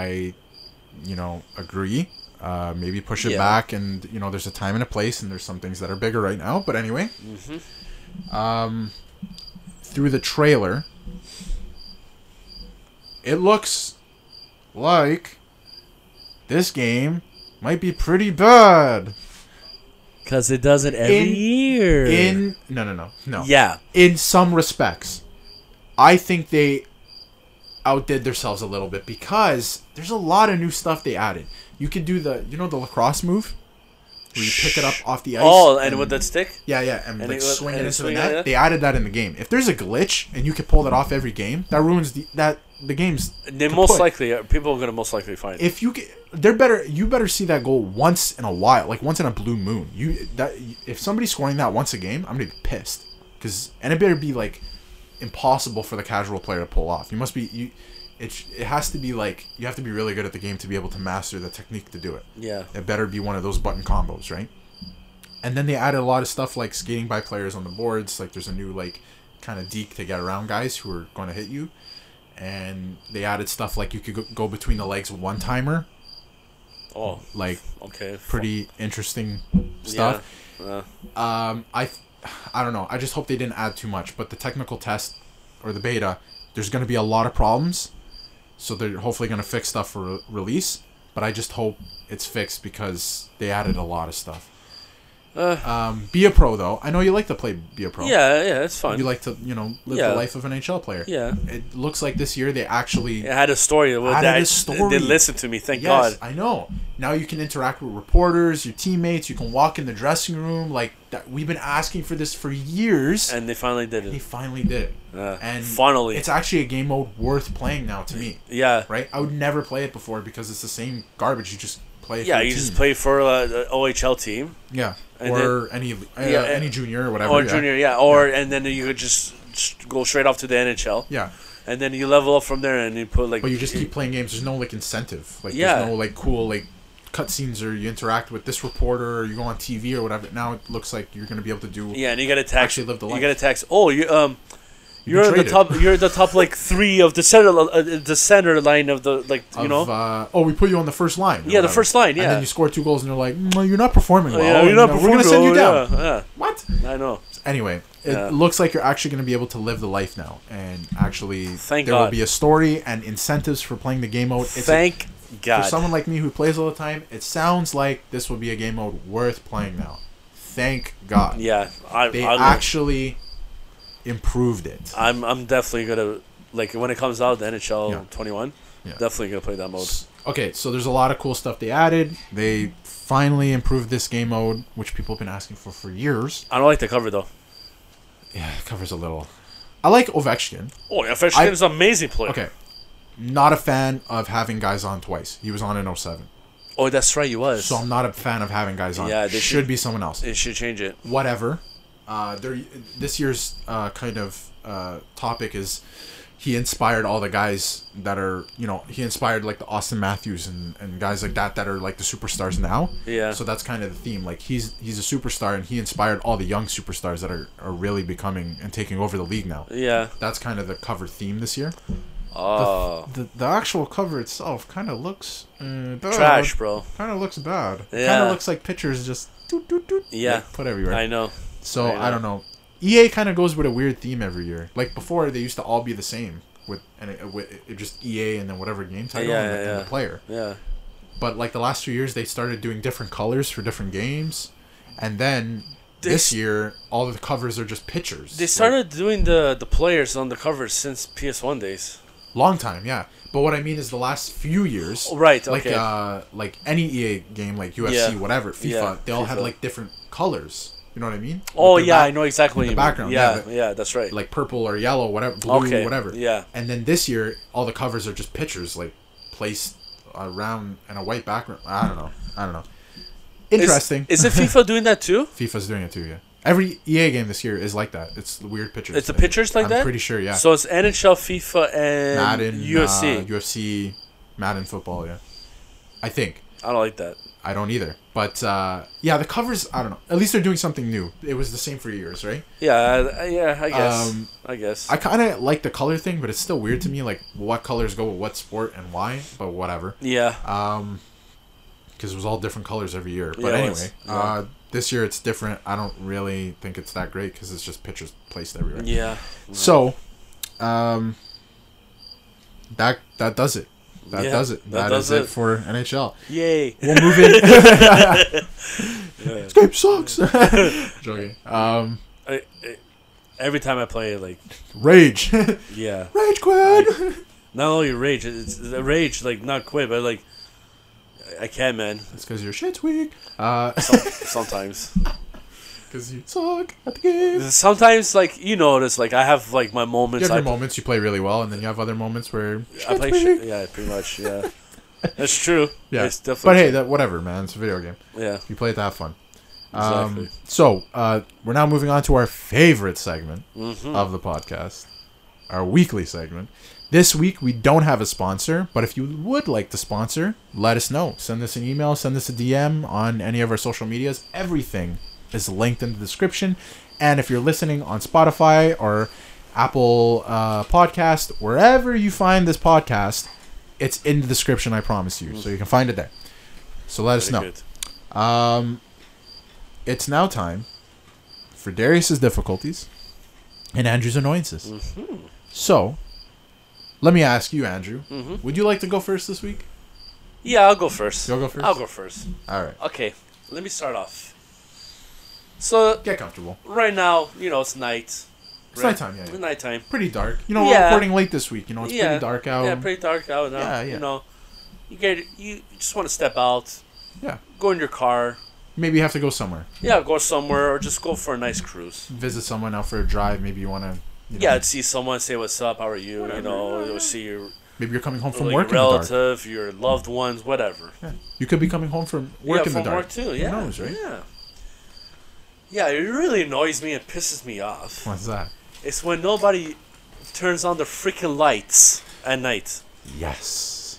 Speaker 1: I, you know, agree. Uh, maybe push it
Speaker 2: Yeah.
Speaker 1: back, and you know, there's a time and a place, and there's some things that are bigger right now. But anyway, Um, through the trailer, it looks like this game might be pretty bad.
Speaker 2: Cause it does it every
Speaker 1: In-
Speaker 2: year.
Speaker 1: In no, no, no, no.
Speaker 2: yeah,
Speaker 1: In some respects, I think they outdid themselves a little bit because there's a lot of new stuff they added. You could do the, you know, the lacrosse move, where you pick it up off the ice.
Speaker 2: Oh, and with that stick?
Speaker 1: Yeah, yeah, and,
Speaker 2: And
Speaker 1: like
Speaker 2: it was-
Speaker 1: swing it
Speaker 2: and
Speaker 1: into
Speaker 2: swing it,
Speaker 1: the net.
Speaker 2: yeah.
Speaker 1: They added that in the game. If there's a glitch and you can pull that off every game, that ruins the that the game's.
Speaker 2: They
Speaker 1: kaput.
Speaker 2: most likely uh, people are gonna most likely find it.
Speaker 1: if you get, they're better. You better see that goal once in a while, like once in a blue moon. You that if somebody's scoring that once a game, I'm gonna be pissed because and it better be like impossible for the casual player to pull off. You must be you. It, sh- it has to be like you have to be really good at the game to be able to master the technique to do it.
Speaker 2: Yeah.
Speaker 1: It better be one of those button combos, right? And then they added a lot of stuff like skating by players on the boards. Like there's a new like kind of deke to get around guys who are going to hit you. And they added stuff like you could go, go between the legs one timer,
Speaker 2: Oh,
Speaker 1: like
Speaker 2: okay. f-
Speaker 1: pretty interesting
Speaker 2: yeah.
Speaker 1: stuff.
Speaker 2: Uh,
Speaker 1: Um, I, th- I don't know. I just hope they didn't add too much. But the technical test or the beta, there's going to be a lot of problems. So they're hopefully going to fix stuff for re- release. But I just hope it's fixed because they added a lot of stuff. um, be a pro though. I know you like to play be a pro.
Speaker 2: Uh. yeah, yeah, it's fine.
Speaker 1: Oh. You like to you know live
Speaker 2: Yeah.
Speaker 1: the life of an NHL player.
Speaker 2: Yeah.
Speaker 1: It looks like this year they actually.
Speaker 2: it had a story. Well,
Speaker 1: Added
Speaker 2: that,
Speaker 1: a story.
Speaker 2: They listened to me. Thank
Speaker 1: Yes,
Speaker 2: God.
Speaker 1: I know. Now you can interact with reporters, your teammates. You can walk in the dressing room. Like that, we've been asking for this for years.
Speaker 2: And they finally did
Speaker 1: He
Speaker 2: it.
Speaker 1: finally did it.
Speaker 2: Yeah.
Speaker 1: and
Speaker 2: Finally.
Speaker 1: It's actually a game mode worth playing now to me,
Speaker 2: Yeah.
Speaker 1: right? I would never play it before because it's the same garbage. You just play. it
Speaker 2: Yeah,
Speaker 1: for
Speaker 2: you
Speaker 1: your
Speaker 2: just
Speaker 1: team.
Speaker 2: play for uh, the OHL team
Speaker 1: Yeah,
Speaker 2: and
Speaker 1: or any uh,
Speaker 2: Yeah, and-
Speaker 1: any junior or whatever.
Speaker 2: or
Speaker 1: yeah.
Speaker 2: junior, yeah, or and then you could just s- go straight off to the NHL,
Speaker 1: Yeah,
Speaker 2: and then you level up from there, and you put like.
Speaker 1: but you just keep playing games. There's no like incentive. Like
Speaker 2: Yeah.
Speaker 1: there's no like cool like cutscenes or you interact with this reporter or you go on TV or whatever. Now it looks like you're gonna be able to do.
Speaker 2: Yeah, and you gotta tax.
Speaker 1: Actually live the
Speaker 2: You
Speaker 1: life.
Speaker 2: gotta tax. Oh, you um, you're in the
Speaker 1: traded.
Speaker 2: top. You're in the top like three of the center, li- uh, the center line of the like you
Speaker 1: of,
Speaker 2: know.
Speaker 1: uh, oh, we put you on the first line. or
Speaker 2: Yeah, the
Speaker 1: whatever.
Speaker 2: first line,
Speaker 1: And
Speaker 2: yeah. Oh,
Speaker 1: then you score two goals, and they're like, "Mm, "You're not performing well.
Speaker 2: yeah, you're
Speaker 1: and,
Speaker 2: not
Speaker 1: uh,
Speaker 2: performing.
Speaker 1: We're gonna send you down."
Speaker 2: well, Yeah,
Speaker 1: What?
Speaker 2: yeah, I know.
Speaker 1: anyway, it
Speaker 2: Yeah.
Speaker 1: looks like you're actually going to be able to live the life now, and actually,
Speaker 2: Thank
Speaker 1: there will
Speaker 2: God.
Speaker 1: be a story and incentives for playing the game mode. It's
Speaker 2: Thank
Speaker 1: a,
Speaker 2: God.
Speaker 1: for someone like me who plays all the time. It sounds like this will be a game mode worth playing now. Thank God,
Speaker 2: yeah, I,
Speaker 1: they
Speaker 2: I'm,
Speaker 1: actually improved it.
Speaker 2: I'm I'm definitely gonna like when it comes out the NHL
Speaker 1: Yeah.
Speaker 2: 21.
Speaker 1: Yeah.
Speaker 2: Definitely gonna play that mode.
Speaker 1: Okay, so there's a lot of cool stuff they added. They finally improved this game mode, which people have been asking for for years.
Speaker 2: I don't like the cover though.
Speaker 1: yeah, it covers a little. I like Ovechkin.
Speaker 2: Oh, yeah, Ovechkin is an amazing player.
Speaker 1: Okay. Not a fan of having guys on twice. He was on in 07.
Speaker 2: Oh, that's right, you was.
Speaker 1: So I'm not a fan of having guys on.
Speaker 2: Yeah,
Speaker 1: Yeah,
Speaker 2: they
Speaker 1: should,
Speaker 2: should-
Speaker 1: be someone else.
Speaker 2: It should change it.
Speaker 1: Whatever. Uh, there, this year's uh, kind of uh, topic is he inspired all the guys that are you know he inspired like the Austin Matthews and, and guys like that that are like the superstars now.
Speaker 2: Yeah.
Speaker 1: So that's kind of the theme. Like he's he's a superstar and he inspired all the young superstars that are, are really becoming and taking over the league now.
Speaker 2: Yeah.
Speaker 1: That's kind of the cover theme this year.
Speaker 2: Oh,
Speaker 1: The, the actual cover itself kind of looks uh, bad.
Speaker 2: trash, bro.
Speaker 1: Kind of looks bad. Kind
Speaker 2: Yeah.
Speaker 1: of looks like pictures just doot, doot, doot,
Speaker 2: Yeah.
Speaker 1: like, put everywhere.
Speaker 2: I know.
Speaker 1: so
Speaker 2: I know.
Speaker 1: I don't know. EA kind of goes with a weird theme every year. Like before, they used to all be the same with and it, with it just EA and then whatever game title
Speaker 2: Yeah,
Speaker 1: and,
Speaker 2: yeah,
Speaker 1: the, and the
Speaker 2: yeah.
Speaker 1: player.
Speaker 2: Yeah.
Speaker 1: But like the last few years, they started doing different colors for different games, and then this
Speaker 2: This-
Speaker 1: year, all of the covers are just pictures.
Speaker 2: They
Speaker 1: Like,
Speaker 2: started doing the the players on the covers since PS1 days.
Speaker 1: long time, yeah. But what I mean is the last few years,
Speaker 2: Oh, right,
Speaker 1: Like
Speaker 2: okay.
Speaker 1: uh, like any EA game, like UFC,
Speaker 2: Yeah.
Speaker 1: whatever, FIFA,
Speaker 2: Yeah,
Speaker 1: they all had
Speaker 2: FIFA.
Speaker 1: like different colors. You know what I mean?
Speaker 2: Oh
Speaker 1: With their
Speaker 2: yeah,
Speaker 1: back-
Speaker 2: I know
Speaker 1: in
Speaker 2: exactly. what
Speaker 1: the
Speaker 2: you mean.
Speaker 1: background,
Speaker 2: Yeah,
Speaker 1: yeah,
Speaker 2: yeah,
Speaker 1: but-
Speaker 2: that's right.
Speaker 1: like purple or yellow, whatever, blue,
Speaker 2: Okay,
Speaker 1: whatever.
Speaker 2: yeah.
Speaker 1: And then this year, all the covers are just pictures, like placed around in a white background. I don't know. I don't know.
Speaker 2: Is-
Speaker 1: Interesting.
Speaker 2: Is, it FIFA doing that too?
Speaker 1: FIFA's doing it too. Yeah. Every EA game this year is like that. It's the weird pictures.
Speaker 2: It's the pictures like
Speaker 1: I'm
Speaker 2: that?
Speaker 1: I'm pretty sure. Yeah.
Speaker 2: So it's NHL, FIFA, and
Speaker 1: Madden, UFC,
Speaker 2: UFC.
Speaker 1: uh, UFC, Madden football. Yeah. I think.
Speaker 2: I don't like that.
Speaker 1: I don't either. But uh, yeah, the covers. I don't know. At least they're doing something new. It was the same for years, right?
Speaker 2: Yeah, I, I- yeah, I guess.
Speaker 1: Um,
Speaker 2: I guess.
Speaker 1: I kind of like the color thing, but it's still weird to me. Like what colors go with what sport and why. But whatever.
Speaker 2: yeah.
Speaker 1: Um 'cause because it was all different colors every year. But
Speaker 2: Yeah, it was.
Speaker 1: anyway,
Speaker 2: Yeah.
Speaker 1: uh, this year it's different. I don't really think it's that great because it's just pictures placed everywhere.
Speaker 2: yeah.
Speaker 1: So, um, that that does it. That
Speaker 2: Yeah,
Speaker 1: does it.
Speaker 2: that
Speaker 1: that
Speaker 2: does
Speaker 1: is it.
Speaker 2: it.
Speaker 1: for NHL.
Speaker 2: Yay.
Speaker 1: We'll move in. this game sucks. Joking. Um,
Speaker 2: I, I, every time I play it, like,
Speaker 1: rage,
Speaker 2: yeah.
Speaker 1: rage quit.
Speaker 2: Not only rage, it's, it's rage, like, not quit, but, like, I- I can, man.
Speaker 1: It's because your shit's weak. Uh,
Speaker 2: Some, sometimes.
Speaker 1: because you suck at the game.
Speaker 2: Sometimes, like, you notice, like, I have, like, my
Speaker 1: You
Speaker 2: moments.
Speaker 1: have your
Speaker 2: I,
Speaker 1: moments you play really well, and then you have other moments where
Speaker 2: I
Speaker 1: shit's
Speaker 2: play
Speaker 1: weak.
Speaker 2: shit. Yeah, pretty much. Yeah. That's true.
Speaker 1: Yeah,
Speaker 2: It's
Speaker 1: but
Speaker 2: definitely.
Speaker 1: hey, that whatever, man. It's a video game.
Speaker 2: yeah.
Speaker 1: You play it to have fun.
Speaker 2: Exactly.
Speaker 1: Um, so uh, we're now moving on to our favorite segment
Speaker 2: Mhm.
Speaker 1: of the podcast, our weekly segment. This week we don't have a sponsor, but if you would like to sponsor, let us know. Send us an email, send us a DM on any of our social medias. Everything is linked in the description. And if you're listening on Spotify or Apple uh, Podcast, wherever you find this podcast, it's in the description. I promise you, so you can find it there. So let us
Speaker 2: Very
Speaker 1: know.
Speaker 2: good.
Speaker 1: It's now time for Darius's difficulties and Andrew's annoyances.
Speaker 2: Mm-hmm.
Speaker 1: So, let me ask you, Andrew.
Speaker 2: Mm-hmm.
Speaker 1: Would you like to go first this week?
Speaker 2: Yeah, I'll go first.
Speaker 1: You'll go first?
Speaker 2: I'll go first.
Speaker 1: All right.
Speaker 2: Okay, let me start off. So
Speaker 1: Get comfortable.
Speaker 2: right now, you know, it's night.
Speaker 1: It's
Speaker 2: right?
Speaker 1: nighttime, yeah.
Speaker 2: It's nighttime.
Speaker 1: Pretty dark. You know, we're
Speaker 2: Yeah.
Speaker 1: recording late this week. You know, it's
Speaker 2: yeah.
Speaker 1: pretty dark out.
Speaker 2: Yeah, pretty dark out now.
Speaker 1: Yeah, yeah.
Speaker 2: You know, you get you just want to step out,
Speaker 1: Yeah.
Speaker 2: go in your car.
Speaker 1: Maybe you have to go somewhere.
Speaker 2: Yeah, go somewhere or just go for a nice cruise.
Speaker 1: Visit someone out for a drive. Maybe you want to. You know,
Speaker 2: Yeah, see someone, say what's up, how are you? You know, you'll see your
Speaker 1: Maybe you're coming home from
Speaker 2: like,
Speaker 1: work in the dark.
Speaker 2: relative, your loved ones, whatever.
Speaker 1: You could be coming home from work
Speaker 2: yeah,
Speaker 1: in
Speaker 2: from
Speaker 1: the dark.
Speaker 2: work too. Yeah,
Speaker 1: knows, right?
Speaker 2: yeah. Yeah, it really annoys me and pisses me off.
Speaker 1: What's that?
Speaker 2: It's when nobody turns on the freaking lights at night.
Speaker 1: Yes.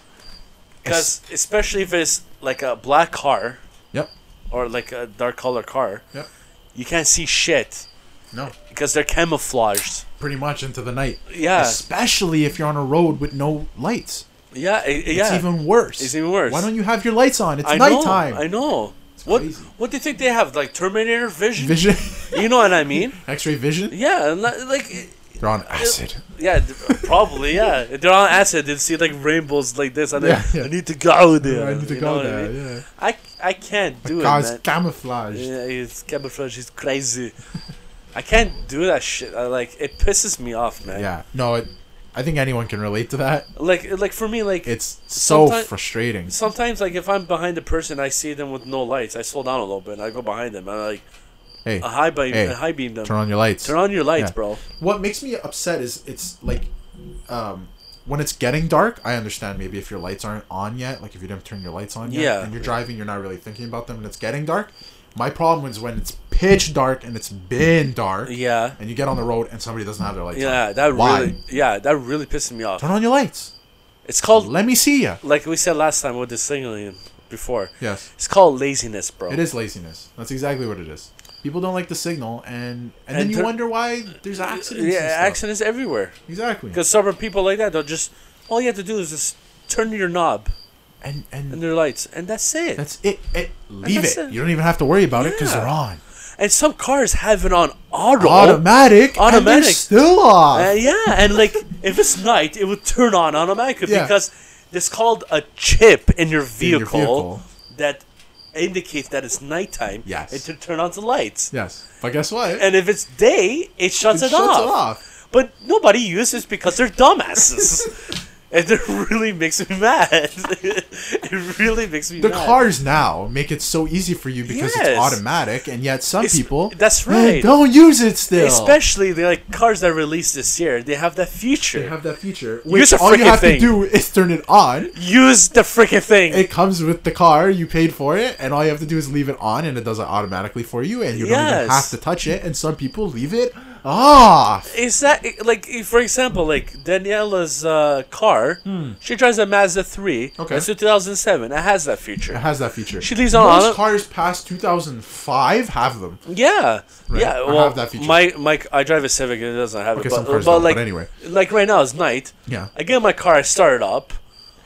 Speaker 2: Because especially if it's like a black car
Speaker 1: Yep.
Speaker 2: or like a dark color car,
Speaker 1: Yep.
Speaker 2: you can't see shit
Speaker 1: No.
Speaker 2: because they're camouflaged.
Speaker 1: Pretty much into the night.
Speaker 2: Yeah.
Speaker 1: Especially if you're on a road with no lights.
Speaker 2: Yeah, i- yeah.
Speaker 1: It's even worse.
Speaker 2: It's even worse.
Speaker 1: Why don't you have your lights on? It's
Speaker 2: I know.
Speaker 1: nighttime.
Speaker 2: I know. What
Speaker 1: crazy.
Speaker 2: What do you think they have? Like Terminator vision?
Speaker 1: Vision,
Speaker 2: You know what I mean?
Speaker 1: X-ray vision.
Speaker 2: Yeah, and li- like i-
Speaker 1: They're on acid.
Speaker 2: yeah, d- probably yeah. They're on acid. They see like rainbows like this, and
Speaker 1: Yeah,
Speaker 2: yeah,
Speaker 1: yeah.
Speaker 2: I need to go there.
Speaker 1: I need to
Speaker 2: You know
Speaker 1: go
Speaker 2: what I
Speaker 1: there.
Speaker 2: mean?
Speaker 1: Yeah.
Speaker 2: I I can't do it,
Speaker 1: Cause
Speaker 2: man.
Speaker 1: camouflaged.
Speaker 2: Yeah, his camouflage is crazy. I can't do that shit. I, like it pisses me off, man.
Speaker 1: Yeah. No, it, I think anyone can relate to that.
Speaker 2: Like like for me, like
Speaker 1: It's so
Speaker 2: Someti-
Speaker 1: frustrating.
Speaker 2: sometimes like if I'm behind a person, I see them with no lights. I slow down a little bit. and I go behind them. And I'm like,
Speaker 1: Hey,
Speaker 2: A high beam,
Speaker 1: Hey,
Speaker 2: a high beam them.
Speaker 1: turn on your lights.
Speaker 2: Turn on your lights,
Speaker 1: Yeah.
Speaker 2: bro.
Speaker 1: What makes me upset is it's like, um, when it's getting dark, I understand maybe if your lights aren't on yet, like if you didn't turn your lights on yet,
Speaker 2: Yeah.
Speaker 1: and you're driving, you're not really thinking about them, and it's getting dark. My problem is when it's pitch dark and it's been dark,
Speaker 2: Yeah.
Speaker 1: and you get on the road and somebody doesn't have their lights on.
Speaker 2: Yeah, that
Speaker 1: Why?
Speaker 2: really, yeah, that really pisses me off.
Speaker 1: Turn on your lights.
Speaker 2: It's called,
Speaker 1: Let me see ya.
Speaker 2: like we said last time with the signaling before.
Speaker 1: Yes,
Speaker 2: It's called laziness, bro.
Speaker 1: it is laziness. That's exactly what it is. People don't like the signal, and and, then
Speaker 2: And
Speaker 1: you
Speaker 2: tur-
Speaker 1: wonder why there's accidents.
Speaker 2: Yeah,
Speaker 1: and stuff.
Speaker 2: accidents everywhere.
Speaker 1: Exactly.
Speaker 2: Because some people like that, they'll just all you have to do is just turn your knob
Speaker 1: And and
Speaker 2: and their lights, and that's it.
Speaker 1: That's it. it leave
Speaker 2: that's
Speaker 1: it.
Speaker 2: it.
Speaker 1: You don't even have to worry about it because
Speaker 2: Yeah.
Speaker 1: they're on
Speaker 2: and some cars have it on auto.
Speaker 1: automatic. And they're
Speaker 2: Automatic.
Speaker 1: still off.
Speaker 2: Uh, yeah, and like if it's night, it would turn on automatically
Speaker 1: Yeah.
Speaker 2: because it's called a chip in your vehicle,
Speaker 1: vehicle.
Speaker 2: that indicates that it's nighttime.
Speaker 1: Yes.
Speaker 2: it to turn on the lights.
Speaker 1: yes, but guess what?
Speaker 2: And if it's day, it shuts it,
Speaker 1: shuts
Speaker 2: off.
Speaker 1: it off.
Speaker 2: But nobody uses because they're dumbasses. and it really makes me mad. it really makes me
Speaker 1: The
Speaker 2: mad.
Speaker 1: cars now make it so easy for you because
Speaker 2: Yes.
Speaker 1: it's automatic, and yet some
Speaker 2: It's-
Speaker 1: people
Speaker 2: that's
Speaker 1: eh,
Speaker 2: right.
Speaker 1: don't use it still.
Speaker 2: Especially the like cars that released this year, they have that feature.
Speaker 1: they have that feature.
Speaker 2: Use
Speaker 1: Which
Speaker 2: a
Speaker 1: all you
Speaker 2: freaking
Speaker 1: have
Speaker 2: thing.
Speaker 1: to do is turn it on.
Speaker 2: Use the freaking thing.
Speaker 1: It comes with the car. You paid for it, and all you have to do is leave it on, and it does it automatically for you, and you don't
Speaker 2: Yes.
Speaker 1: even have to touch it. And some people leave it off.
Speaker 2: Is that like for example, like Daniela's uh, car? She drives a Mazda three.
Speaker 1: Hmm. Okay.
Speaker 2: It's a 2007. It has that feature.
Speaker 1: It has that feature.
Speaker 2: She leaves it on
Speaker 1: Most
Speaker 2: it.
Speaker 1: cars past 2005 have them.
Speaker 2: Yeah, yeah.
Speaker 1: I
Speaker 2: Well,
Speaker 1: have that feature.
Speaker 2: my my I drive a Civic and it doesn't have
Speaker 1: Okay,
Speaker 2: it. But,
Speaker 1: some cars
Speaker 2: but
Speaker 1: don't,
Speaker 2: like
Speaker 1: but anyway.
Speaker 2: like right now it's night.
Speaker 1: Yeah.
Speaker 2: I get in my car, I start it up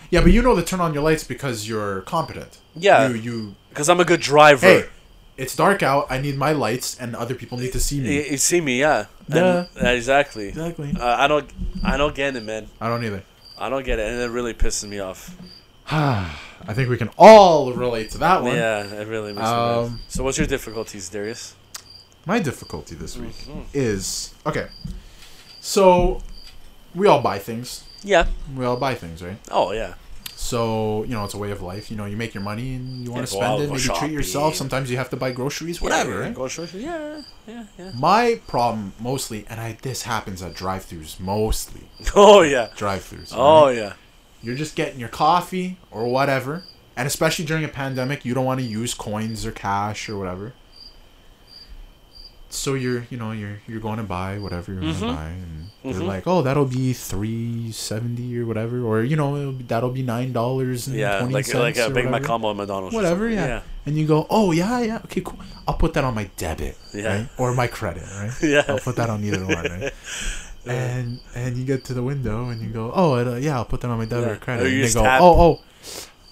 Speaker 1: Yeah, but you know to turn on your lights because you're competent.
Speaker 2: Yeah.
Speaker 1: You, you
Speaker 2: because I'm a good driver.
Speaker 1: hey, it's dark out. I need my lights, and other people need to see
Speaker 2: You,
Speaker 1: me.
Speaker 2: you see me, yeah.
Speaker 1: Yeah.
Speaker 2: And- exactly.
Speaker 1: Exactly.
Speaker 2: Uh, I don't I don't get it, man.
Speaker 1: I don't either.
Speaker 2: I don't get it, and it really pisses me off.
Speaker 1: I think we can all relate to that one.
Speaker 2: Yeah, it really makes me mad.
Speaker 1: Um,
Speaker 2: So what's your difficulties, Darius?
Speaker 1: My difficulty this week
Speaker 2: Mm-hmm.
Speaker 1: is okay. So we all buy things.
Speaker 2: Yeah.
Speaker 1: We all buy things, right?
Speaker 2: Oh yeah.
Speaker 1: So you know it's a way of life. You know you make your money and you want
Speaker 2: Yeah,
Speaker 1: to
Speaker 2: go
Speaker 1: spend
Speaker 2: out,
Speaker 1: it.
Speaker 2: go
Speaker 1: Maybe treat
Speaker 2: shopping.
Speaker 1: yourself. Sometimes you have to buy groceries, whatever.
Speaker 2: Yeah,
Speaker 1: right?
Speaker 2: go short- yeah, yeah, yeah.
Speaker 1: My problem mostly, and I this happens at drive-throughs mostly.
Speaker 2: Oh yeah.
Speaker 1: Drive-throughs.
Speaker 2: Oh
Speaker 1: right?
Speaker 2: yeah.
Speaker 1: you're just getting your coffee or whatever, and especially during a pandemic, you don't want to use coins or cash or whatever. So you're, you know, you're you're going to buy whatever you're going to buy, and
Speaker 2: Mhm.
Speaker 1: they're like, oh, that'll be three seventy or whatever, or you know, it'll be, that'll be nine dollars and
Speaker 2: Yeah,
Speaker 1: twenty
Speaker 2: like
Speaker 1: cents
Speaker 2: like a
Speaker 1: or
Speaker 2: Big Mac
Speaker 1: whatever.
Speaker 2: combo at McDonald's. or
Speaker 1: Whatever,
Speaker 2: something.
Speaker 1: yeah. And you go, oh yeah, yeah, okay, cool. I'll put that on my debit,
Speaker 2: Yeah.
Speaker 1: right? or my credit, right?
Speaker 2: Yeah.
Speaker 1: I'll put that on either one, right? And and you get to the window and you go, oh it, uh, yeah, I'll put that on my debit
Speaker 2: Yeah.
Speaker 1: or credit.
Speaker 2: Or you
Speaker 1: and they
Speaker 2: just
Speaker 1: go,
Speaker 2: tap.
Speaker 1: oh oh,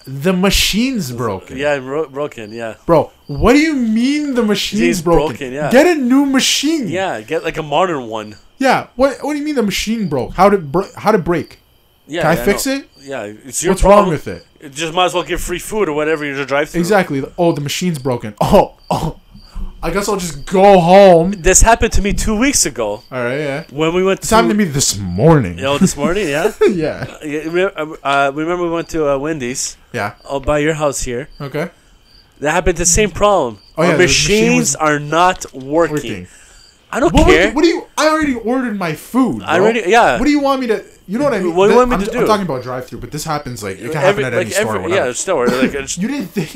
Speaker 1: the machine's broken.
Speaker 2: Yeah, bro- broken. Yeah,
Speaker 1: bro, what do you mean the machine's
Speaker 2: It's
Speaker 1: broken?
Speaker 2: broken, yeah.
Speaker 1: Get a new machine.
Speaker 2: yeah. Get like a modern one.
Speaker 1: Yeah. What what do you mean the machine broke? How did br- how did break?
Speaker 2: Yeah,
Speaker 1: Can I
Speaker 2: yeah,
Speaker 1: fix
Speaker 2: no.
Speaker 1: it?
Speaker 2: Yeah, it's your
Speaker 1: What's
Speaker 2: problem.
Speaker 1: wrong with it?
Speaker 2: You just might as well get free food or whatever you just drive through.
Speaker 1: Exactly. Oh, the machine's broken. Oh oh, I guess I'll just go home.
Speaker 2: This happened to me two weeks ago
Speaker 1: All right. Yeah.
Speaker 2: when we went
Speaker 1: It's
Speaker 2: to.
Speaker 1: happened to me this morning.
Speaker 2: You know, this morning, yeah.
Speaker 1: yeah.
Speaker 2: Yeah, re- uh, remember we went to uh, Wendy's
Speaker 1: Yeah.
Speaker 2: uh, by your house here.
Speaker 1: Okay.
Speaker 2: That happened the same problem.
Speaker 1: Oh,
Speaker 2: Our
Speaker 1: yeah, the machine
Speaker 2: machines
Speaker 1: was-
Speaker 2: are not working.
Speaker 1: Working.
Speaker 2: I don't
Speaker 1: What, would
Speaker 2: care.
Speaker 1: you- what do you? I already ordered my food.
Speaker 2: I
Speaker 1: bro.
Speaker 2: already- yeah.
Speaker 1: What do you want me to? You know what I mean?
Speaker 2: What do you want me
Speaker 1: I'm,
Speaker 2: to
Speaker 1: I'm
Speaker 2: do?
Speaker 1: talking about drive-through, but this happens like it can
Speaker 2: Every-
Speaker 1: happen at
Speaker 2: like
Speaker 1: any store. or
Speaker 2: every-
Speaker 1: whatever.
Speaker 2: yeah, store. Like, it's,
Speaker 1: You didn't think.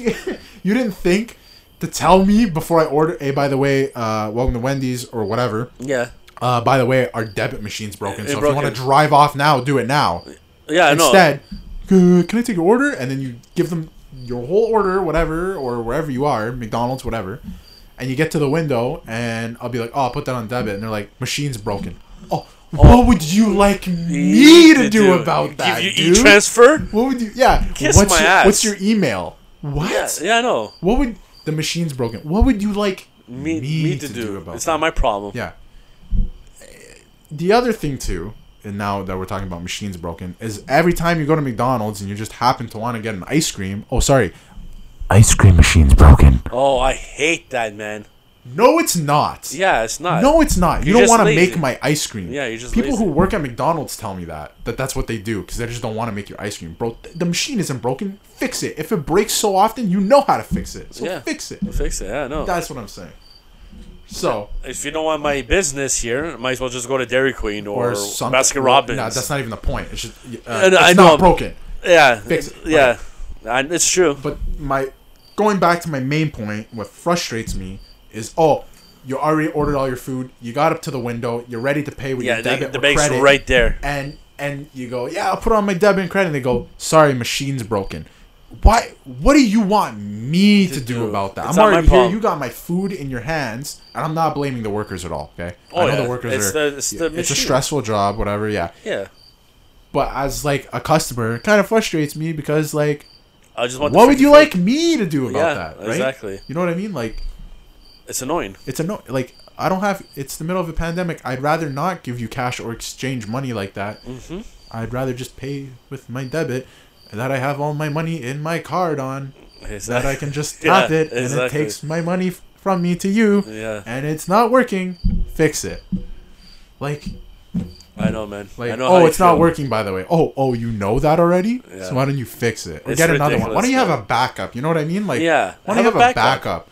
Speaker 1: you didn't think to tell me before I order. Hey, by the way, uh, welcome to Wendy's or whatever.
Speaker 2: yeah,
Speaker 1: Uh, by the way, our debit machine's broken.
Speaker 2: It
Speaker 1: so if
Speaker 2: broke
Speaker 1: you
Speaker 2: it.
Speaker 1: want to drive off now, do it now.
Speaker 2: yeah. no.
Speaker 1: Instead, "Uh, can I take your order? And then you give them your whole order, whatever, or wherever you are, McDonald's, whatever. And you get to the window, and I'll be like, oh, I'll put that on debit. And they're like, machine's broken. Oh, what would you like me to, do, about that,
Speaker 2: Give you
Speaker 1: dude?
Speaker 2: e-transfer?
Speaker 1: what would you? Yeah.
Speaker 2: Kiss
Speaker 1: what's
Speaker 2: my
Speaker 1: your,
Speaker 2: ass.
Speaker 1: What's your email? What?
Speaker 2: Yeah, yeah, I know.
Speaker 1: What would the machine's broken? What would you like
Speaker 2: Me, me, to, do.
Speaker 1: about
Speaker 2: it's
Speaker 1: that?
Speaker 2: not my problem.
Speaker 1: Yeah. The other thing too, and now that we're talking about machines broken, is every time you go to McDonald's and you just happen to want to get an ice cream. Oh, sorry, ice cream machine's broken.
Speaker 2: Oh, I hate that, man.
Speaker 1: No, it's not.
Speaker 2: Yeah, it's not.
Speaker 1: No, it's not. You
Speaker 2: You're
Speaker 1: don't
Speaker 2: just
Speaker 1: want to
Speaker 2: lazy.
Speaker 1: make my ice cream.
Speaker 2: Yeah, you're just
Speaker 1: people
Speaker 2: lazy.
Speaker 1: who work at McDonald's tell me that that that's what they do because they just don't want to make your ice cream, bro. th- the machine isn't broken. Fix it. If it breaks so often, you know how to fix it. So
Speaker 2: Yeah.
Speaker 1: fix it.
Speaker 2: Fix it. Yeah, no.
Speaker 1: That's what I'm saying. So
Speaker 2: If you don't want my business here, might as well just go to Dairy Queen or,
Speaker 1: or some
Speaker 2: Baskin Robbins.
Speaker 1: No, that's not even the point. It's just uh,
Speaker 2: And
Speaker 1: it's
Speaker 2: I
Speaker 1: not
Speaker 2: know-
Speaker 1: broken.
Speaker 2: yeah,
Speaker 1: Fix it,
Speaker 2: yeah, and it's true.
Speaker 1: But my going back to my main point, what frustrates me is oh, you already ordered all your food. You got up to the window. You're ready to pay with
Speaker 2: Yeah,
Speaker 1: your
Speaker 2: they,
Speaker 1: debit
Speaker 2: the
Speaker 1: or
Speaker 2: bank's
Speaker 1: credit.
Speaker 2: right there.
Speaker 1: and and you go, yeah, I'll put on my debit and credit. And they go, sorry, machine's broken. Why? What do you want me to, do,
Speaker 2: do.
Speaker 1: about that?
Speaker 2: It's
Speaker 1: I'm
Speaker 2: not my
Speaker 1: already here.
Speaker 2: problem.
Speaker 1: You got my food in your hands, and I'm not blaming the workers at all. Okay,
Speaker 2: Oh,
Speaker 1: I know
Speaker 2: yeah.
Speaker 1: the workers
Speaker 2: It's
Speaker 1: are.
Speaker 2: the- it's the
Speaker 1: it's a
Speaker 2: machine.
Speaker 1: stressful job, whatever. Yeah,
Speaker 2: Yeah,
Speaker 1: but as like a customer, it kind of frustrates me because like,
Speaker 2: I just want. the
Speaker 1: what would
Speaker 2: freaking
Speaker 1: you
Speaker 2: food.
Speaker 1: like me to do about
Speaker 2: Yeah,
Speaker 1: that? Right?
Speaker 2: exactly.
Speaker 1: You know what I mean? Like,
Speaker 2: It's annoying.
Speaker 1: it's a no. Like, I don't have. It's the middle of a pandemic. I'd rather not give you cash or exchange money like that.
Speaker 2: Mm-hmm.
Speaker 1: I'd rather just pay with my debit that I have all my money in my card on that I can just tap it and it takes my money f- from me to you
Speaker 2: Yeah,
Speaker 1: and it's not working. Fix it. Like
Speaker 2: I know, man.
Speaker 1: like
Speaker 2: I know how
Speaker 1: oh
Speaker 2: you
Speaker 1: it's not
Speaker 2: feel.
Speaker 1: working by the way. Oh oh you know that already?
Speaker 2: Yeah.
Speaker 1: So why don't you fix it? Or
Speaker 2: It's
Speaker 1: get another one. Why
Speaker 2: ridiculous,
Speaker 1: don't you have
Speaker 2: man.
Speaker 1: a backup? You know what I mean? Like
Speaker 2: Yeah,
Speaker 1: why don't you
Speaker 2: have
Speaker 1: have
Speaker 2: a
Speaker 1: a backup?
Speaker 2: backup.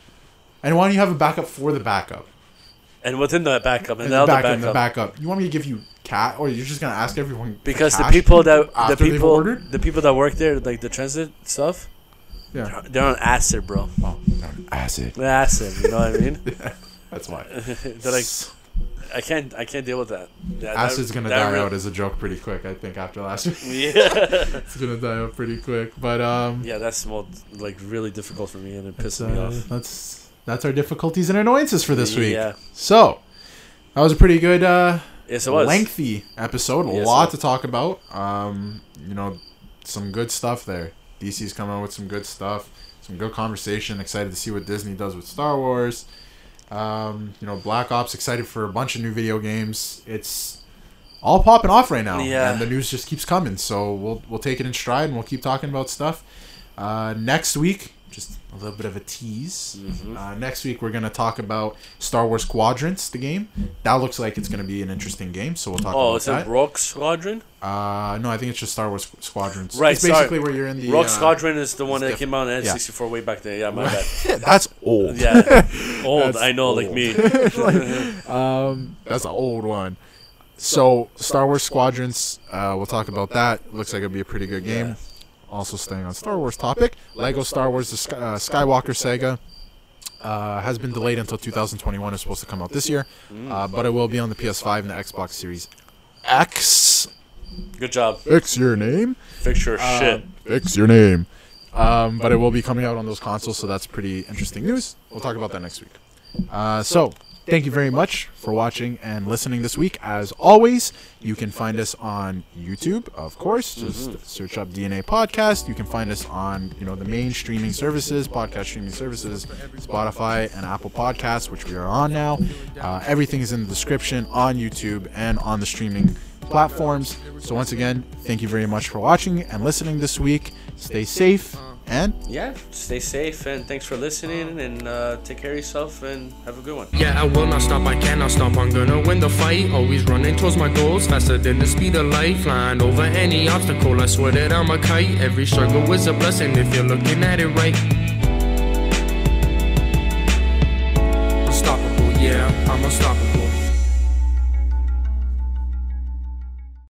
Speaker 1: And why don't you have a backup for the backup?
Speaker 2: And within that backup, and
Speaker 1: And
Speaker 2: the
Speaker 1: the
Speaker 2: other
Speaker 1: backup, and the
Speaker 2: backup,
Speaker 1: backup. You want me to give you cat or you're just gonna ask everyone for
Speaker 2: because the
Speaker 1: cash
Speaker 2: people that the
Speaker 1: after they've
Speaker 2: people
Speaker 1: ordered?
Speaker 2: the people that work there, like the transit stuff,
Speaker 1: Yeah.
Speaker 2: they're on acid, bro.
Speaker 1: Oh, acid.
Speaker 2: They're acid. You know what I mean?
Speaker 1: That's why.
Speaker 2: they're like, I can't, I can't deal with that. Yeah, that-
Speaker 1: Acid's gonna
Speaker 2: that
Speaker 1: die
Speaker 2: re-
Speaker 1: out as a joke pretty quick. I think after last week,
Speaker 2: Yeah.
Speaker 1: it's gonna die out pretty quick. But um,
Speaker 2: yeah, that's more like really difficult for me, and it
Speaker 1: that's,
Speaker 2: pisses me
Speaker 1: uh,
Speaker 2: off.
Speaker 1: that's that's our difficulties and annoyances for this week.
Speaker 2: Yeah.
Speaker 1: So that was a pretty good, uh,
Speaker 2: Yes, it was.
Speaker 1: lengthy episode. A
Speaker 2: Yes, it
Speaker 1: lot to
Speaker 2: was.
Speaker 1: talk about. Um, you know, some good stuff there. DC's coming out with some good stuff. Some good conversation. Excited to see what Disney does with Star Wars. Um, you know, Black Ops. Excited for a bunch of new video games. It's all popping off right now,
Speaker 2: Yeah.
Speaker 1: and the news just keeps coming. So we'll we'll take it in stride and we'll keep talking about stuff. Uh, next week, just a little bit of a tease.
Speaker 2: Mm-hmm.
Speaker 1: Uh, next week, we're gonna talk about Star Wars Quadrants, the game. That looks like it's gonna be an interesting game, so we'll talk
Speaker 2: Oh,
Speaker 1: about
Speaker 2: it's
Speaker 1: that.
Speaker 2: a Rock Squadron.
Speaker 1: uh, no, I think it's just Star Wars Squadrons.
Speaker 2: Right,
Speaker 1: it's basically
Speaker 2: sorry.
Speaker 1: where you're in the
Speaker 2: Rock
Speaker 1: uh,
Speaker 2: Squadron is the one that
Speaker 1: diff-
Speaker 2: came out on
Speaker 1: yeah.
Speaker 2: N64 way back there. Yeah, my bad.
Speaker 1: That's old.
Speaker 2: Yeah, old.
Speaker 1: That's
Speaker 2: I know, like
Speaker 1: old.
Speaker 2: me.
Speaker 1: Um, that's an old one. So Star Wars Squadrons, uh, we'll talk about that. Looks like it'll be a pretty good game.
Speaker 2: Yeah.
Speaker 1: Also staying on Star Wars topic, Lego Star Wars: The Sky, uh, Skywalker Saga uh, has been delayed until 2021. It's supposed to come out this year, uh, but it will be on the PS5 and the Xbox Series X.
Speaker 2: Good job.
Speaker 1: X your name.
Speaker 2: Fix your shit.
Speaker 1: X your name. Um, but it will be coming out on those consoles, so that's pretty interesting news. We'll talk about that next week. Uh, so, thank you very much for watching and listening this week. As always, you can find us on YouTube, of course. Mm-hmm. Just search up DNA Podcast. You can find us on you know the main streaming services, podcast streaming services, Spotify and Apple Podcasts, which we are on now. Uh, everything is in the description on YouTube and on the streaming platforms. So once again, thank you very much for watching and listening this week. Stay safe and
Speaker 2: Yeah, stay safe and thanks for listening and uh, take care of yourself and have a good one.
Speaker 3: Yeah, I will not stop, I cannot stop. I'm gonna win the fight. Always running towards my goals, faster than the speed of light. Flying over any obstacle, I swear that I'm a kite. Every struggle is a blessing if you're looking at it right. Unstoppable, yeah, I'm unstoppable.